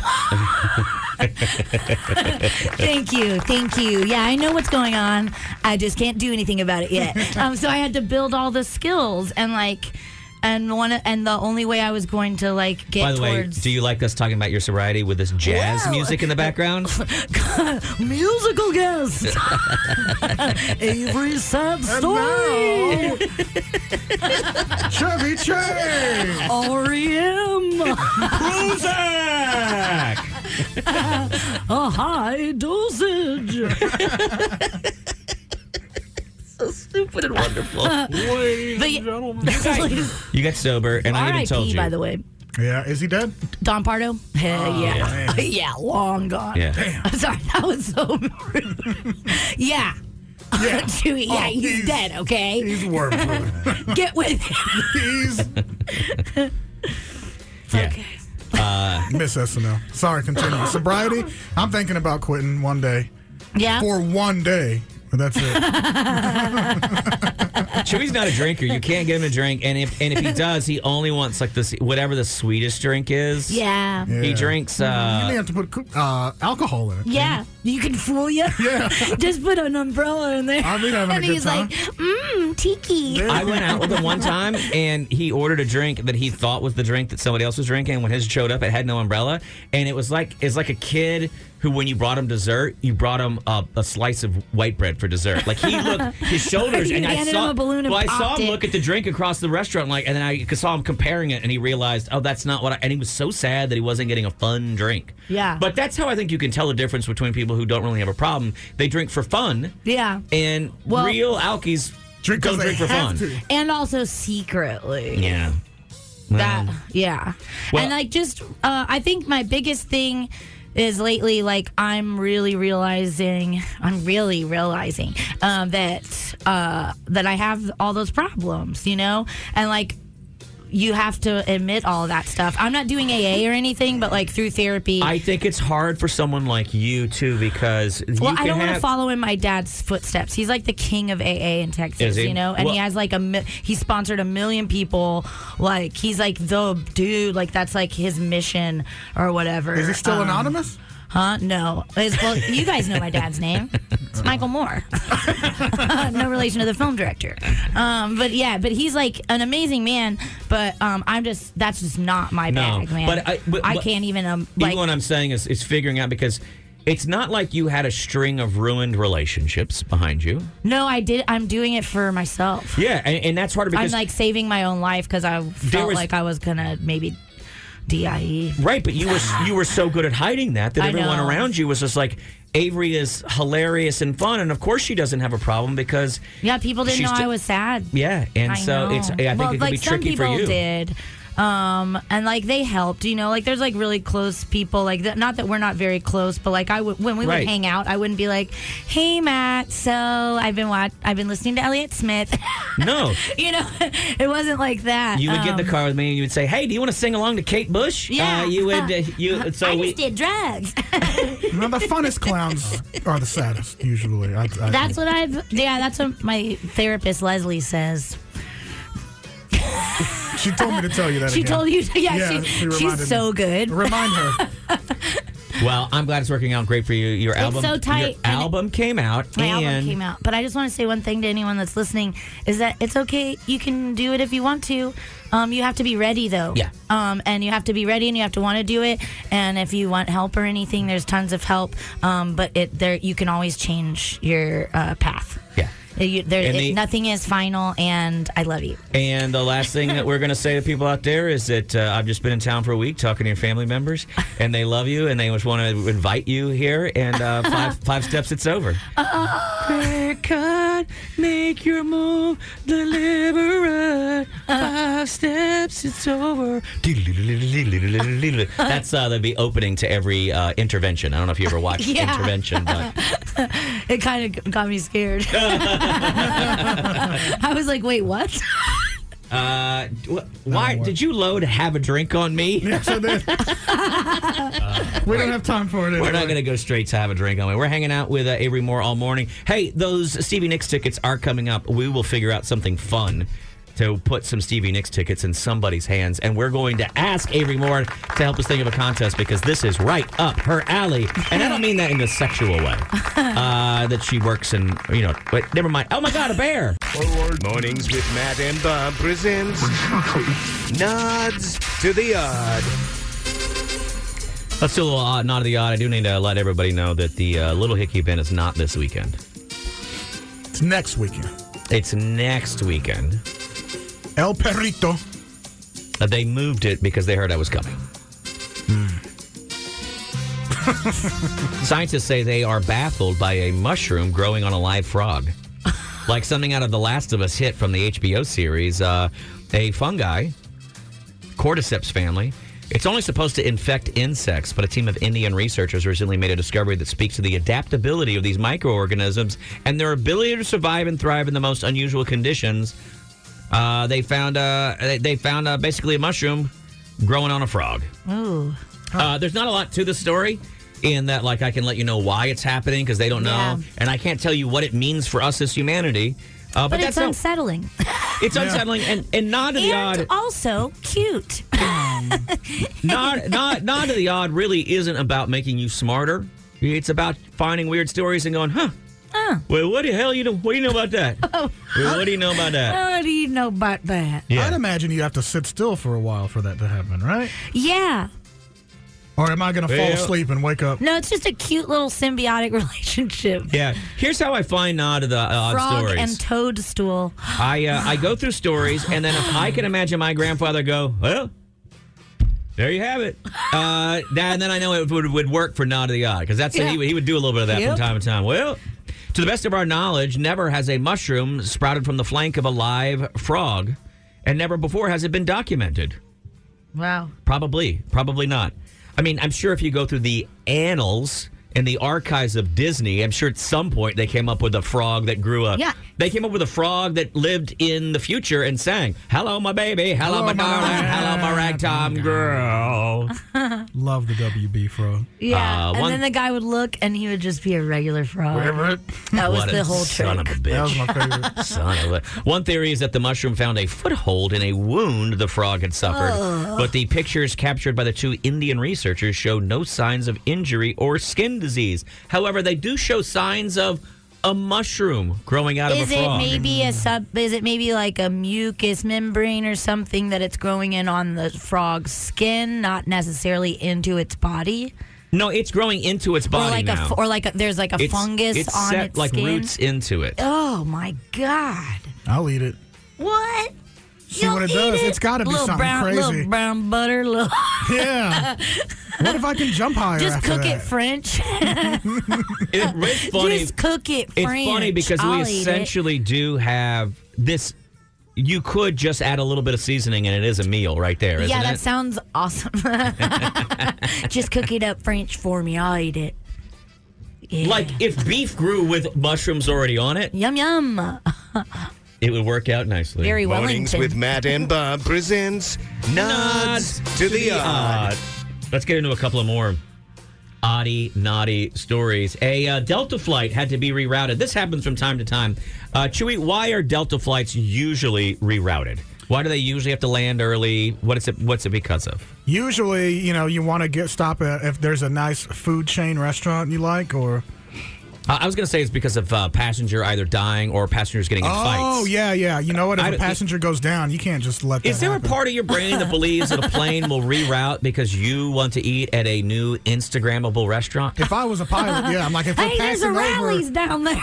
D: thank you, thank you. Yeah, I know what's going on. I just can't do anything about it yet. Um, so I had to build all the skills and like, and one and the only way I was going to like get
B: By the way,
D: towards
B: do you like us talking about your sobriety with this jazz
D: Well-
B: music in the background?
D: musical guest Avery sad story.
A: Chevy Chase.
D: E R.E.M.
N: Prozac.
D: A high dosage. so stupid and
B: wonderful.
D: Ladies and gentlemen.
B: you got sober, and I even told
D: R.I.P.
B: you.
D: by the way.
A: Yeah, is he dead?
D: Don Pardo? Hell
B: Oh,
D: yeah.
B: man.
D: yeah, long gone.
B: Yeah.
D: I'm sorry, that was so rude. yeah. Yeah, Chewy, yeah
N: Oh,
D: he's,
N: he's-
D: dead, okay?
A: He's worm
D: Get with it.
A: he's
D: Okay.
A: Uh, Miss SNL. Sorry, continue. Sobriety. I'm thinking about quitting one day.
D: Yeah.
A: For one day. But that's it.
B: Chewy's not a drinker. You can't get him a drink, and if and if he does, he only wants like this whatever the sweetest drink is.
D: Yeah.
B: He drinks.
A: you may
B: Uh,
A: have to put co- uh, alcohol in it.
D: Yeah, you can fool you.
A: Yeah.
D: Just put an umbrella in there.
A: I've been having a
D: and
A: good
D: he's
A: time.
D: like, mmm, tiki.
B: I went out with him one time, and he ordered a drink that he thought was the drink that somebody else was drinking. When his showed up, it had no umbrella, and it was like it's like a kid who, when you brought him dessert, you brought him a, a slice of white bread for dessert. Like he looked his shoulders,
D: You
B: and I
D: handed
B: saw
D: him a balloon and
B: well, I saw
D: popped
B: him
D: it.
B: look at the drink across the restaurant, like, and then I saw him comparing it, and he realized, oh, that's not what. I, and he was so sad that he wasn't getting a fun drink.
D: Yeah.
B: But that's how I think you can tell the difference between people who don't really have a problem. They drink for fun,
D: yeah.
B: and
D: Well-
B: real alkies drink don't drink for fun.
D: And also secretly.
B: Yeah.
D: that yeah
B: Well-
D: and like just uh, i think my biggest thing is lately like i'm really realizing i'm really realizing um, that uh, that i have all those problems you know and like you have to admit all that stuff i'm not doing aa or anything but like through therapy
B: I think it's hard for someone like you too because
D: well,
B: you
D: I
B: can
D: don't want to
B: have
D: follow in my dad's footsteps. He's like the king of AA in
B: Is
D: Texas,
B: he?
D: you know, and he
B: Well-
D: has like a mi- he sponsored a million people. Like he's like the dude. Like that's like his mission or whatever. Um,
A: Is he still anonymous?
D: Huh? No. His- well, you guys know my dad's name. It's Michael Moore. no relation to the film director. Um, but yeah, but he's like an amazing man. But um, I'm just that's just not my
B: No,
D: bag, man.
B: but I- but- but-
D: can't even um,
B: even
D: like
B: what I'm saying is is figuring out because it's not like you had a string of ruined relationships behind you.
D: no, I did. I'm doing it for myself.
B: Yeah, and, and that's harder
D: I'm
B: because
D: like saving my own life because I
B: There
D: felt
B: was-
D: like I was gonna maybe E. die.
B: right, but you were you were so good at hiding that that
D: I
B: everyone
D: know.
B: around you was just like Avery is hilarious and fun, and of course she doesn't have a problem because
D: Yeah, people didn't
B: She's
D: know
B: ju-
D: I was sad.
B: yeah, and
D: I
B: so it's I
D: know.
B: think
D: well,
B: it can
D: like
B: be
D: some
B: tricky for
D: people
B: you.
D: did. Um, and like they helped, you know, like there's like really close people, like that, not that we're not very close, but like I would, when we
B: Right.
D: would hang out, I wouldn't be like, Hey Matt, so I've been watch, I've been listening to Elliott Smith,
B: No,
D: you know, it wasn't like that.
B: You would get in the
D: Um,
B: car with me and you would say, "Hey, do you want to sing along to Kate Bush?"
D: Yeah.
B: Uh, you would. Uh, you so
D: I
B: we,
D: just did drugs.
A: You know, the funnest clowns are the saddest, usually. I, I
D: That's what I've. Yeah, that's what my therapist Leslie says.
A: She told me to tell you that
D: She
A: again.
D: told you- yeah, she- she's
A: reminded
D: so
A: me.
D: good.
A: Remind her.
B: Well, I'm glad it's working out great for you. Your album,
D: so tight,
B: Your
D: and it-
B: album came out,
D: My
B: and
D: album came out, but I just want to say one thing to anyone that's listening: is that it's okay. You can do it if you want to. Um, you have to be ready though.
B: Yeah.
D: Um, and you have to be ready, and you have to want to do it. And if you want help or anything, there's tons of help. Um, but it there you can always change your uh, path.
B: Yeah.
D: You, there,
B: And
D: it-
B: the-
D: nothing is final, and I love you.
B: And the last thing that we're going to say to people out there is that uh, I've just been in town for a week talking to your family members, and they love you, and they just want to invite you here. And uh, five five steps, it's over.
N: Haircut, make your move, deliberate. Five steps, it's over.
B: That's uh, that'd be opening to every uh, intervention. I don't know if you ever watched
D: Yeah.
B: intervention, but
D: It kind of got me scared. I was like, wait, what?
B: Uh, wh- why did you load "Have a Drink on Me"?
A: Yes, I did.
B: Oh,
A: we don't have time for it.
B: We're not
A: anyway.
B: going to go straight to have a drink on me. We're hanging out with uh, Avery Moore all morning. Hey, those Stevie Nicks tickets are coming up. We will figure out something fun to put some Stevie Nicks tickets in somebody's hands. And we're going to ask Avery Moore to help us think of a contest because this is right up her alley. And I don't mean that in the sexual way uh, that she works in, you know, but never mind. Oh my God, a bear.
K: Mornings with Matt and Bob presents Nods to the Odd.
B: Let's do a little uh, nod of the odd. I do need to let everybody know that the uh, Little Hickey event is not this weekend.
A: It's next weekend.
B: It's next weekend.
A: El Perrito.
B: Uh, they moved it because they heard I was coming.
A: Hmm.
B: Scientists say they are baffled by a mushroom growing on a live frog. like something out of The Last of Us hit from the HBO series, uh, a fungi, cordyceps family. It's only supposed to infect insects, but a team of Indian researchers recently made a discovery that speaks to the adaptability of these microorganisms and their ability to survive and thrive in the most unusual conditions. Uh, they found uh, they- they found uh, basically a mushroom growing on a frog.
D: Ooh.
B: Uh, there's not a lot to the story in that, like, I can let you know why it's happening because they don't know,
D: Yeah.
B: and I can't tell you what it means for us as humanity. Uh,
D: But,
B: but,
D: it's
B: that's not-
D: unsettling.
B: it's unsettling and and not to the
D: and
B: odd.
D: also cute.
B: not not not to the odd really isn't about making you smarter. It's about finding weird stories and going, huh?
D: Oh.
B: Well, what the hell you know? What do you know about that? Well, what do you know about that?
D: How do you know about that?
A: I'd imagine you have to sit still for a while for that to happen, right?
D: Yeah.
A: Or am I going to fall
B: Well-
A: asleep and wake up?
D: No, it's just a cute little symbiotic relationship.
B: Yeah. Here's how I find nod to the uh, odd
D: Frog
B: stories.
D: and toadstool.
B: I uh, I go through stories, and then if I can imagine my grandfather go, well, there you have it. Uh, that, and then I know it would, would work for Nod of the Odd because that's
D: Yeah.
B: he, would- he would do a little bit of that
D: Yep.
B: from time to time. Well, to the best of our knowledge, never has a mushroom sprouted from the flank of a live frog, and never before has it been documented.
D: Wow.
B: Probably, probably not. I mean, I'm sure if you go through the annals and the archives of Disney, I'm sure at some point they came up with a frog that grew up.
D: Yeah.
B: They came up with a frog that lived in the future and sang, "Hello, my baby. Hello, my darling. Hello, my ragtime girl."
A: Love the WB frog.
D: Yeah.
B: Uh,
D: and
B: one-
D: then the guy would look and he would just be a regular frog. That was
B: What
D: the
B: a
D: whole trick.
B: Son of a bitch. son of a. One theory is that the mushroom found a foothold in a wound the frog had suffered,
D: Ugh.
B: but the pictures captured by the two Indian researchers show no signs of injury or skin disease. However, they do show signs of a mushroom growing out of
D: Is
B: a
D: it
B: frog.
D: maybe
A: Mm-hmm.
D: a sub? Is it maybe like a mucus membrane or something that it's growing in on the frog's skin, not necessarily into its body?
B: No, it's growing into its body
D: or like
B: now.
D: a or like a, there's like a
B: It's-
D: fungus
B: it's
D: on
B: set
D: its
B: like
D: skin.
B: roots into it.
D: Oh my god!
A: I'll eat it.
D: What?
A: See what it does? It's gotta be
D: little
A: something
D: brown,
A: crazy.
D: Little brown butter. Little
A: Yeah. what if I can jump higher?
D: Just
A: after
D: cook
A: that?
D: it French.
B: it's funny.
D: Just cook it
B: It's
D: French.
B: funny because
D: I'll
B: we
D: eat it.
B: essentially do have this. You could just add a little bit of seasoning, and it is a meal right there, isn't
D: Yeah,
B: it?
D: that sounds awesome. Just cook it up French for me. I'll eat it.
B: Like if beef grew with mushrooms already on it,
D: Yum yum.
B: it would work out nicely.
D: Very
K: Mornings
D: Wellington.
K: with Matt and Bob presents Nods, to the, Odd.
B: Let's get into a couple of more oddy, naughty stories. A uh, Delta flight had to be rerouted. This happens from time to time. Uh, Chewy, why are Delta flights usually rerouted? Why do they usually have to land early? What is it? What's it because of?
A: Usually, you know, you want to get stop at if there's a nice food chain restaurant you like, or
B: Uh, I was going to say it's because of uh, passenger either dying or passengers getting in fights.
A: oh yeah, yeah. You know what? If
B: I
A: a
B: don't-
A: passenger goes down, you can't just let.
B: Is
A: that
B: there a
A: happen.
B: part of your brain that believes that a plane will reroute because you want to eat at a new Instagrammable restaurant?
A: If I was a pilot, yeah, I'm like if
D: hey,
A: we're
D: there's a
A: passing over,
D: rallies down there.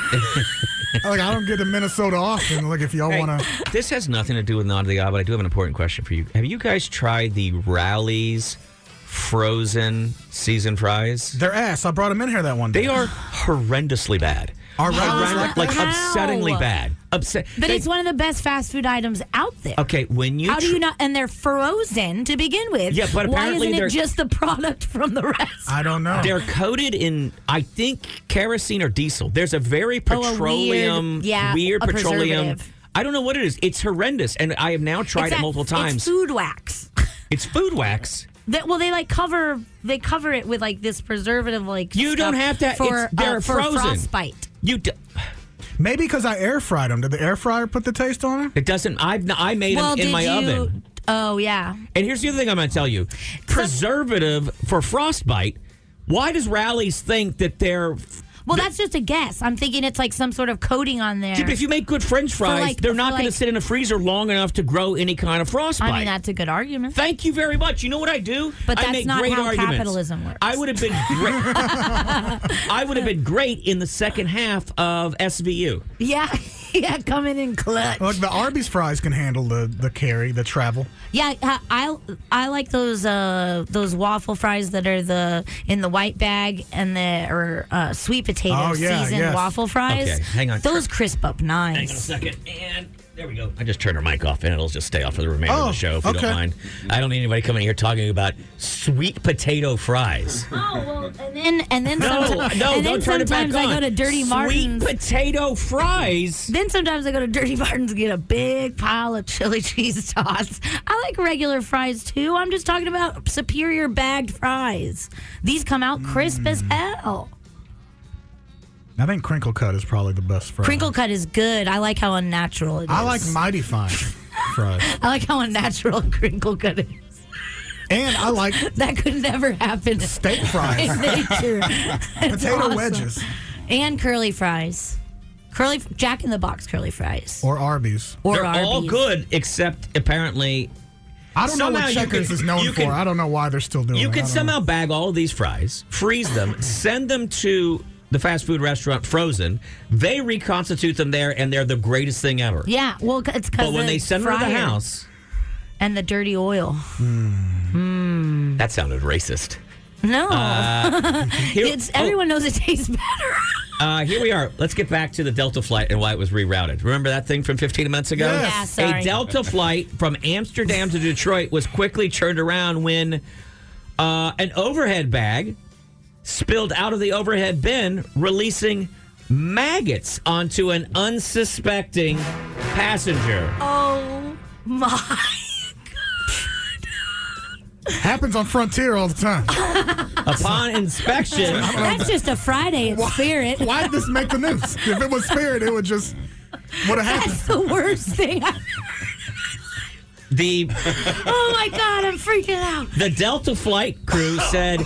A: like I don't get to Minnesota often. Like if y'all want to,
B: This has nothing to do with Nod of the Odd, but I do have an important question for you. Have you guys tried the Rallies frozen season fries?
A: their ass. I brought them in here that one day.
B: They are horrendously bad.
A: All right,
B: Horrend- like
D: How?
B: upsettingly bad. Upset.
D: But it's one of the best fast food items out there.
B: Okay, when you
D: How do
B: tr-
D: you not? And they're frozen to begin with.
B: Yeah, but
D: why
B: apparently
D: isn't
B: they're-
D: it just the product from the rest?
A: I don't know.
B: They're coated in, I think, kerosene or diesel. There's a very
D: Oh, a weird-
B: petroleum,
D: yeah,
B: weird
D: a
B: petroleum
D: preservative.
B: I don't know what it is. It's horrendous, and I have now tried
D: It's
B: it
D: that-
B: multiple times.
D: It's food wax.
B: It's food wax.
D: That, well, they like cover they cover it with like this preservative like.
B: You don't
D: stuff
B: have to-
D: for
B: it's- they're
D: uh, for
B: frozen.
D: frostbite.
B: You d-
A: Maybe because I air fried them. Did the air fryer put the taste on them?
B: It doesn't. I've n- I made
D: well,
B: them
D: did
B: in my
D: you?
B: oven.
D: Oh yeah,
B: And here's the other thing I'm going to tell you: preservative for frostbite. Why does rallies think that they're?
D: Well, that's just a guess. I'm thinking it's like some sort of coating on there.
B: But if you make good French fries,
D: like-
B: they're
D: for
B: not going to
D: like-
B: sit in a freezer long enough to grow any kind of frostbite.
D: I mean, that's a good argument.
B: Thank you very much. You know what I do?
D: But
B: I
D: that's
B: make
D: not
B: great
D: how
B: arguments.
D: capitalism works.
B: I would have been great. I would have been great in the second half of SVU.
D: yeah, yeah, coming in clutch.
A: Look, the Arby's fries can handle the the carry, the travel.
D: Yeah, I I- I like those uh those waffle fries that are the in the white bag and the or uh, sweet potato
B: Oh, yeah,
D: seasoned
B: yes.
D: waffle fries.
B: Okay, hang on.
D: Those crisp up nice.
B: Hang on a second, and there we go. I just turned her mic off, and it'll just stay off for the remainder of
D: Oh,
B: the show if you
D: okay.
B: don't mind. I don't need anybody coming here talking about sweet potato fries.
D: Oh well, and then and then
B: No,
D: sometimes,
B: no,
D: and then
B: don't turn it back
D: sometimes I
B: on.
D: go to Dirty
B: Sweet
D: Martin's
B: potato fries.
D: Then sometimes I go to Dirty Martin's and get a big pile of chili cheese sauce. I like regular fries too. I'm just talking about superior bagged fries. These come out crisp as
B: Mm.
D: hell.
A: I think crinkle cut is probably the best fry.
D: Crinkle cut is good. I like how unnatural it is.
A: I like mighty fine fries.
D: I like how unnatural crinkle cut is.
A: And I like
D: that could never happen.
A: Steak fries.
D: in nature. It's
A: Potato
D: awesome.
A: wedges.
D: and curly fries, curly Jack in the Box curly fries.
A: Or Arby's.
D: Or
B: They're all
D: Arby's.
B: good except apparently.
A: I don't know
B: Somehow
A: what
B: you
A: Checkers
B: could-
A: is known
B: you
A: for.
B: could-
A: I don't know why they're still doing it.
B: You
A: I
B: can
A: don't
B: somehow bag all of these fries, freeze them, send them to the fast food restaurant frozen. They reconstitute them there, and they're the greatest thing ever.
D: Yeah, well, c- it's because
B: But when they send them to the house,
D: and the dirty oil. Mm.
B: that sounded racist.
D: No,
B: Uh, here-
D: it's
B: oh.
D: everyone knows it tastes better.
B: Uh, here we are. Let's get back to the Delta flight and why it was rerouted. Remember that thing from 15 minutes ago?
D: Yes. Yeah, sorry.
B: A Delta flight from Amsterdam to Detroit was quickly turned around when uh, an overhead bag spilled out of the overhead bin, releasing maggots onto an unsuspecting passenger.
D: Oh my!
A: know. Happens on Frontier all the time.
B: Upon inspection,
D: That's just a Friday in spirit.
A: Why did this make the news? If it was Spirit, it would just would have happened.
D: That's the worst thing. I-
B: the
D: oh my god, I'm freaking out.
B: The Delta flight crew said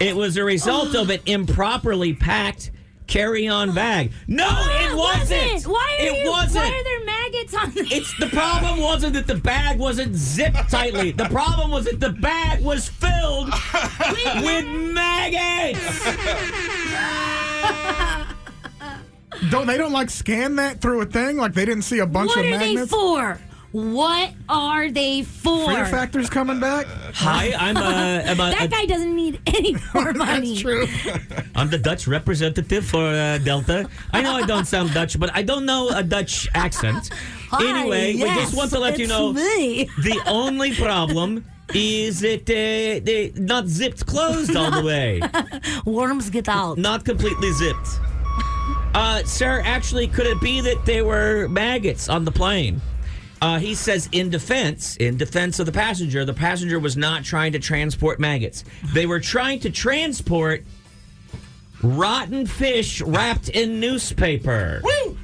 B: it was a result of an improperly packed carry-on bag. No, Oh, it wasn't.
D: Why are
B: it
D: you,
B: wasn't.
D: Why are there maggots on the?
B: it's the problem wasn't that the bag wasn't zipped tightly. The problem was that the bag was filled with maggots.
A: Don't they don't like scan that through a thing? Like they didn't see a bunch
D: what
A: of
D: are
A: magnets.
D: they for? What are they for?
A: Fear factor's coming back.
B: Hi, I'm a, I'm, a,
D: that guy doesn't need any more money. That's true.
B: I'm the Dutch representative for uh, Delta. I know I don't sound Dutch, but I don't know a Dutch accent.
D: Hi,
B: anyway, we
D: yes,
B: just want to let you
D: it's
B: know
D: me.
B: the only problem is it uh, they not zipped closed all the way,
D: Worms get out.
B: not completely zipped. Uh, sir, actually, could it be that they were maggots on the plane? Uh, he says, in defense, in defense of the passenger, the passenger was not trying to transport maggots. They were trying to transport rotten fish wrapped in newspaper.
D: Oh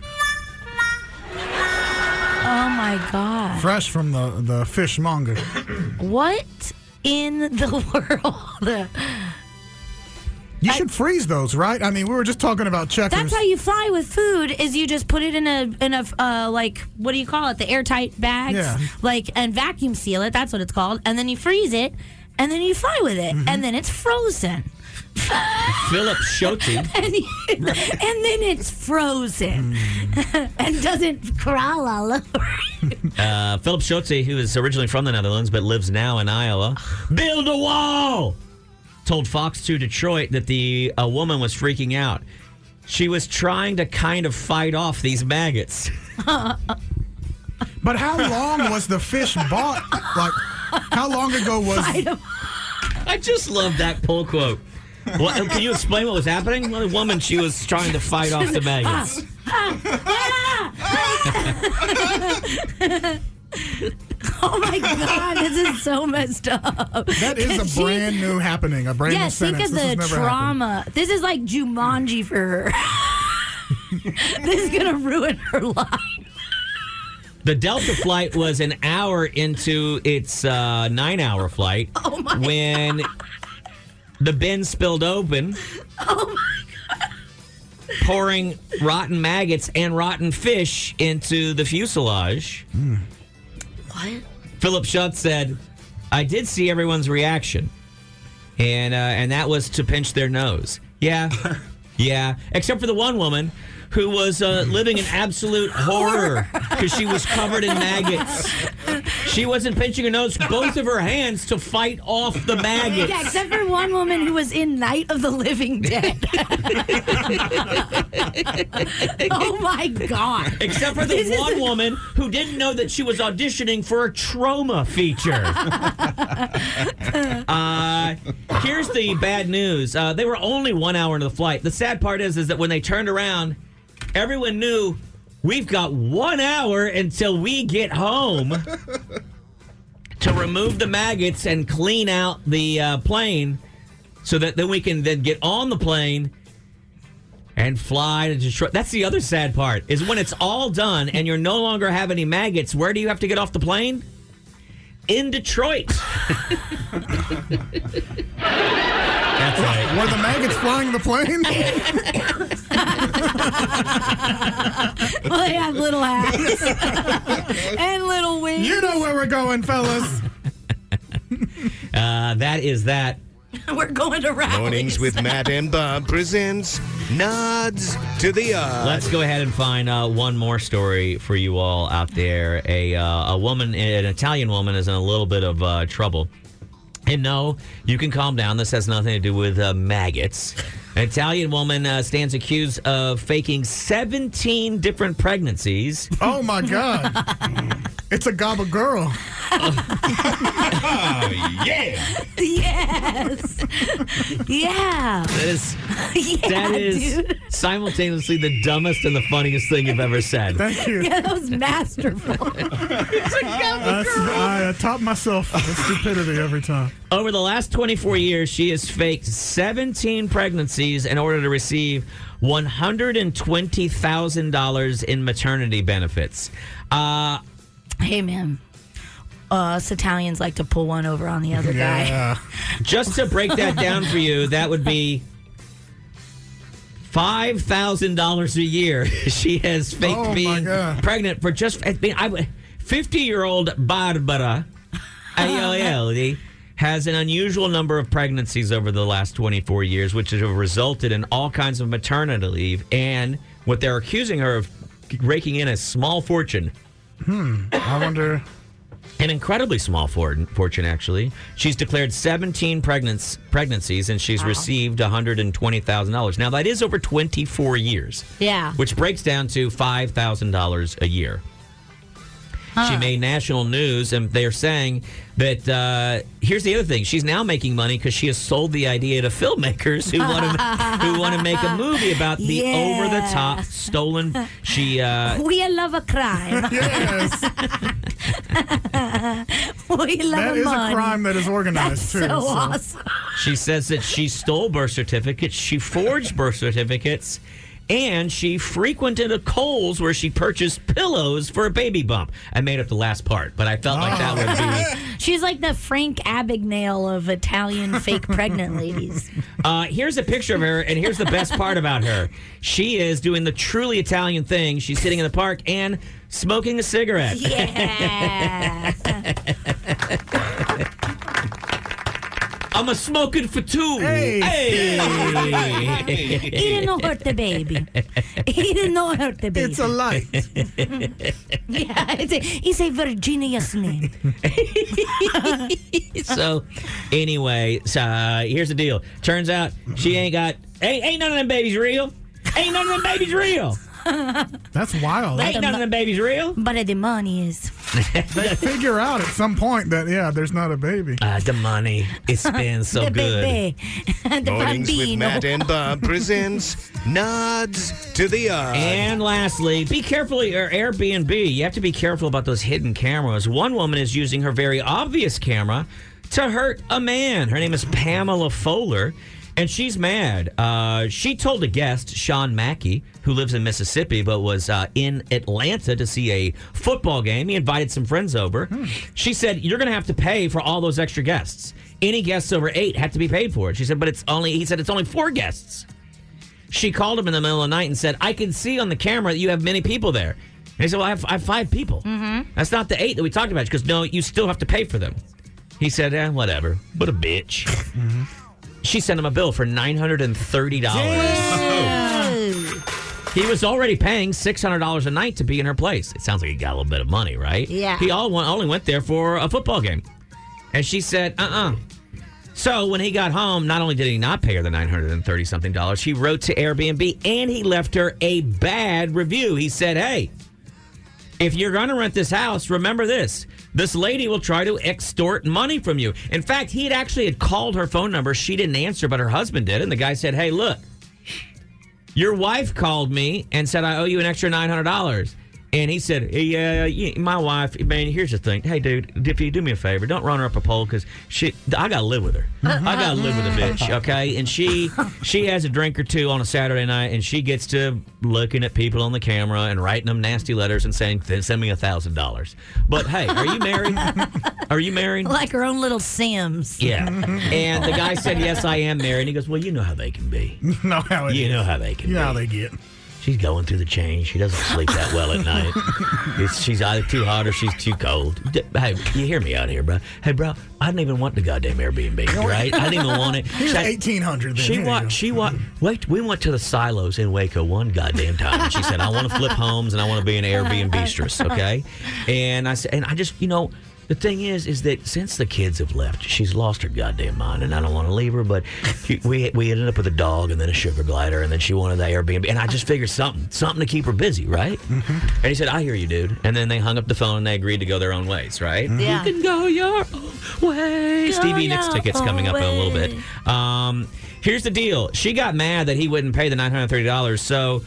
D: my god.
A: Fresh from the the fishmonger.
D: What in the world?
A: You should freeze those, right? I mean, we were just talking about checkers.
D: That's how you fly with food. Is you just put it in a in a uh, like what do you call it? The airtight bags,
A: Yeah.
D: like and vacuum seal it. That's what it's called. And then you freeze it, and then you fly with
A: Mm-hmm.
D: it, and then it's frozen.
B: Philip Scholte.
D: and, you- and then it's frozen and doesn't crawl all over.
B: Uh, Philip Schotze, who is originally from the Netherlands but lives now in Iowa, build a wall, told Fox 2 Detroit that the a woman was freaking out. She was trying to kind of fight off these maggots.
A: but how long was the fish bought? Like, how long ago was?
B: I just love that pull quote. What, can you explain what was happening? Well, the woman, she was trying to fight off the maggots.
D: Ah, ah. oh my god, this is so messed up.
A: That is a brand new happening. A brand
D: Yes,
A: new
D: think
A: sentence.
D: of
A: This has
D: the
A: never
D: trauma. This is like Jumanji for her. this is gonna ruin her life.
B: The Delta flight was an hour into its uh, nine hour flight
D: Oh my
B: when the bin spilled open,
D: Oh my
B: pouring rotten maggots and rotten fish into the fuselage.
D: What?
B: Philip Shutt said, I did see everyone's reaction. And uh, and that was to pinch their nose. Yeah. yeah. Except for the one woman who was uh, living in absolute horror because she was covered in maggots. She wasn't pinching her nose, both of her hands to fight off the maggots.
D: Yeah, except for one woman who was in Night of the Living Dead. oh my god.
B: Except for the
D: This is
B: one
D: a-
B: woman who didn't know that she was auditioning for a trauma feature. uh, here's the bad news. Uh, they were only one hour into the flight. The sad part is, is that when they turned around, everyone knew we've got one hour until we get home to remove the maggots and clean out the uh, plane, so that then we can then get on the plane and fly to Detroit. That's the other sad part is when it's all done and you're no longer have any maggots. Where do you have to get off the plane? In Detroit. That's
A: right. Were the maggots flying the plane?
D: well, they have little hats and little wings.
A: You know where we're going, fellas.
B: Uh, that is that.
D: We're going to rallies.
K: Mornings with Matt and Bob presents nods to the odd.
B: Let's go ahead and find uh, one more story for you all out there. A uh, a woman, an Italian woman, is in a little bit of uh, trouble. And no, you can calm down. This has nothing to do with uh, maggots. An Italian woman uh, stands accused of faking 17 different pregnancies.
A: Oh my god. It's a gobble girl. Oh,
B: yeah.
D: Yes. yeah.
B: That is,
D: Yeah,
B: that is
D: dude.
B: simultaneously the dumbest and the funniest thing you've ever said.
A: Thank you.
D: Yeah, that was masterful.
A: That's- I uh, top myself with stupidity every time.
B: Over the last 24 years, she has faked 17 pregnancies in order to receive $120,000 in maternity benefits. Uh,
D: hey, man. Uh, us Italians like to pull one over on the other guy.
B: Just to break that down for you, that would be five thousand dollars a year. She has faked
A: Oh, my
B: being
A: God.
B: pregnant for just I mean, I fifty-year-old Barbara
D: Uh-huh.
B: Aioli has an unusual number of pregnancies over the last twenty-four years, which have resulted in all kinds of maternity leave and what they're accusing her of raking in a small fortune.
A: Hmm. I wonder.
B: An incredibly small for- fortune, actually. She's declared 17 pregnanc- pregnancies and she's received $120,000. Now, that is over 24 years,
D: Yeah.
B: which breaks down to $5,000 a year. She made national news, and they're saying that uh, here's the other thing: she's now making money because she has sold the idea to filmmakers who want to who want to make a movie about the
D: Yeah.
B: over the top stolen. She uh,
D: We love a crime.
A: yes.
D: we love
A: That
D: a
A: is
D: mun.
A: a crime that is organized
D: That's
A: too.
D: so awesome.
B: She says that she stole birth certificates, she forged birth certificates, and she frequented a Kohl's where she purchased pillows for a baby bump. I made up the last part, but I felt like that would be.
D: She's like the Frank Abagnale of Italian fake pregnant ladies.
B: Uh, here's a picture of her, and here's the best part about her. She is doing the truly Italian thing. She's sitting in the park and smoking a cigarette.
D: Yeah.
B: I'm a smoking for two.
D: Hey.
B: Hey.
D: he didn't hurt the baby. He didn't hurt the baby. It's a
A: light.
D: yeah, it's a, it's a Virginia's name.
B: so anyway, so, uh, here's the deal. Turns out she ain't got ain't, ain't none of them babies real. Ain't none of them babies real.
A: That's wild.
B: Ain't none of them babies real.
D: But the money is.
A: they figure out at some point that yeah, there's not a baby.
B: Ah, the money. It's been so
D: the
B: good.
D: Baby. the
K: Mornings with
D: bambino.
K: Matt and Bob presents nods to the odd.
B: And lastly, be careful at your Airbnb. You have to be careful about those hidden cameras. One woman is using her very obvious camera to hurt a man. Her name is Pamela Fowler, and she's mad. Uh, she told a guest, Sean Mackey, who lives in Mississippi but was uh, in Atlanta to see a football game. He invited some friends over. She said, You're going to have to pay for all those extra guests. Any guests over eight had to be paid for it. She said, But it's only, he said, it's only four guests. She called him in the middle of the night and said, I can see on the camera that you have many people there. And he said, Well, I have, I have five people.
N: Mm-hmm.
B: That's not the eight that we talked about. She goes, No, you still have to pay for them. He said, eh, Whatever. But a bitch. She sent him a bill for $930. He was already paying $600 a night to be in her place. It sounds like he got a little bit of money, right?
N: Yeah.
B: He all went, only went there for a football game. And she said, uh uh So when he got home, not only did he not pay her the 930 something dollars, he wrote to Airbnb and he left her a bad review. He said, hey, if you're going to rent this house, remember this. This lady will try to extort money from you. In fact, he had actually had called her phone number. She didn't answer, but her husband did. And the guy said, Hey, look, your wife called me and said, I owe you an extra $900. And he said, Yeah, yeah, my wife, man, here's the thing. Hey, dude, if you do me a favor, don't run her up a pole because she, I got to live with her. I got to live with a bitch, okay? And she, she has a drink or two on a Saturday night and she gets to looking at people on the camera and writing them nasty letters and saying, Send me a $1,000. But hey, are you married? Are you married?
D: like her own little Sims.
B: Yeah. And the guy said, Yes, I am married. And he goes, Well, you know how they can be.
A: know how it
B: You
A: is.
B: know how they can
A: You know
B: be.
A: how they get.
B: She's going through the change. She doesn't sleep that well at night. It's, she's either too hot or she's too cold. D- Hey, you hear me out here, bro. Hey, bro, I didn't even want the goddamn Airbnb, right? I didn't even want it.
A: Here's
B: She-
A: eighteen hundred.
B: she walked. She walked. Wait, we went to the silos in Waco one goddamn time. And she said, "I want to flip homes and I want to be an Airbnb okay?" And I said, and I just, you know, the thing is, is that since the kids have left, she's lost her goddamn mind, and I don't want to leave her. But she- we we ended up with a dog and then a sugar glider, and then she wanted the Airbnb, and I just figured something, something to keep her busy, right? And he said, "I hear you, dude." And then they hung up the phone and they agreed to go their own ways, right?
N: You can go your own way.
B: Stevie Nicks tickets coming up in a little bit. Um, here's the deal: she got mad that he wouldn't pay the nine hundred thirty dollars, so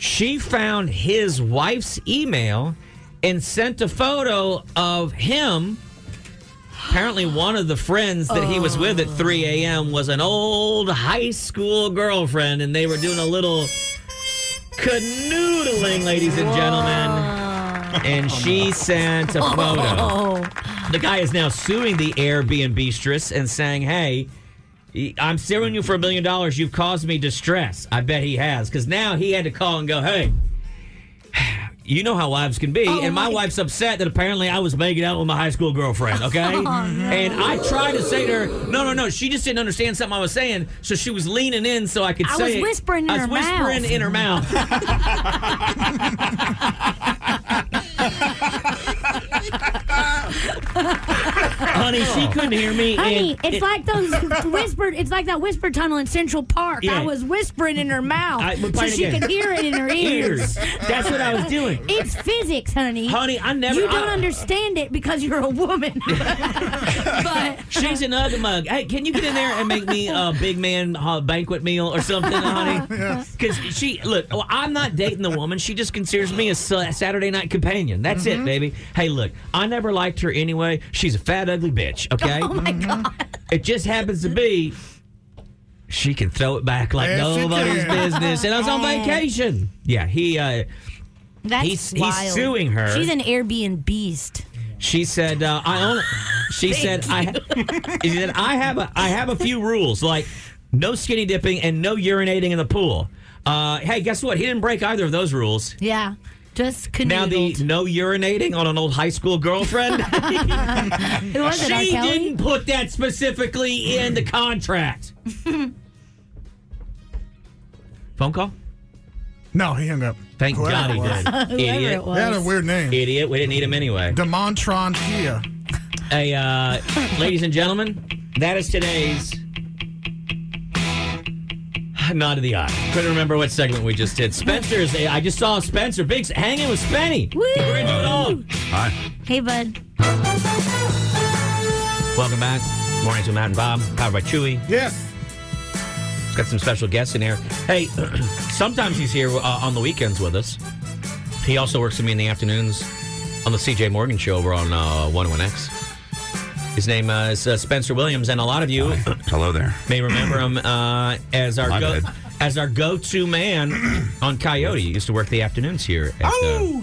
B: she found his wife's email and sent a photo of him. Apparently, one of the friends that he was with at 3 a.m. was an old high school girlfriend, and they were doing a little canoodling, ladies and gentlemen. And she sent a photo.
N: Oh.
B: The guy is now suing the Airbnb stress and saying, hey, I'm suing you for a million dollars. You've caused me distress. I bet he has. Because now he had to call and go, hey, you know how wives can be.
N: Oh
B: and my, wife's upset that apparently I was making out with my high school girlfriend, okay?
N: Oh, no.
B: And I tried to say to her, no, no, no. She just didn't understand something I was saying. So she was leaning in so I could
N: I
B: say
N: was
B: it.
N: whispering in
B: I was
N: her
B: whispering
N: mouth.
B: in her mouth. Honey, she couldn't hear me.
P: Honey,
B: and
P: it's
B: it-
P: like those whispered. It's like that whisper tunnel in Central Park.
B: Yeah.
P: I was whispering in her mouth,
B: I-
P: so
B: we're playing
P: she
B: again.
P: could hear it in her ears.
B: Ears. That's what I was doing.
P: It's physics, honey.
B: Honey, I never-
P: You don't
B: I-
P: understand it because you're a woman.
B: uh, She's an ugly mug. Hey, can you get in there and make me a big man uh, banquet meal or something, honey? Because she, look, well, I'm not dating the woman. She just considers me a Sa- Saturday night companion. That's it, baby. Hey, look, I never liked her anyway. She's a fat, ugly bitch, okay?
N: Oh, my
B: God. It just happens to be she can throw it back like
N: Yes, she
B: nobody's
N: can. Oh.
B: business. And I was on
D: Yeah.
B: vacation. Yeah, he, uh,
D: That's
B: He's- he's
D: wild.
B: suing her.
D: She's an Airbnb.
B: She said, uh, "I own." It. She
D: Thank
B: said, "I." She said, "I have a I have a few rules like no skinny dipping and no urinating in the pool." Uh, hey, guess what? He didn't break either of those rules.
D: Yeah, just canoodled.
B: Now the no urinating on an old high school girlfriend.
D: Who was it? R.
B: she
D: Kelly?
B: didn't put that specifically in the contract. Phone call?
A: No, he hung up.
B: Thank
A: Whoever
B: God he
A: it was.
B: did. Idiot.
A: They had a weird name.
B: Idiot. We didn't need him anyway.
A: Demontron Kia.
B: Hey, uh, ladies and gentlemen, that is today's Nod of the eye. Couldn't remember what segment we just did. Spencer's. I just saw Spencer Biggs hanging with Spenny. We're into it all.
L: Hi.
D: Hey, bud.
B: Welcome back. Mornings with Matt and Bob, powered by Chewy.
A: Yes.
B: Got some special guests in here. Hey, sometimes he's here uh, on the weekends with us. He also works with me in the afternoons on the CJ Morgan Show over on uh, 101X. His name uh, is uh, Spencer Williams, and a lot of you
Q: Hello there.
B: may remember him uh, as our
Q: My
B: go-
Q: bad.
B: as our go-to man on Coyote. He used to work the afternoons here. At, oh,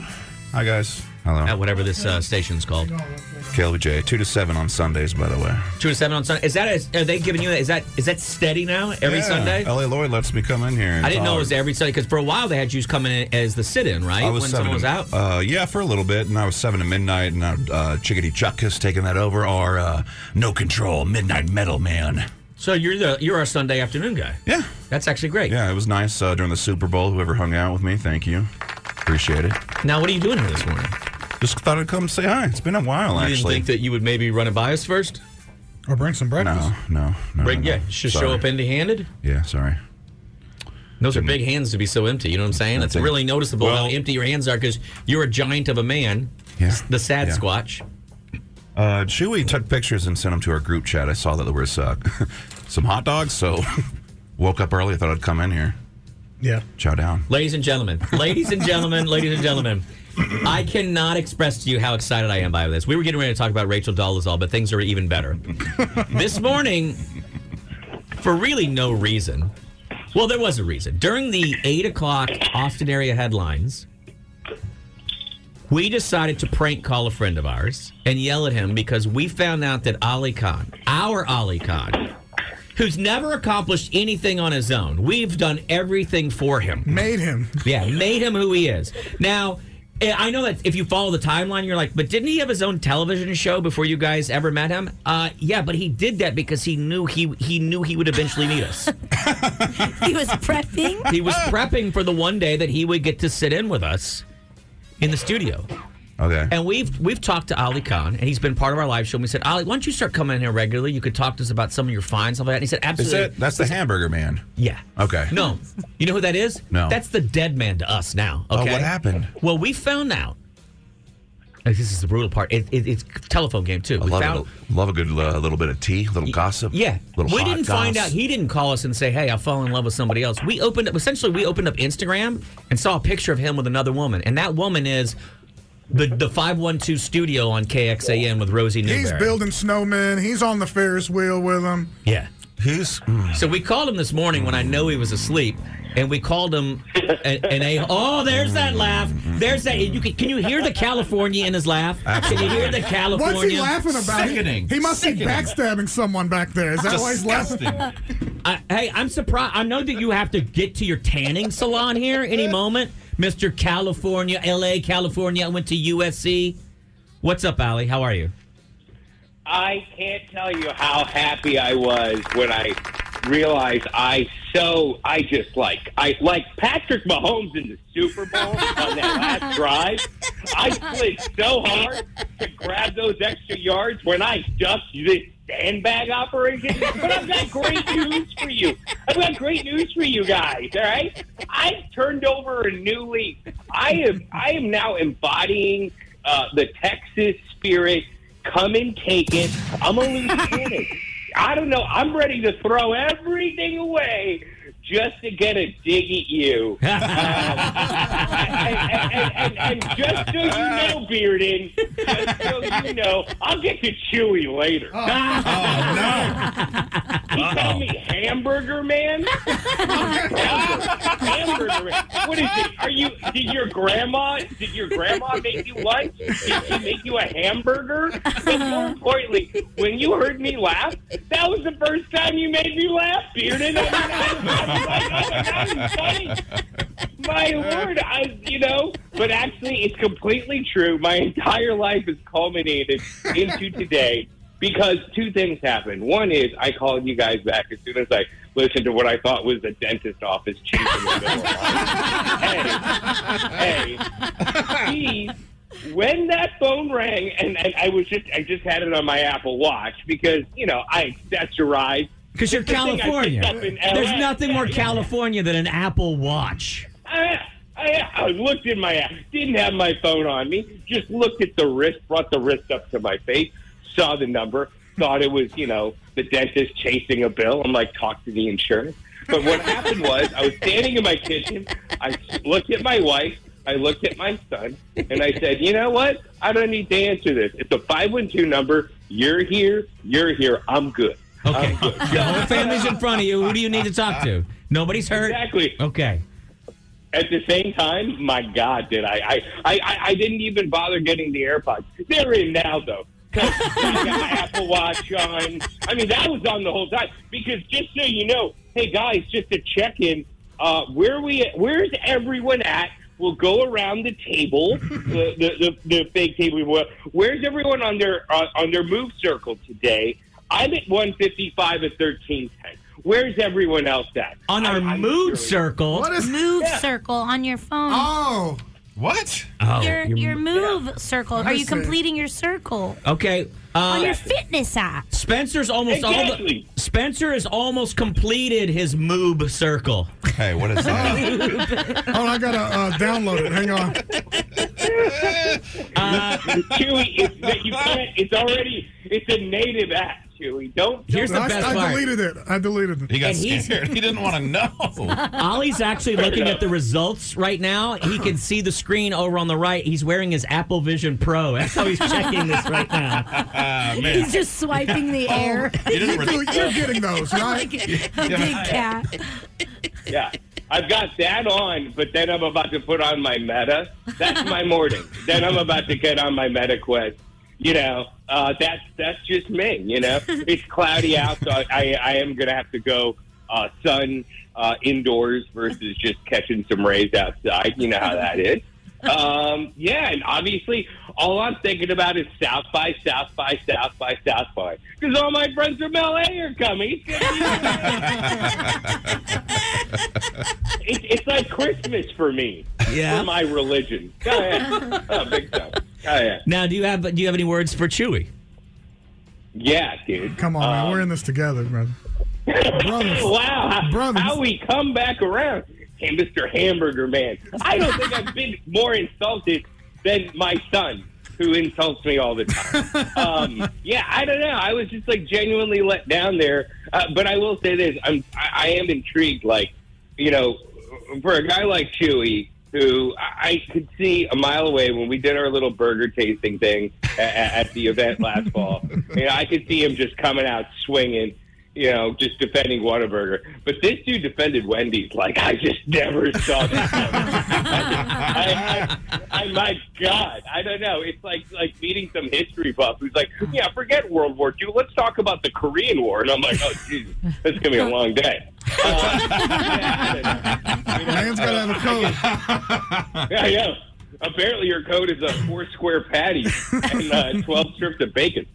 Q: hi guys. Hello.
B: At whatever this uh, station's called.
Q: KLBJ, 2 to 7 on Sundays, by the way.
B: Two to seven on Sunday. Is that a, are they giving you that? Is that is that steady now every
Q: Yeah, Oh,
B: Sunday?
Q: LA Lloyd lets me come in here. and
B: I didn't know it
Q: talk.
B: was every Sunday because for a while they had you coming in as the sit-in, right?
Q: I was
B: when
Q: seven
B: someone was
Q: to,
B: out.
Q: Uh, yeah, for a little bit, and I was seven to midnight, and now uh, Chickadee Chuck has taken that over, or uh, No Control, Midnight Metal Man.
B: So you're the you're our Sunday afternoon guy.
Q: Yeah,
B: that's actually great.
Q: Yeah, it was nice uh, during the Super Bowl. Whoever hung out with me, thank you, appreciate it.
B: Now, what are you doing here this morning?
Q: Just thought I'd come say hi. It's been a while,
B: you didn't
Q: actually.
B: think that you would maybe run a bias first?
A: Or bring some breakfast.
Q: No, no, no.
B: Bring-
Q: no.
B: yeah, just
Q: Sorry.
B: show up empty-handed.
Q: Yeah, sorry.
B: Those are big hands to be so empty. You know what I'm saying? It's
Q: think-
B: really noticeable
Q: Well-
B: how empty your hands are because you're a giant of a man.
Q: Yeah.
B: The sad squatch.
Q: Uh, Chewy took pictures and sent them to our group chat. I saw that there was uh, some hot dogs, so woke up early. I thought I'd come in here.
A: Yeah.
Q: Chow down.
B: Ladies and gentlemen, ladies and gentlemen, ladies and gentlemen, I cannot express to you how excited I am by this. We were getting ready to talk about Rachel Dolezal, but things are even better. this morning, for really no reason, well, there was a reason. During the 8 o'clock Austin area headlines, we decided to prank call a friend of ours and yell at him because we found out that Ali Khan, our Ali Khan, who's never accomplished anything on his own, we've done everything for him.
A: Made him.
B: Yeah, made him who he is. Now, eh, I know that if you follow the timeline, you're like, but didn't he have his own television show before you guys ever met him? Uh, yeah, but he did that because he knew he he knew he would eventually need us.
D: He was prepping.
B: he was prepping for the one day that he would get to sit in with us in the studio.
Q: Okay.
B: And we've we've talked to Ali Khan, and he's been part of our live show. And we said, Ali, why don't you start coming in here regularly? You could talk to us about some of your finds, stuff like that. And he said,
Q: Is
B: absolutely.
Q: that that's the hamburger man?
B: Yeah.
Q: Okay.
B: No. You know who that is?
Q: No.
B: That's the dead man to us now.
Q: Oh,
B: Okay.
Q: what happened?
B: Well, we found out. This is the brutal part. It, it, it's a telephone game too.
Q: I
B: we
Q: love
B: found,
Q: it. Love a good uh, little bit of tea, little gossip.
B: Yeah.
Q: Little
B: we
Q: hot
B: didn't find
Q: goss.
B: out. He didn't call us and say, "Hey, I fell in love with somebody else." We opened up. Essentially, we opened up Instagram and saw a picture of him with another woman, and that woman is the the five one two studio on KXAN with Rosie Newberry.
A: He's building snowmen. He's on the Ferris wheel with them.
B: Yeah.
Q: He's.
B: So we called him this morning when I know he was asleep, and we called him and and a oh, there's that laugh. There's that. You can, can you hear the California in his laugh? Can you hear the California?
A: What's he laughing about? He- He, must be backstabbing someone back there. Is that why he's laughing?
B: I, hey, I'm surprised. I know that you have to get to your tanning salon here any moment, Mister California, L.A., California. I went to USC. What's up, Ali? How are you?
C: I can't tell you how happy I was when I realized I so I just like I like Patrick Mahomes in the Super Bowl on that last drive. I slid so hard to grab those extra yards when I ducked this sandbag operation. But I've got great news for you. I've got great news for you guys. All right, I've turned over a new leaf. I am I am now embodying uh, the Texas spirit. Come and take it. I'm a lieutenant. I don't know. I'm ready to throw everything away just to get a dig at you. Um, and, and, and, and just so you know, Bearden, just so you know, I'll get to Chewy later. Oh, no. You call me Hamburger Man? hamburger Man. What is it? Are you? Did your grandma? Did your grandma make you lunch? Did she make you a hamburger? But more importantly, when you heard me laugh, that was the first time you made me laugh, bearded. I mean, I was like, oh my God, it's funny. My
B: Uh-huh.
C: word, I you know, but actually, it's completely true. My entire life is culminated into today because two things happened. One is I called you guys back as soon as I listened to what I thought was the dentist office chief in the middle of hey, hey, geez, when that phone rang, and, and I was just, I just had it on my Apple Watch because you know I accessorized
B: Because you're
N: It's the thing I
B: California.
N: picked up in
B: There's
N: LA.
B: nothing more California than an Apple Watch.
C: I, I, I looked in my app, didn't have my phone on me, just looked at the wrist, brought the wrist up to my face, saw the number, thought it was, you know, the dentist chasing a bill. I'm like, talk to the insurance. But what happened was, I was standing in my kitchen, I looked at my wife, I looked at my son, and I said, you know what? I don't need to answer this. It's a 512 number. You're here, you're here, I'm good.
B: Okay. The whole family's in front of you. Who do you need to talk to? Nobody's hurt.
C: Exactly.
B: Okay.
C: At the same time, my God, did I? I, I, I- I didn't even bother getting the AirPods. They're in now, though. I got my Apple Watch on. I mean, that was on the whole time. Because just so you know, hey guys, just a check in. Uh, where we? Where's everyone at? We'll go around the table, the the, the, the big table. we were- Where's everyone on their uh, on their move circle today? I'm at 155 at 1310. Where's everyone else at?
B: On our mood circle.
D: move circle on your phone?
A: Oh,
Q: What?
B: Oh,
D: your your move circle. Are you
B: Listen.
D: completing your circle
B: Okay. Uh,
D: on your fitness app?
B: Spencer's almost all the,
D: Exactly.
B: Spencer has almost completed his moob circle.
Q: Hey, what is
A: Oh, I gotta uh, download it. Hang on.
C: Chewy, it's, that you can't, it's already it's a native app, Chewy. Don't.
A: I,
C: don't-
A: I deleted it. I deleted it.
Q: He got
B: And he's-
Q: scared. He didn't want to know.
B: Ollie's actually
Q: Fair
B: looking
Q: enough.
B: at the results right now. He can see the screen over on the right. He's wearing his Apple Vision Pro. That's how he's checking this right now.
C: Oh,
Q: man.
P: He's just swiping the air.
Q: You didn't really-
A: You're getting those, right?
P: Like a big cat.
C: Yeah, I've got that on, but then I'm about to put on my Meta. That's my morning. then I'm about to get on my Meta Quest. You know, uh, that's that's just me. You know, it's cloudy out, so I I, I am gonna have to go uh, sun uh, indoors versus just catching some rays outside. You know how that is. Um, yeah, and obviously, all I'm thinking about is South by South by South by South by because all my friends from LA are coming. It's gonna be it, it's like Christmas for me.
B: Yeah.
C: For my religion. Go ahead. Oh, big time. Oh, yeah.
B: Now, do you have do you have any words for Chewy?
C: Yeah, dude.
A: Come on,
B: Um,
A: man. We're in this together, brother. Brothers.
C: wow. How, how we come back around. Hey, Mr. Hamburger Man. I don't think I've been more insulted than my son, who insults me all the time. um, yeah, I don't know. I was just like genuinely let down there. Uh, but I will say this I'm, I, I am intrigued. Like, you know, for a guy like Chewy, who I I could see a mile away when we did our little burger tasting thing at, at the event last fall, you know, I could see him just coming out swinging, you know, just defending Whataburger. But this dude defended Wendy's like I just never saw that. I, I, I, my God, I don't know. It's like like meeting some history buff who's like, yeah, forget World War II. Let's talk about the Korean War. And I'm like, oh, Jesus, that's gonna be a long day.
A: Man's gotta have a code.
C: Yeah, yeah. Apparently, your code is a four square patty and uh, 12 strips of bacon.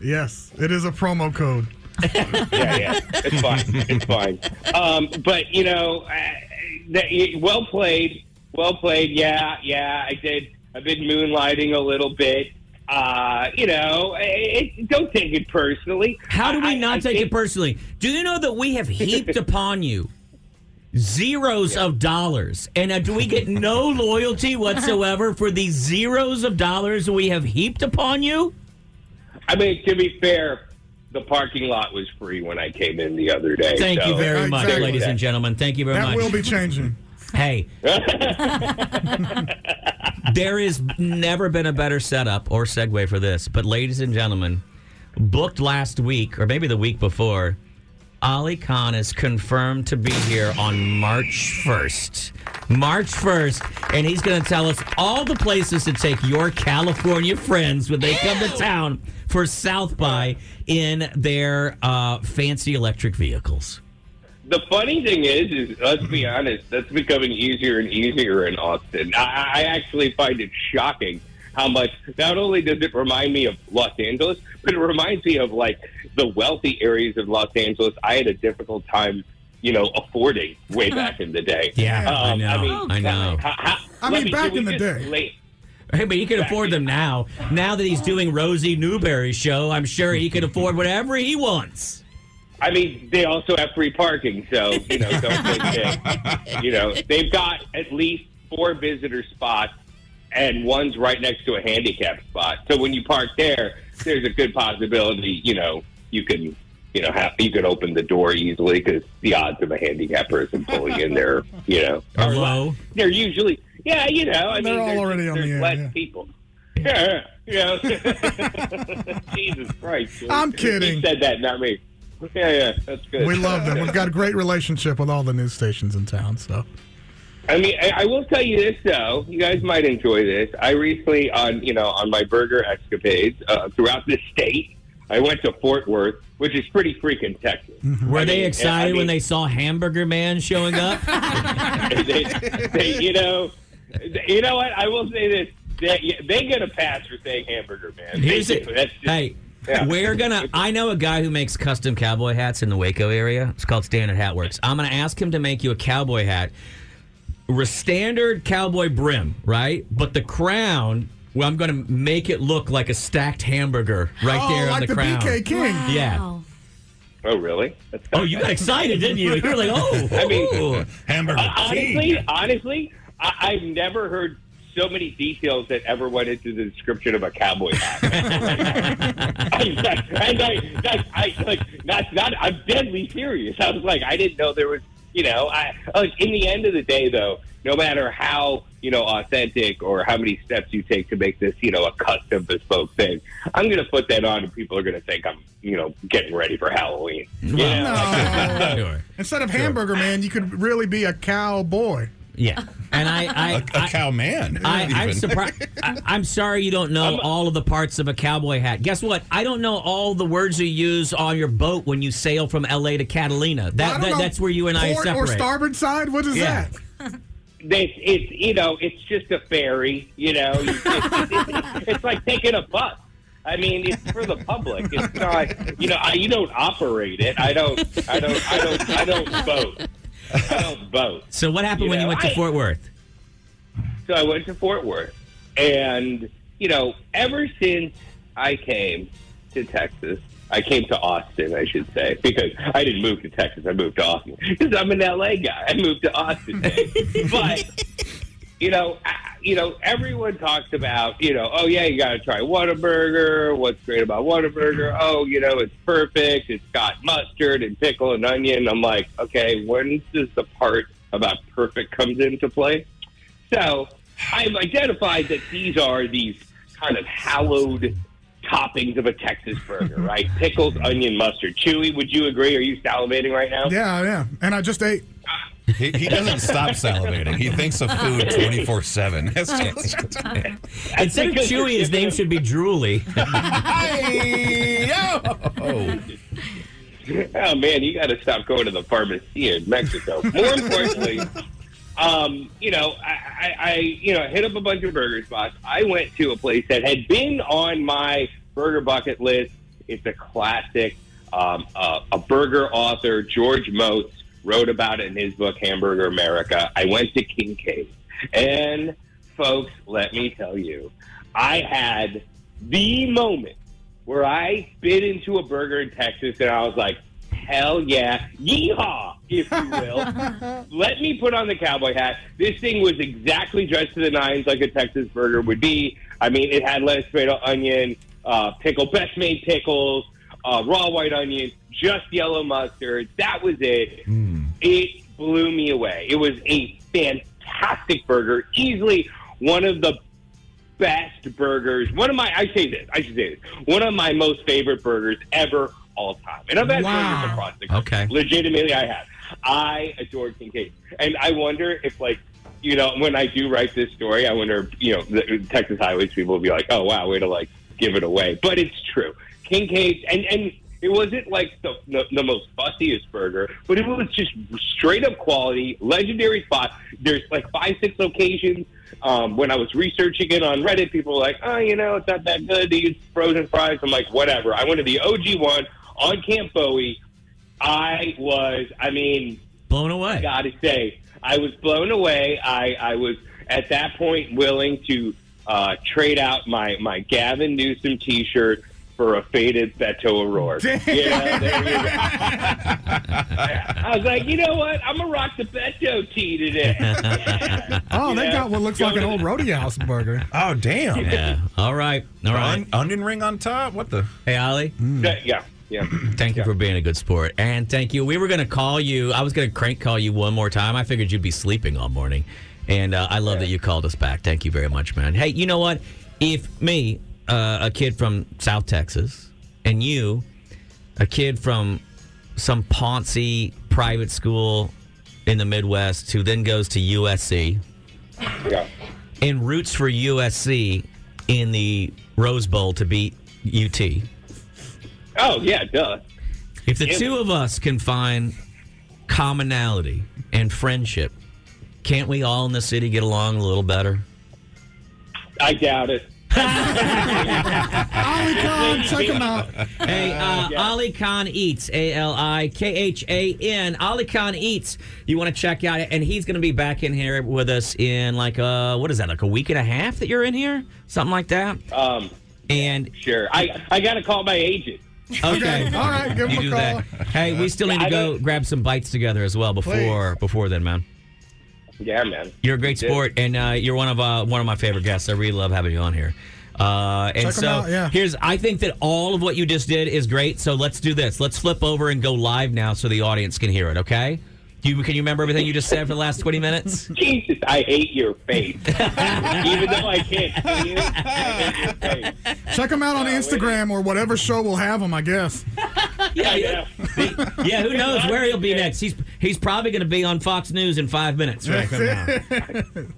A: Yes, it is a promo code.
C: Yeah, yeah. It's fine. It's fine. Um, but, you know, uh, that, well played. Well played. Yeah, yeah. I did. I've been moonlighting a little bit. Uh, you know, it, it- don't take it personally.
B: How do we not take it personally? Do you know that we have heaped upon you zeros of dollars, and uh, do we get no loyalty whatsoever for the zeros of dollars we have heaped upon you?
C: I mean, to be fair, the parking lot was free when I came in the other day.
B: Thank you
C: so-
B: very much, ladies and gentlemen. Thank you very
A: That
B: much.
A: will be changing.
B: Hey. there has never been a better setup or segue for this. But, ladies and gentlemen, booked last week, or maybe the week before, Ali Khan is confirmed to be here on March 1st. March 1st. And he's going to tell us all the places to take your California friends when they come to town for South by in their uh, fancy electric vehicles.
C: the funny thing is, is let's be honest, that's becoming easier and easier in Austin. I, I actually find it shocking how much. Not only does it remind me of Los Angeles, but it reminds me of like the wealthy areas of Los Angeles. I had a difficult time, you know, affording way back in the day.
B: Yeah, I
C: Um,
B: know, I know.
C: how- how-
A: I
C: let
A: mean, back
C: can we
A: in the
C: just
A: day.
C: lay-
B: Hey, but he can afford them now. Now that he's doing Rosie Newberry's show, I'm sure he can afford whatever he wants.
C: I mean, they also have free parking, so you know, don't think that, you know, they've got at least four visitor spots, and one's right next to a handicap spot. So when you park there, there's a good possibility, you know, you can, you know, have you can open the door easily because the odds of a handicap person pulling in there, you know,
B: Or low.
C: they're usually, yeah, you know, I
A: They're
C: mean,
A: all
C: there's-
A: already on
C: there's
A: the air,
C: less
A: yeah.
C: people. Yeah, yeah. Jesus Christ!
A: I'm
C: He
A: kidding.
C: said that, not me. Yeah, yeah, that's good.
A: We love them. We've got a great relationship with all the news stations in town. So
C: I mean, I, I will tell you this though. You guys might enjoy this. I recently, on you know, on my burger escapades uh, throughout the state, I went to Fort Worth, which is pretty freaking Texas.
B: Were
C: I
B: they
C: mean,
B: excited
C: I mean-
B: when they saw Hamburger Man showing up?
C: they, they, you know, they- you know what? I will say this: they, they get a pass for saying hamburger man.
B: Here's
C: They
B: it.
C: do. That's just,
B: hey,
C: yeah.
B: we're gonna. I know a guy who makes custom cowboy hats in the Waco area. It's called Standard Hat Works. I'm gonna ask him to make you a cowboy hat, Re- standard cowboy brim, right? But the crown. Well, I'm gonna make it look like a stacked hamburger right
A: Oh,
B: there on
A: like
B: the
A: the
B: crown.
A: BK King.
B: Yeah.
C: Oh, really? That's
B: Oh, you got excited, didn't you? You were like, oh,
C: I mean,
B: ooh.
Q: hamburger.
C: honestly, honestly, I, I've never heard so many details that ever went into the description of a cowboy hat. and I, that, I like, that's not. I'm deadly serious. I was like, I didn't know there was. You know, I like in the end of the day, though, no matter how you know authentic or how many steps you take to make this, you know, a custom bespoke thing, I'm going to put that on, and people are going to think I'm, you know, getting ready for Halloween. You know?
A: instead of hamburger man, you could really be a cowboy.
B: Yeah. And I, I,
Q: A cow man.
B: I, I'm
Q: even.
B: surprised. I, I'm sorry you don't know all of the parts of a cowboy hat. Guess what? I don't know all the words you use on your boat when you sail from L.A. to Catalina.
A: I
B: That,
A: don't
B: that
A: know,
B: that's where you and I are
A: port
B: separate.
A: or starboard side. What is
B: Yeah.
A: that?
C: They, it's you know it's just a ferry you know You- it's, it's- it's like taking a bus i mean it's for the public it's not you know i you don't operate it i don't i don't i don't i don't boat i don't boat
B: So what happened
C: You
B: when you
C: know,
B: went to
C: I-
B: Fort Worth?
C: so I went to Fort Worth, and you know, ever since I came to Texas, I came to Austin, I should say, because I didn't move to Texas. I moved to Austin because I'm an LA guy. I moved to Austin, but you know, I- you know, everyone talks about you know, oh yeah, you got to try Whataburger. What's great about Whataburger? Oh, you know, it's perfect. It's got mustard and pickle and onion. I'm like, okay, when does the part about perfect comes into play? So I've identified that these are these kind of hallowed toppings of a Texas burger, right? Pickles, onion, mustard. Chewy, would you agree? Are you salivating right now?
A: Yeah, yeah. And I just ate.
Q: He, he doesn't stop salivating. He thinks of food 24 7.
B: Instead of
C: because
B: Chewy,
C: you're
B: his name should be Drooly.
C: Oh man, you got to stop going to the pharmacy in Mexico. More importantly, um, you know, I, I, I you know hit up a bunch of burger spots. I went to a place that had been on my burger bucket list. It's a classic. Um, uh, a burger author, George Motes, wrote about it in his book Hamburger America. I went to King Cave, and folks, let me tell you, I had the moment where I bit into a burger in Texas and I was like, hell yeah, yeehaw, if you will. Let me put on the cowboy hat. This thing was exactly dressed to the nines like a Texas burger would be. I mean, it had lettuce, tomato, onion, uh, pickle, best made pickles, uh, raw white onion, just yellow mustard. That was it. It blew me away. It was a fantastic burger, easily one of the best burgers. One of my, I say this, I should say this, one of my most favorite burgers ever, all time. And I've had burgers across the country.
B: Okay.
C: Legitimately, I have. I adore King Cake, and I wonder if like. You know, when I do write this story, I wonder, you know, the Texas highways people will be like, "Oh wow, way to like give it away," but it's true. King Cade's, and and it wasn't like the, the the most fussiest burger, but it was just straight up quality, legendary spot. There's like five, six locations. Um, when I was researching it on Reddit, people were like, "Oh, you know, it's not that good. They use frozen fries." I'm like, "Whatever." I went to the OG one on Camp Bowie. I was, I mean,
B: blown away. I
C: gotta say, I was blown away. I, I was at that point willing to uh, trade out my, my Gavin Newsom t shirt for a faded Beto O'Rourke.
N: Damn.
C: Yeah, there you go. I was like, you know what? I'm gonna rock the Beto tee today.
A: Oh,
C: You
A: they
C: know,
A: got what looks
C: go
A: like an
C: to
A: old rodeo house burger.
Q: Oh, damn.
A: Yeah.
B: All right. All right.
Q: onion ring on top. What the? Mm.
B: Hey, Ollie.
C: Yeah. Yeah.
B: Thank you for being a good sport. And thank you. We were going to call you. I was going to crank call you one more time. I figured you'd be sleeping all morning. And uh, I love that you called us back. Thank you very much, man. Hey, you know what? If me, uh, a kid from South Texas, and you, a kid from some Ponce private school in the Midwest who then goes to USC and roots for USC in the Rose Bowl to beat UT.
C: Oh yeah, duh.
B: If the
C: Yeah.
B: two of us can find commonality and friendship, can't we all in the city get along a little better?
C: I doubt it.
A: Ollie Khan, check him out.
B: Hey, uh, Ali Khan Eats, A L I K H A N. Ali Khan Eats. You want to check out it, and he's going to be back in here with us in like uh, what is that? Like a week and a half that you're in here, something like that.
C: Um,
B: and
C: sure, I I gotta call my agent.
B: Okay.
C: all right, give him
B: you
C: a
B: do
C: call.
B: that. Hey, we still need
C: Yeah,
B: to
C: I
B: go grab some bites together as well before before then, man.
C: Yeah, man.
B: You're a great sport, and uh, you're one of uh, one of my favorite guests. I really love having you on here. Uh, and
A: Check 'em
B: so
A: out, yeah.
B: here's I think that all of what you just did is great. So let's do this. Let's flip over and go live now, so the audience can hear it. Okay? You can you remember everything you just said for the last 20 minutes?
C: Jesus, I hate your face. Even though I can't see you, I hate your face.
A: Check him out on Instagram or whatever show will have him, I guess.
B: yeah, yeah. yeah, who knows where he'll be next? He's he's probably going to be on Fox News in five minutes. Right now.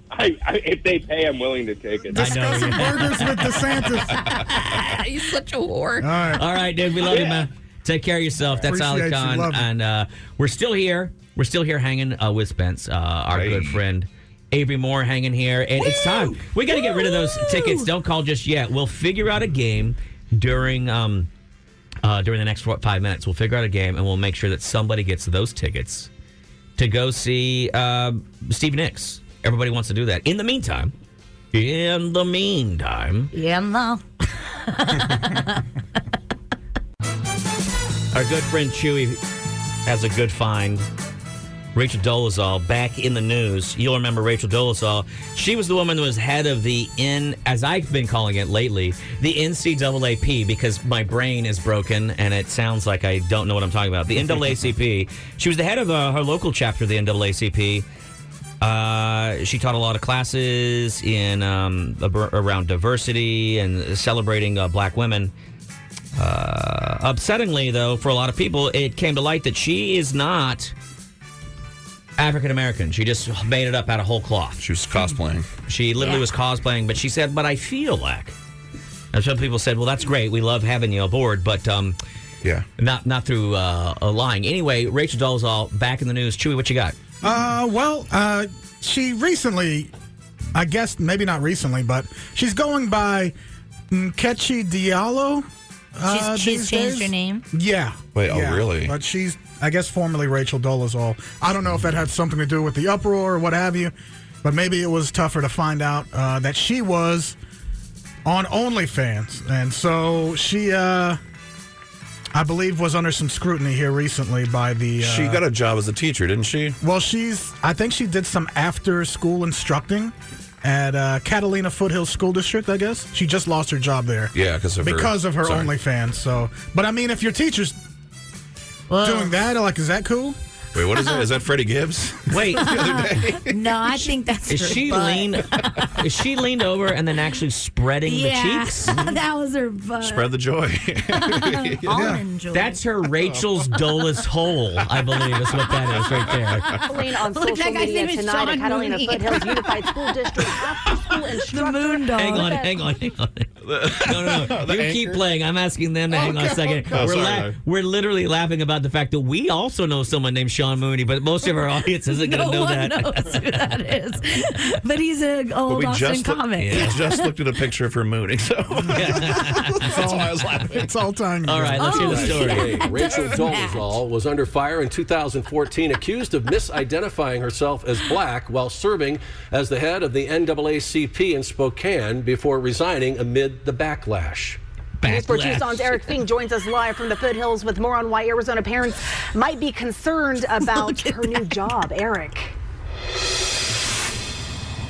C: I, I, if they pay, I'm willing to take it.
A: Discussing burgers with DeSantis.
N: He's such a whore.
B: All right, dude. We love you, man. Take care of yourself. That's Ali
N: Appreciate you.
B: Khan.
N: Love you.
B: And uh, we're still here. We're still here hanging uh, with Spence, uh, our good friend Avery Moore hanging here. And it's time. We got to get rid of those tickets. Don't call just yet. We'll figure out a game during. Um, uh, during the next four, five minutes, we'll figure out a game and we'll make sure that somebody gets those tickets to go see uh, Steve Nicks. Everybody wants to do that. In the meantime, in the meantime,
D: Yeah, no.
B: Our good friend Chewy has a good find. Rachel Dolezal back in the news. You'll remember Rachel Dolezal. She was the woman that was head of the N, as I've been calling it lately, the NCAAP, because my brain is broken and it sounds like I don't know what I'm talking about. The NAACP. she was the head of uh, her local chapter of the NAACP. Uh, she taught a lot of classes in um, ab- around diversity and celebrating uh, black women. Uh, upsettingly, though, for a lot of people, it came to light that she is not African American. She just made it up out of whole cloth.
Q: She was cosplaying.
B: She literally
Q: Yeah.
B: was cosplaying, but she said, "But I feel like." And some people said, "Well, that's great. We love having you aboard, but um,
Q: yeah,
B: not not through uh, uh, lying." Anyway, Rachel Dolezal back in the news. Chewy, what you got?
A: Uh, well, uh, she recently, I guess maybe not recently, but she's going by Nkechi Diallo. Uh,
D: She's- she's
A: these
D: changed
A: days.
D: her name?
A: Yeah.
Q: Wait, oh,
A: yeah.
Q: really?
A: But she's, I guess, formerly Rachel Dolezal. I don't know if that had something to do with the uproar or what have you, but maybe it was tougher to find out uh, that she was on OnlyFans, and so she, uh, I believe, was under some scrutiny here recently by the. Uh,
Q: She got a job as a teacher, didn't she?
A: well, she's. I think she did some after school instructing at uh, Catalina Foothills School District. I guess she just lost her job there.
Q: Yeah, because of her-
A: because of her
Q: sorry.
A: OnlyFans. So, but I mean, if your teacher's doing that, like, is that cool?
Q: Wait, what is that? Is that Freddie Gibbs?
B: Wait.
D: no, I think that's
B: Is
D: her
B: she
D: butt.
B: lean? is she leaned over and then actually spreading
D: yeah,
B: the cheeks?
D: that was her butt.
Q: Spread the joy.
D: Um, Almond joy.
B: That's her Rachel's dullest hole, I believe, is what that is right there.
R: Catalina on
D: Look,
R: social
D: that guy's
R: media
D: name is
R: tonight
D: Sean
R: at Catalina
D: Mooney.
R: Foothills Unified School District after school instructor. The moon
B: Hang on, hang on, hang on. No, no, no.
R: The
B: you keep
R: anchor?
B: playing. I'm asking them to hang on a
R: Okay,
B: second.
R: okay. Oh,
B: we're,
R: sorry,
B: la-
R: Larry.
B: we're literally laughing about the fact that we also know someone named Sean Mooney, but most of our audience isn't going
D: no
B: to know
D: one
B: that.
D: knows who that is. But he's an old Austin comic.
Q: we just looked at a picture of her mooning, so that's why I was laughing.
A: It's all time. Oh,
Q: All right, let's hear
B: Oh,
Q: the story.
S: Hey, Rachel Dolezal was under fire in 2014 accused of misidentifying herself as black while serving as the head of the NAACP in Spokane before resigning amid the backlash. News 4 Tucson's Eric Fink joins us live from the foothills with more on why Arizona parents might be concerned about her new job. Eric.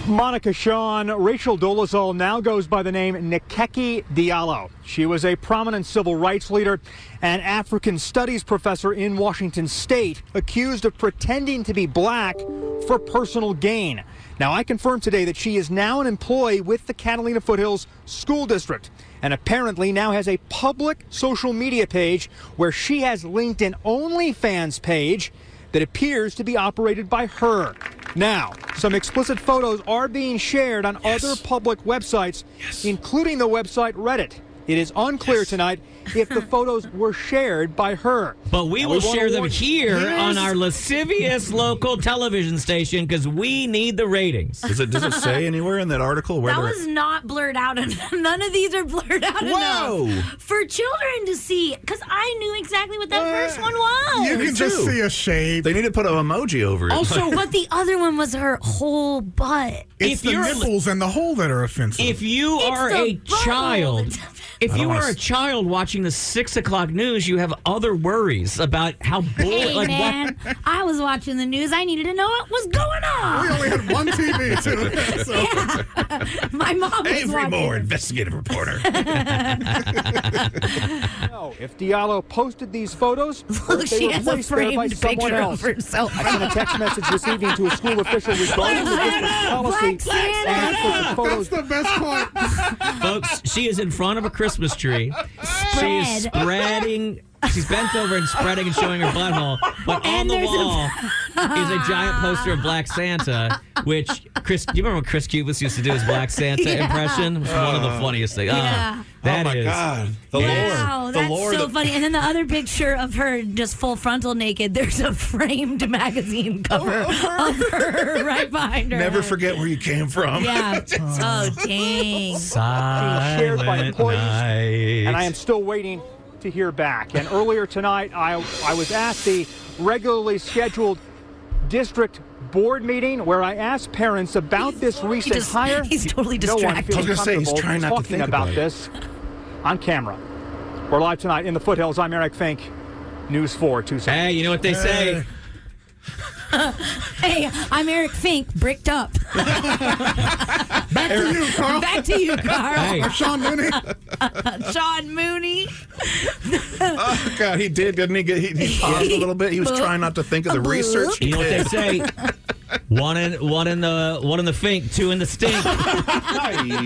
T: Monica Sean, Rachel Dolezal now goes by the name Nikeki Diallo. She was a prominent civil rights leader and African studies professor in Washington state, accused of pretending to be black for personal gain. Now, I confirmed today that she is now an employee with the Catalina Foothills School District and apparently now has a public social media page where she has linked an OnlyFans page that appears to be operated by her. Now, some explicit photos are being shared on other public websites, including the website Reddit. It is unclear tonight if the photos were shared by her.
B: But we will share them here on our lascivious
T: local.
B: local television station because we need the ratings.
Q: Does it, does it say anywhere in that article whether
D: That was not blurred out enough. None of these are blurred out
Q: Whoa.
D: enough for children to see. Because I knew exactly what that first one was.
Q: Me too.
A: a shape.
Q: They need to put an emoji over it.
D: Also, but the other one was her whole butt.
A: It's the nipples and the hole that are offensive.
B: If you are
D: the
B: a
D: bubble.
B: child,
A: I
B: if
A: don't
B: you
A: wanna
B: are a
A: s-
B: child watching the six o'clock news, you have other worries about how bull-
D: Hey,
B: like what-
D: man, I was watching the news. I needed to know what was going on. We only
A: had one TV,
D: too. My mom was
Q: Avery
D: watching.
Q: Moore, investigative reporter.
T: No, if Diallo posted these photos, or
D: Look,
T: if they
D: she
T: were
D: has a
T: placed there by
D: framed
T: someone
D: picture of
T: else.
D: herself.
T: I sent a text message this evening to a school official regarding the district's policy. and explicit photos
A: Ah, That's the best part.
B: folks? She is in front of a Christmas tree. She is
D: Spread.
B: spreading. She's bent over and spreading and showing her butthole, but on
D: And
B: the
D: there's a-
B: wall is a giant poster of Black Santa, which Chris. Do you remember when Chris Cubis used to do his Black Santa
D: Yeah.
B: impression? It was one of the funniest things.
D: Yeah.
B: Ah, that
Q: Uh. Oh my
B: is-
Q: God. The
D: Wow,
Q: lore. The
D: that's
Q: lore
D: so
Q: that-
D: funny. And then the other picture of her just full frontal naked, there's a framed magazine cover
A: Oh,
D: of her right behind her.
Q: Never forget where you came from.
D: Yeah. oh, dang.
T: shared by employees,
B: night.
T: and I am still waiting to hear back. And earlier tonight, I, I was at the regularly scheduled district board meeting where I asked parents about this recent
D: just-
T: hire.
D: he's totally
T: No one
D: distracted.
T: feels
D: I was gonna say, he's
T: comfortable
D: trying not to
T: talking
D: think about
T: about
D: it.
T: this on camera. We're live tonight in the foothills. I'm Eric Fink, News 4, Tucson.
B: Hey, you know what they say?
D: Uh, hey, I'm Eric Fink, bricked up.
A: Back to you, Carl.
D: Back to you, Carl.
A: Or Sean Mooney.
D: Sean Mooney.
Q: oh God, he did, didn't he? Get, he, he paused a little bit. He was trying not to think of the research. he
B: You know what they
Q: did.
B: say? One in one in the one in the fink, two in the stink.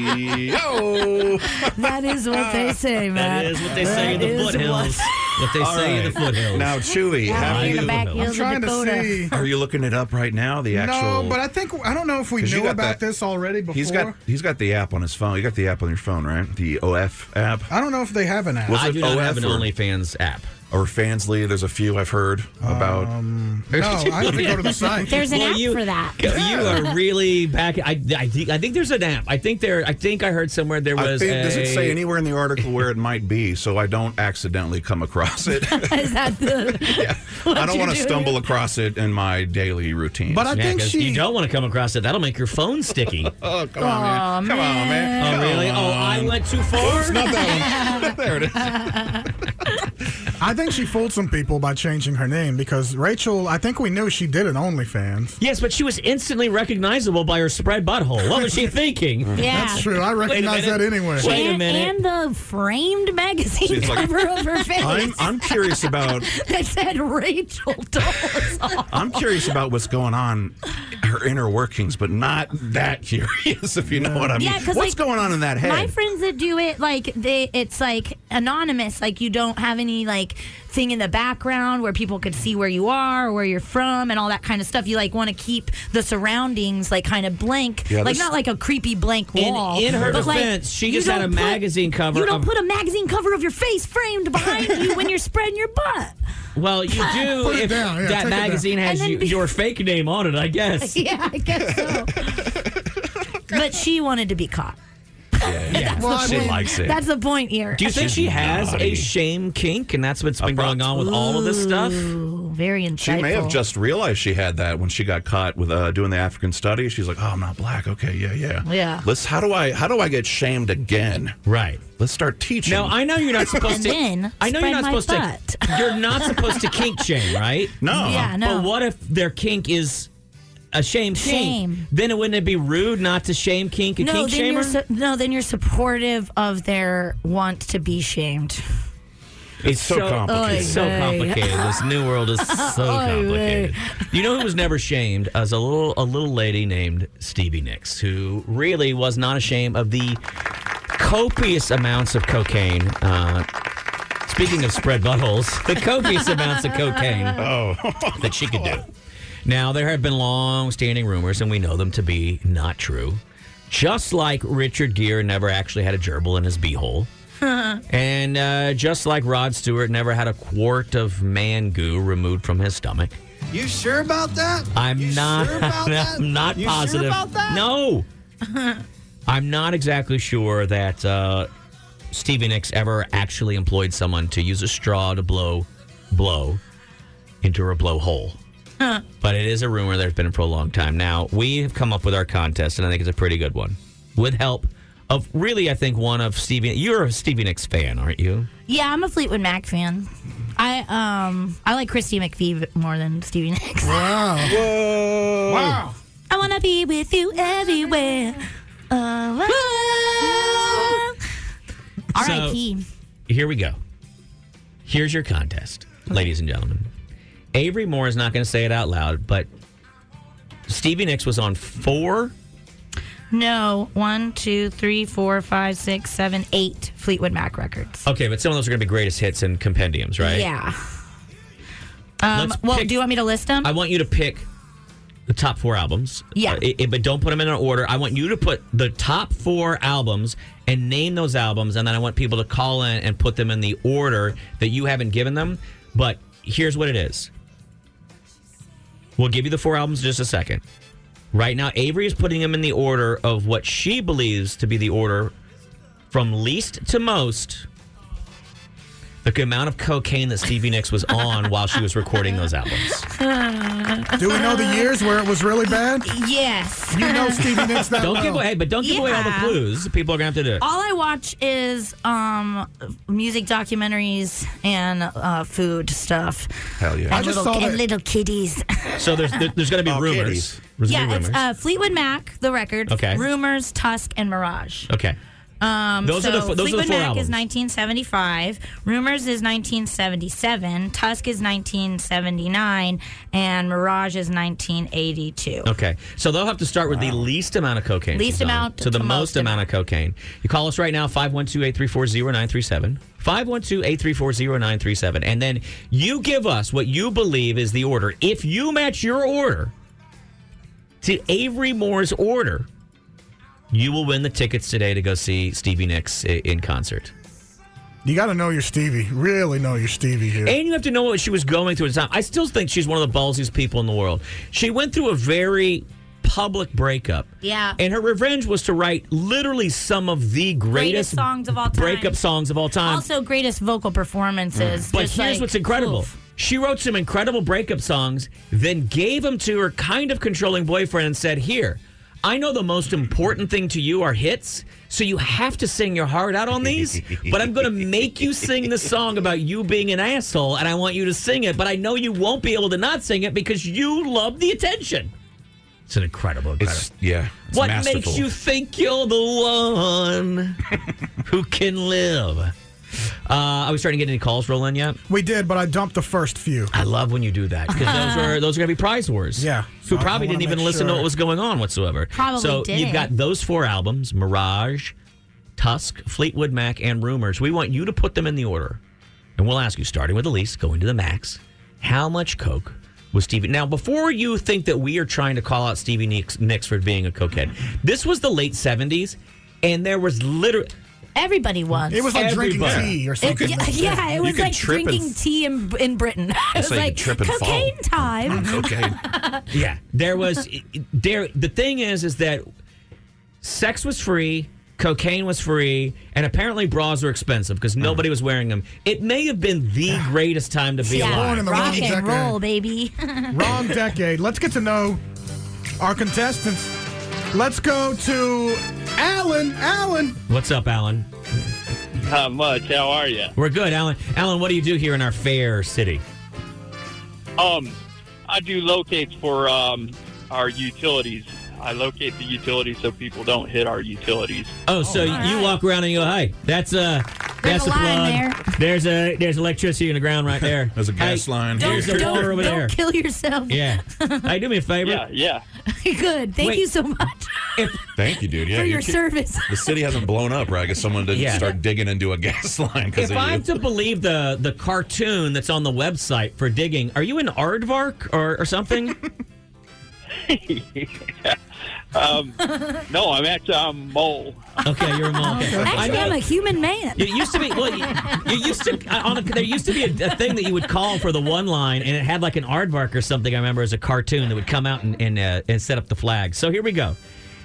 Q: Yo.
D: That is what they say, man.
B: That is what they say in
D: That
B: the
D: is
B: foothills. What they
Q: All
B: say in the
Q: right.
B: foothills.
Q: Now, Chewy,
D: Yeah,
Q: have
D: I'm in the
Q: you-
D: back hills of
A: trying to
D: Dakota.
A: see.
Q: Are you looking it up right now? The actual.
A: No, but I think I don't know if we
Q: 'Cause you
A: knew
Q: got
A: about
Q: that-
A: this already before.
Q: He's got he's got the app on his phone. You got the app on your phone, right? The OF app.
A: I don't know if they have an app.
Q: Was
B: I
Q: it
B: do not
Q: OF
B: have an
Q: or-
B: OnlyFans app.
Q: Or Fansly, there's a few I've heard about.
A: Um, no, I have to go to the site.
D: There's an
B: Well,
D: app
B: you-
D: for that.
B: You are really back. I, I think I think there's an app. I think there. I think I heard somewhere there
Q: I
B: was.
Q: think, does it
B: a-
Q: say anywhere in the article where it might be, so I don't accidentally come across it.
D: is that the?
Q: I don't
D: you
Q: want to
D: doing?
Q: stumble across it in my daily routine.
A: But I
B: Yeah,
A: think
B: 'cause
A: she.
B: You don't want to come across it. That'll make your phone sticky.
Q: oh, come on, man.
D: Aw,
Q: Come on, man.
B: Oh, really? Oh, I
Q: Um,
B: went too far.
Q: Not that one. there it is.
A: I think she fooled some people by changing her name because Rachel. I think we knew she did an OnlyFans.
B: Yes, but she was instantly recognizable by her spread butthole. What was she thinking?
D: Yeah.
A: That's true. I recognize that
B: minute.
A: anyway.
B: Wait a
D: and,
B: minute.
D: and the framed magazine
Q: She's like-
D: cover of her face
Q: I'm, I'm curious about
D: that said Rachel Dolezal.
Q: I'm curious about what's going on her inner workings, but not that curious if you know what I mean.
D: Yeah, 'cause,
Q: what's
D: like,
Q: going on in that head?
D: My friends that do it, like they, it's like anonymous. Like you don't have any like thing in the background where people could see where you are, or where you're from, and all that kind of stuff. You like want to keep the surroundings like kind of blank,
Q: Yeah,
D: like
Q: this-
D: not like a creepy blank
B: In-
D: wall.
B: in her
D: but, like,
B: defense, she
D: you
B: just had
D: don't
B: a magazine cover
D: You don't
B: of-
D: put a magazine cover of your face framed behind you when you're spreading your butt.
B: Well, you do
A: Put it
B: if
A: down, yeah, take
B: that
A: it
B: magazine
D: down.
B: has
D: And then
B: you,
D: be-
B: your fake name on it, I guess.
D: Yeah, I guess so. but she wanted to be caught.
Q: yeah,
D: Well, I
Q: she
D: mean,
Q: likes it.
D: That's the point here.
B: Do you think she has a
Q: naughty.
B: shame kink and that's what's been going on with all of this stuff?
D: Ooh. Very insightful.
Q: She may have just realized she had that when she got caught with uh, doing the African study. She's like, "Oh, I'm not black. Okay, yeah, yeah,
D: Yeah.
Q: Let's. How do I? How do I get shamed again?
B: Right.
Q: Let's start teaching.
B: Now I know you're not supposed
D: And
B: to.
D: then
B: I know you're
D: spread
B: not
D: my
B: supposed to. You're not supposed to kink shame, right?
Q: No.
D: Yeah, no.
B: But what if their kink is a shame kink?
D: Shame.
B: Then wouldn't it be rude not to shame kink a
D: no,
B: kink
D: then
B: shamer?
D: you're su- no, then you're supportive of their want to be shamed.
B: It's
D: so complicated.
B: It's so
D: Oy vey.
B: complicated. This new world is so
D: Oy vey.
B: complicated. You know who was never shamed? As a little a little lady named Stevie Nicks, who really was not ashamed of the copious amounts of cocaine. Uh, speaking of spread buttholes, the copious amounts of cocaine
Q: oh.
B: that she could do. Now there have been long-standing rumors, and we know them to be not true. Just like Richard Gere never actually had a gerbil in his beehole. And uh, just like Rod Stewart never had a quart of man goo removed from his stomach,
U: You sure about that?
B: I'm not.
U: sure about that?
B: I'm not
U: You sure
B: positive.
U: about that?
B: No, I'm not exactly sure that uh, Stevie Nicks ever actually employed someone to use a straw to blow, blow, into her blowhole. But it is a rumor that's been for a long time. Now, we have come up with our contest, and I think it's a pretty good one. With help of really, I think, one of Stevie. You're a Stevie Nicks fan, aren't you?
D: Yeah, I'm a Fleetwood Mac fan. I um I like Christy McPhee more than Stevie Nicks.
A: Wow.
D: Whoa.
A: Wow.
D: I wanna be with you everywhere. Uh, whoa. R.I.P.
B: Here we go. Here's your contest, ladies and gentlemen. Avery Moore is not going to say it out loud, but Stevie Nicks was on four.
D: no, one, two, three, four, five, six, seven, eight Fleetwood Mac records.
B: Okay, but some of those are going to be greatest hits and compendiums, right?
D: Yeah. Um,
B: Let's
D: well,
B: pick-
D: do you want me to list them?
B: I want you to pick the top four albums.
D: Yeah.
B: Uh, it- it- but don't put them in an order. I want you to put the top four albums and name those albums, and then I want people to call in and put them in the order that you haven't given them. But here's what it is. We'll give you the four albums in just a second. Right now, Avery is putting them in the order of what she believes to be the order from least to most. The amount of cocaine that Stevie Nicks was on while she was recording those albums.
A: Do we know the years where it was really bad?
D: Um, Yes.
A: You know Stevie Nicks that
B: don't
A: well.
B: give away, but don't give away all the
D: Yeah.
B: clues. People are gonna have to do. it.
D: All I watch is um, music documentaries and uh, food stuff.
Q: Hell Oh, yeah.
D: And,
Q: I just
D: little,
Q: saw
D: and
Q: that-
D: little kitties.
B: So there's there- there's gonna be rumors. There's gonna
D: yeah,
B: be rumors.
D: it's uh, Fleetwood Mac, the record.
B: Okay.
D: Rumors, Tusk, and Mirage.
B: okay.
D: Um,
B: Those
D: so
B: are the f- those are the
D: Fleetwood
B: four
D: Mac
B: albums.
D: is 1975. Rumors is 1977. Tusk is 1979, and Mirage is 1982.
B: Okay, so they'll have to start with the least amount of cocaine.
D: Least
B: she's on
D: amount
B: to the
D: to
B: most
D: most
B: amount of cocaine. You call us right now, 512-834-0937. 512-834-0937. And then you give us what you believe is the order. If you match your order to Avery Moore's order, you will win the tickets today to go see Stevie Nicks i- in concert.
A: You got to know your Stevie. Really know your Stevie here.
B: And you have to know what she was going through at the time. I still think she's one of the ballsiest people in the world. She went through a very public breakup.
D: Yeah.
B: And her revenge was to write literally some of the
D: Greatest
B: greatest,
D: songs of all time.
B: breakup songs of all time.
D: Also, greatest vocal performances.
B: um, Mm-hmm. but
D: Just
B: here's
D: like-
B: what's incredible.
D: oof.
B: She wrote some incredible breakup songs, then gave them to her kind of controlling boyfriend and said, Here, I know the most important thing to you are hits, so you have to sing your heart out on these, but I'm going to make you sing this song about you being an asshole, and I want you to sing it, but I know you won't be able to not sing it because you love the attention. It's an incredible.
Q: It's yeah. It's
B: what
Q: masterful.
B: makes you think you're the one who can live? Uh, I was trying to get any calls rolling yet.
A: We did, but I dumped the first few.
B: I love when you do that because those are those are going to be prize wars.
A: Yeah.
B: who
A: I- I
B: probably
A: wanna
B: didn't even
A: make
B: listen to
A: sure.
B: what was going on whatsoever.
A: Probably
B: so
A: didn't.
B: you've got those four albums: Mirage, Tusk, Fleetwood Mac, and Rumors. We want you to put them in the order, and we'll ask you, starting with the least, going to the max, how much coke was Stevie? Now, before you think that we are trying to call out Stevie Nicks, Nicks for being a cokehead, this was the late '70s, and there was literally.
D: Everybody was.
A: It was like drinking
B: Everybody.
A: tea or
B: It-
A: something.
D: yeah,
A: like that.
D: yeah, it was
B: could
D: like
B: trip and-
D: drinking tea in, in Britain. It
B: That's
D: was
B: how you
D: like
B: trip and fall. Mm,
D: cocaine time.
Q: cocaine.
B: Yeah, there was there. The thing is, is that sex was free. cocaine was free, and apparently bras were expensive because nobody was wearing them. It may have been the greatest time to be
D: yeah,
B: alive.
D: rock and roll, baby.
A: Wrong decade. Let's get to know our contestants. Let's go to Alan. Alan.
B: What's up, Alan?
V: Not much. How are you?
B: We're good, Alan. Alan, what do you do here in our fair city?
V: Um, I do locates for um, our utilities. I locate the utilities so people don't hit our utilities.
B: Oh, so you walk around and you go, "Hey, that's a that's
V: There's a
B: plug.
V: line
B: There's a there's electricity in the ground right there.
Q: There's a gas line.
B: There's
Q: here.
B: a water over
D: Don't
B: there.
D: kill yourself.
B: Yeah. hey, do me a favor. Yeah,
V: yeah.
D: Good. Thank
B: Wait.
D: you so much.
Q: Thank you, dude. Yeah,
D: For
Q: you
D: your
Q: keep-
D: service.
Q: The city hasn't blown up, right? Because someone didn't
B: Yeah.
Q: start digging into a gas line because
B: If
Q: of
B: I'm
Q: you.
B: to believe the the cartoon that's on the website for digging, are you in Aardvark or, or something?
V: Um, no, I'm actually I'm a mole.
B: Okay, you're a mole. Okay. I
D: Actually,
B: know.
D: I'm a human man.
B: It used to be well. You, you used to uh, on a, there used to be a, a thing that you would call for the one line, and it had like an aardvark or something. I remember as a cartoon that would come out and and, uh, and set up the flag. So here we go.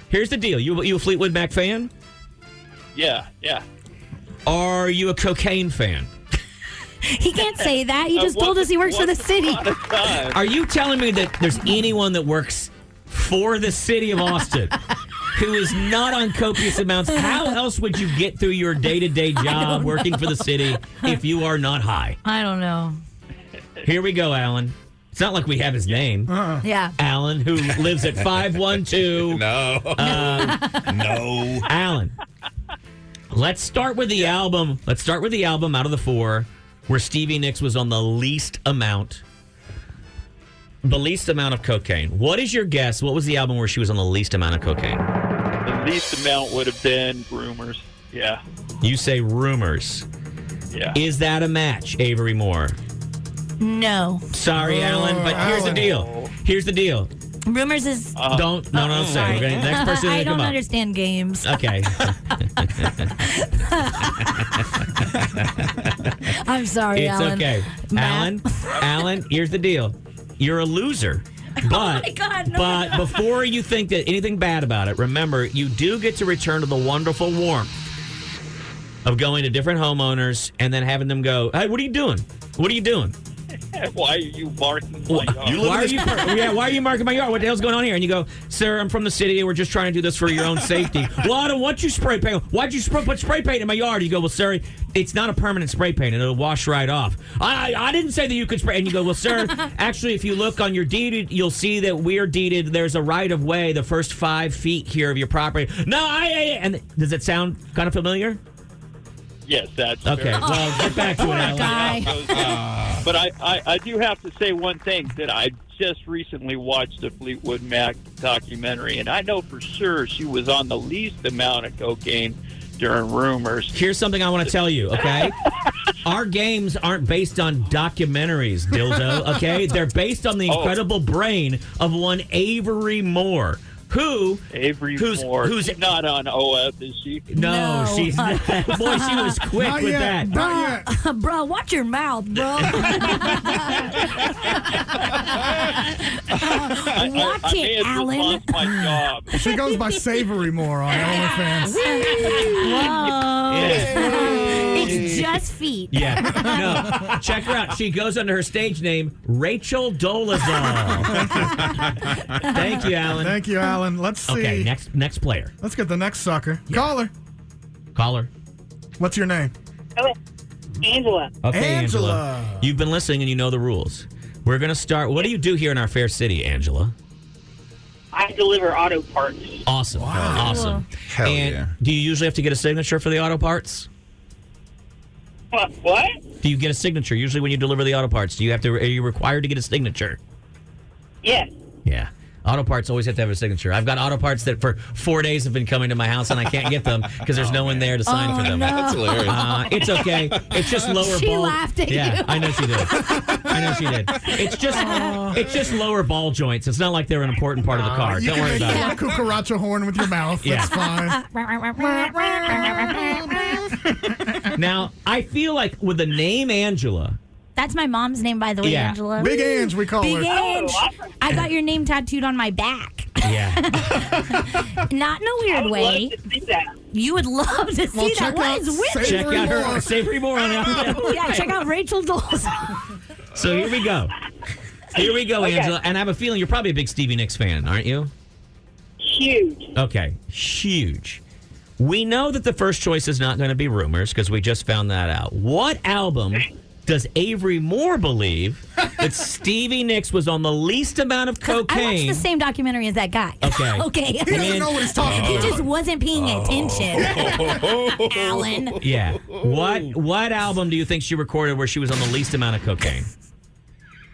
B: Here's the deal. You you a Fleetwood Mac fan?
V: Yeah, yeah.
B: Are you a cocaine fan?
D: He can't say that. He
V: Uh,
D: just told
V: once-
D: us he works for the
V: once
D: city.
V: upon a time-
B: Are you telling me that there's anyone that works for the city of Austin who is not on copious amounts? How else would you get through your day to day job
D: don't
B: working for
D: know.
B: the city if you are not high?
D: I don't know.
B: Here we go, Alan. It's not like we have his name.
D: Yeah.
B: Alan, who lives at 512.
Q: no. no.
B: Um, Alan, let's start with the album. Let's start with the album out of the four where Stevie Nicks was on the least amount, the least amount of cocaine. What is your guess? What was the album where she was on the least amount of cocaine?
V: The least amount would have been rumors. Yeah.
B: You say rumors.
V: Yeah.
B: Is that a match, Avery Moore?
D: No.
B: Sorry, Alan, but here's
D: Oh,
B: the deal. Here's the deal.
D: Rumors is.
B: don't no no
D: Oh,
B: no say.
D: sorry.
B: Okay, next person to
D: I don't
B: come Uh, up.
D: understand games.
B: Okay.
D: I'm sorry,
B: it's
D: Alan.
B: okay. Alan, Alan, here's the deal. You're a loser. But,
D: Oh my God, no.
B: but before you think that anything bad about it, remember you do get to return to the wonderful warmth of going to different homeowners and then having them go, "Hey, what are you doing? What are you doing?
V: Why are you marking my yard?
B: why are you par- yeah, why are you marking my yard? What the hell's going on here? And you go, sir, I'm from the city. We're just trying to do this for your own safety. well, I don't want you spray paint. Why'd you spray, put spray paint in my yard? You go, well, sir, it's not a permanent spray paint. and It'll wash right off. I I didn't say that you could spray. And you go, well, sir, actually, if you look on your deed, you'll see that we're deeded. There's a right of way the first five feet here of your property. No, I. I and does it sound kind of familiar?
V: Yes, that's
B: Okay,
V: fair.
B: well, get back to it, Poor Alan. guy.
V: but I, I, I do have to say one thing that I just recently watched the Fleetwood Mac documentary, and I know for sure she was on the least amount of cocaine during rumors.
B: Here's something I want to tell you, okay? Our games aren't based on documentaries, dildo, okay? They're based on the
V: Oh.
B: incredible brain of one Avery Moore, who
V: Avery
B: who's,
V: Moore,
B: who's
V: she's not on OF, is she?
B: no, she's not. oh, boy, she was quick with that.
D: Bruh, bruh, watch your mouth, bro.
V: I, I, I
D: watch
V: may
D: it,
V: have just
D: Alan.
V: lost my job.
A: She goes by Savory more on OnlyFans.
D: Whoa.
B: Yeah.
D: It's just feet.
B: Yeah, no. Check her out. She goes under her stage name, Rachel Dolezal. Thank you, Alan.
A: Thank you, Alan. Let's see.
B: Okay, next next player.
A: Let's get the next sucker. Caller.
B: Caller.
A: What's your name?
W: Angela.
B: Okay, Angela. You've been listening and you know the rules. We're going to start. What do you do here in our fair city, Angela?
W: I deliver auto parts.
B: Awesome. Awesome.
Q: Hell
B: and
Q: yeah.
B: do you usually have to get a signature for the auto parts?
W: What? what?
B: Do you get a signature usually when you deliver the auto parts? Do you have to are you required to get a signature?
W: Yes.
B: Yeah. Auto parts always have to have a signature. I've got auto parts that for four days have been coming to my house and I can't get them because there's no one there to sign
W: Oh,
B: for them.
W: no. That's hilarious.
B: Uh, it's okay. It's just lower
W: She
B: ball.
W: laughed at
B: yeah,
W: you.
B: I know she did. I know she did. It's just it's just lower ball joints. It's not like they're an important part of the car.
A: you
B: Don't
A: can
B: worry
A: make
B: about it.
A: a cucaracha horn with your mouth.
B: Yeah.
A: That's fine.
B: Now, I feel like with the name Angela,
D: That's my mom's name, by the way,
B: Yeah.
D: Angela.
B: Big Ange, we call
D: Big
B: her. Oh,
D: Ange. I got your name tattooed on my back.
B: yeah,
D: Not in a weird way.
W: See that?
D: You would love to see
S: Well,
D: that.
S: check
D: What
S: out
D: is with
S: Savory
D: it?
S: Check out her- Moore. Savory Moore on Outback.
D: yeah, check out Rachel Dolezal.
B: So here we go. Here we go,
D: Okay.
B: Angela. And I have a feeling you're probably a big Stevie Nicks fan, aren't you?
C: Huge.
B: Okay, huge. We know that the first choice is not going to be rumors because we just found that out. What album does Avery Moore believe that Stevie Nicks was on the least amount of
D: I watched
B: cocaine?
D: the same documentary as that guy.
B: Okay. Oh.
D: okay.
B: He doesn't know what he's talking
D: He
B: about.
D: just wasn't paying attention. Alan.
B: yeah. What what album do you think she recorded where she was on the least amount of cocaine?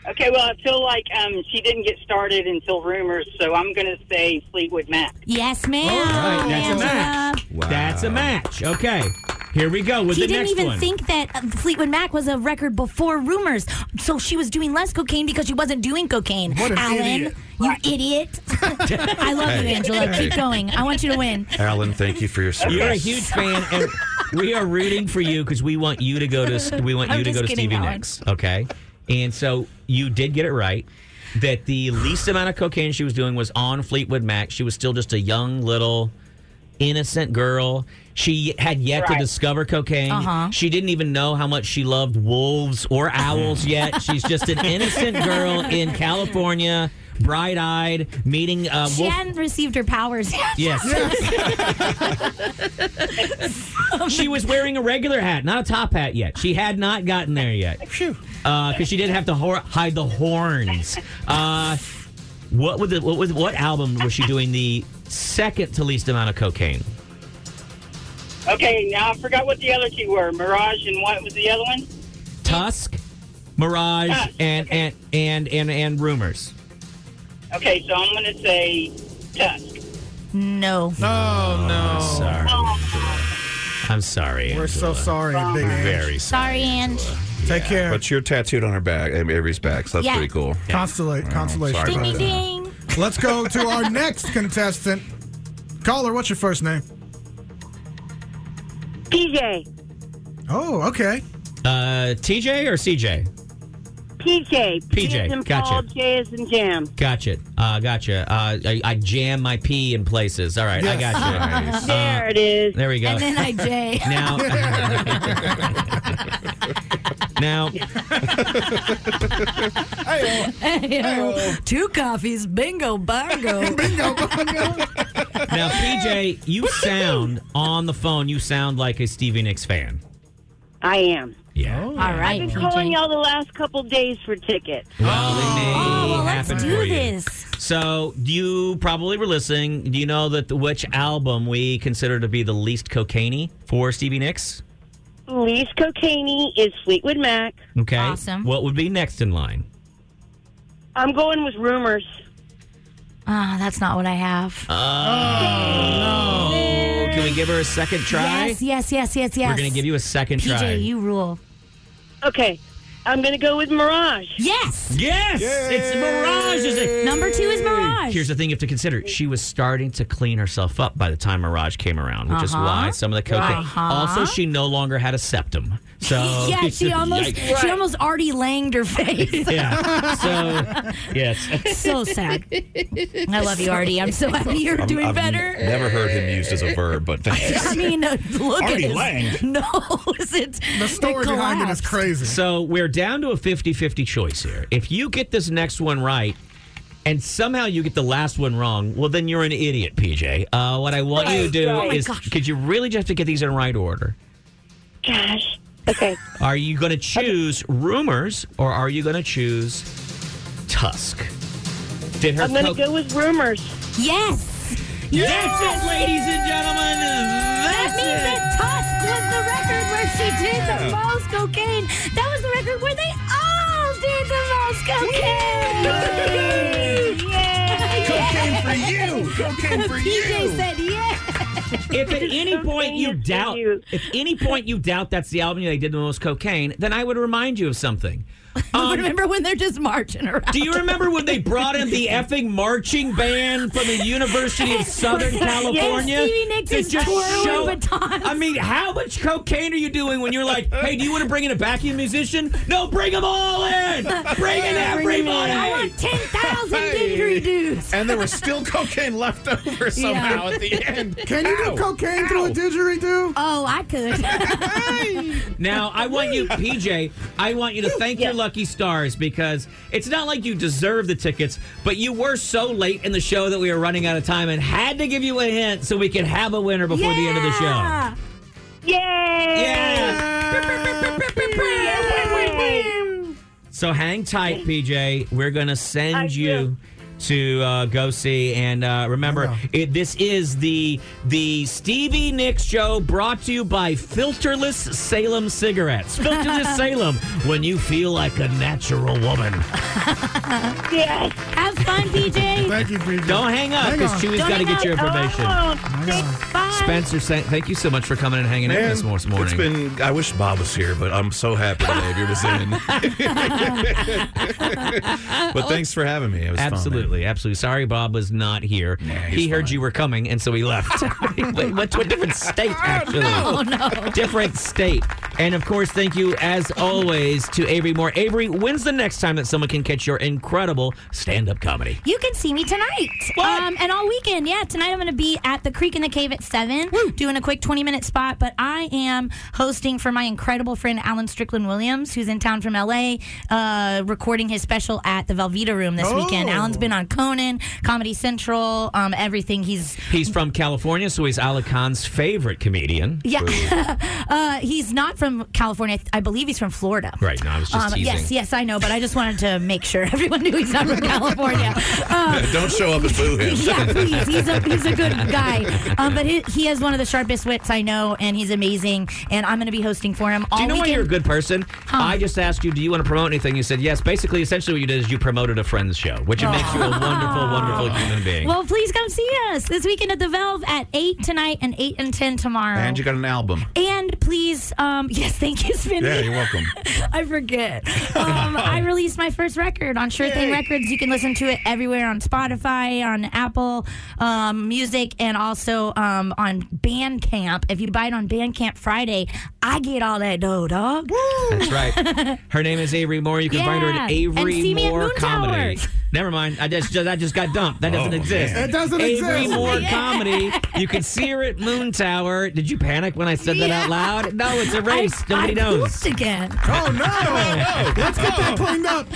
C: Okay, well, I feel like um, she didn't get started until rumors, so I'm going to say Fleetwood Mac.
D: Yes, ma'am.
B: All right, that's a
D: Angela.
B: match. That's a match. Okay. Here we go with the
D: She didn't
B: next
D: even
B: one.
D: think that uh, Fleetwood Mac was a record before rumors. So she was doing less cocaine because she wasn't doing cocaine.
S: What an
D: Alan,
S: idiot.
D: you idiot. I love you,
Q: Hey,
D: Angela.
Q: hey.
D: Keep going. I want you to win.
Q: Alan, thank you for your service.
B: You're a huge fan, and we are rooting for you because we want you to go to we want
D: I'm
B: you to go
D: just
B: to
D: kidding,
B: Stevie
D: Alan.
B: Nicks. Okay, and so you did get it right that the least amount of cocaine she was doing was on Fleetwood Mac. She was still just a young little innocent girl. She had yet to
S: Right.
B: discover cocaine.
S: Uh-huh.
B: She didn't even know how much she loved wolves or owls yet. She's just an innocent girl in California, bright-eyed, meeting uh,
D: she
B: wolf.
D: hadn't received her powers yet.
B: Yes. she was wearing a regular hat, not a top hat yet. She had not gotten there yet. Because she did have to hor- hide the horns. Uh, what would the, what was what album was she doing the second to least amount of cocaine?
C: Okay, now I forgot what the other two were Mirage and what was the other one?
B: Tusk, Mirage, and, and and and and rumors.
C: Okay, so I'm going to say Tusk.
D: No.
B: Oh, no! Sorry, I'm sorry.
A: We're so
B: Angela.
A: sorry, Big Ange.
Q: Very sorry.
D: Sorry, Ange.
A: Take care.
Q: But you're tattooed on her back, um, Avery's back, so that's
D: Yeah.
Q: pretty cool.
A: Constellate,
Q: Wow,
A: constellation.
Q: sorry about that.
D: ding.
A: Let's go to our next contestant. Caller, what's your first name?
C: PJ.
A: Oh, okay.
B: Uh, TJ or CJ?
C: PJ.
B: PJ, gotcha.
C: J is in Jam.
B: Gotcha. Uh, gotcha. Uh, I, I jam my P in places. All right, I
C: Yes.
B: gotcha.
C: Nice.
B: Uh,
C: There it is.
B: There we go.
C: And then I J.
B: Now. now.
D: oh. Two coffees, bingo, bongo. bingo, bongo.
B: Now, PJ, you sound on the phone. You sound like a Stevie Nicks fan.
C: I am.
B: Yeah.
C: All
D: right,
C: I've been
D: PJ.
C: calling y'all the last couple days for tickets.
B: oh, well,
D: let's do this.
B: So you probably were listening. Do you know that the, which album we consider to be the least cocaine for Stevie Nicks?
C: Least Cocaine is Fleetwood Mac.
B: Okay. Awesome. What would be next in line?
C: I'm going with rumors.
D: Ah, that's not what I have.
B: Oh, no. Can we give her a second try?
D: Yes, yes, yes, yes, yes.
B: We're going to give you a second
D: PJ,
B: try.
D: you rule.
C: Okay, I'm going to go with Mirage.
D: Yes.
B: Yes, it's Mirage. Is it?
D: Number two is Mirage. Mm.
B: Here's the thing you have to consider. She was starting to clean herself up by the time Mirage came around, which is
D: Uh-huh.
B: why some of the cocaine.
D: Uh-huh.
B: Also, she no longer had a septum. So
D: yeah, she almost
B: Oh, Yikes.
D: she almost already langed her face.
B: yeah. So yes.
D: so sad. I love you, Artie. I'm so happy you're
Q: I'm-
D: doing
Q: I've
D: better.
Q: n- never heard him used as a verb, but thanks.
D: I mean, uh, look
Q: Artie
D: at his
Q: Lang.
D: nose. It, the
A: story behind it is crazy.
B: So we're down to a 50-50 choice here. If you get this next one right. And somehow you get the last one wrong. Well, then you're an idiot, PJ. Uh, what I want you to do
C: Oh my
B: is,
C: gosh.
B: because you really just have to get these in right order.
C: Gosh. Okay.
B: Are you going to choose rumors or are you going to choose Tusk? Did her
C: I'm going to
B: coke-
C: go with rumors.
D: Yes.
B: Yes! That's it, ladies and gentlemen.
D: That
B: That's
D: means
B: it.
D: that Tusk was the record where she did the most cocaine. That was the record where they all did the most cocaine.
S: Cocaine for
D: you.
S: Cocaine for
D: PJ
S: you.
D: said yes.
B: If at any point you doubt, if any point you doubt that's the album they did the most cocaine, then I would remind you of something. Um,
D: remember when they're just marching around?
B: Do you remember when they brought in the effing marching band from the University of Southern California?
D: And Stevie Nicks
B: to
D: is
B: just
D: twirling
B: show-
D: batons.
B: I mean, how much cocaine are you doing when you're like, hey, do you want to bring in a backing musician? No, bring them all in. Bring in everybody.
D: I want 10,000 didgeridoos.
K: And there was still cocaine left over somehow at the end.
A: Can you
K: Ow.
A: do cocaine through a didgeridoo?
D: Oh, I could.
B: Now, I want you, PJ, I want you to thank your lucky stars because it's not like you deserve the tickets, but you were so late in the show that we were running out of time and had to give you a hint so we could have a winner before the end of the show.
W: Yay!
B: So hang tight, PJ. We're going to send you to uh, go see. And uh, remember, it, this is the the Stevie Nicks show brought to you by Filterless Salem Cigarettes. Filterless Salem, when you feel like a natural woman.
W: Yes.
D: Have fun, PJ.
A: Thank you, PJ.
B: Don't hang up because Chewy's
D: Don't
B: got to
D: hang
B: get your
D: up. Oh,
B: information. Spencer, sa- thank you so much for coming and hanging out
Q: Man,
B: with us this morning.
Q: It's been. I wish Bob was here, but I'm so happy Xavier was in. but thanks for having me. It was fun, man.
B: Uh, oh. absolutely, absolutely. Sorry, Bob was not here. he heard you were coming, and so he left. he went to a different state, actually.
N: no. Oh, no.
B: Different state. And of course, thank you as always to Avery Moore. Avery, when's the next time that someone can catch your incredible stand-up comedy?
D: You can see me tonight. Um, and all weekend. Yeah, tonight I'm going to be at the Creek in the Cave at 7, doing a quick 20 minute spot. But I am hosting for my incredible friend, Alan Strickland Williams, who's in town from LA, uh, recording his special at the Velveeta Room this weekend.
B: Oh.
D: Alan's been on Conan, Comedy Central, um, everything. He's
B: He's from California, so he's Ala Khan's favorite comedian.
D: Yeah. uh, he's not from California. I th- I believe he's from Florida.
B: Right, no, I was
D: Um,
B: just teasing.
D: yes, yes, I know, but I just wanted to make sure everyone knew he's not from California. Um,
Q: Don't show up and boo him.
D: yeah, please. He's a, he's a good guy. Um, but he, he has one of the sharpest wits I know, and he's amazing. And I'm going to be hosting for him all
B: Do you know why
D: weekend.
B: you're a good person? I just asked you, do you want to promote anything? You said yes. Basically, essentially, what you did is you promoted a friend's show, which makes you a wonderful, wonderful human being.
D: well, please come see us this weekend at the Valve at 8 tonight and 8 and 10 tomorrow.
Q: And you got an album.
D: And please, um, yes, thank you, Spinny.
Q: Yeah, you're welcome.
D: I forget. Um, I released my first record on Sure Thing Records. You can listen to it everywhere on Spotify, on Apple um, Music, and also um, on Bandcamp. If you buy it on Bandcamp Friday, I get all that dough, dog.
B: That's right. Her name is Avery Moore. You can find her at
D: Yeah. And
B: Avery
D: see me at
B: Moore
D: Moon
B: Comedy.
D: Towers.
B: Never mind. I just I just got dumped. That doesn't
N: Oh,
B: exist.
N: man. It doesn't
B: Avery
N: exist.
B: Moore
N: Yeah.
B: Comedy. You can see her at Moon Tower. Did you panic when I said that out loud? No, it's a race.
D: I,
B: Nobody
D: I
B: knows.
D: pooped again.
A: Oh no! Let's get that cleaned up.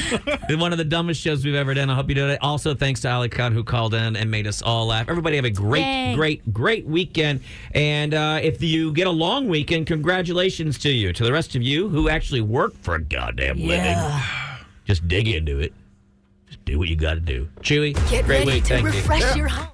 B: One of the dumbest shows we've ever done. I hope you did it. Also, thanks to Ali Khan who called in and made us all laugh. Everybody have a great,
N: Yay.
B: great, great weekend. And uh, if you get a long weekend, congratulations to you. To the rest of you who actually work for a goddamn
N: Yeah.
B: living, just dig into it. Just do what you got to do. Chewy,
N: Get
B: great
N: ready
B: week.
N: to
B: Thank you.
N: refresh your home.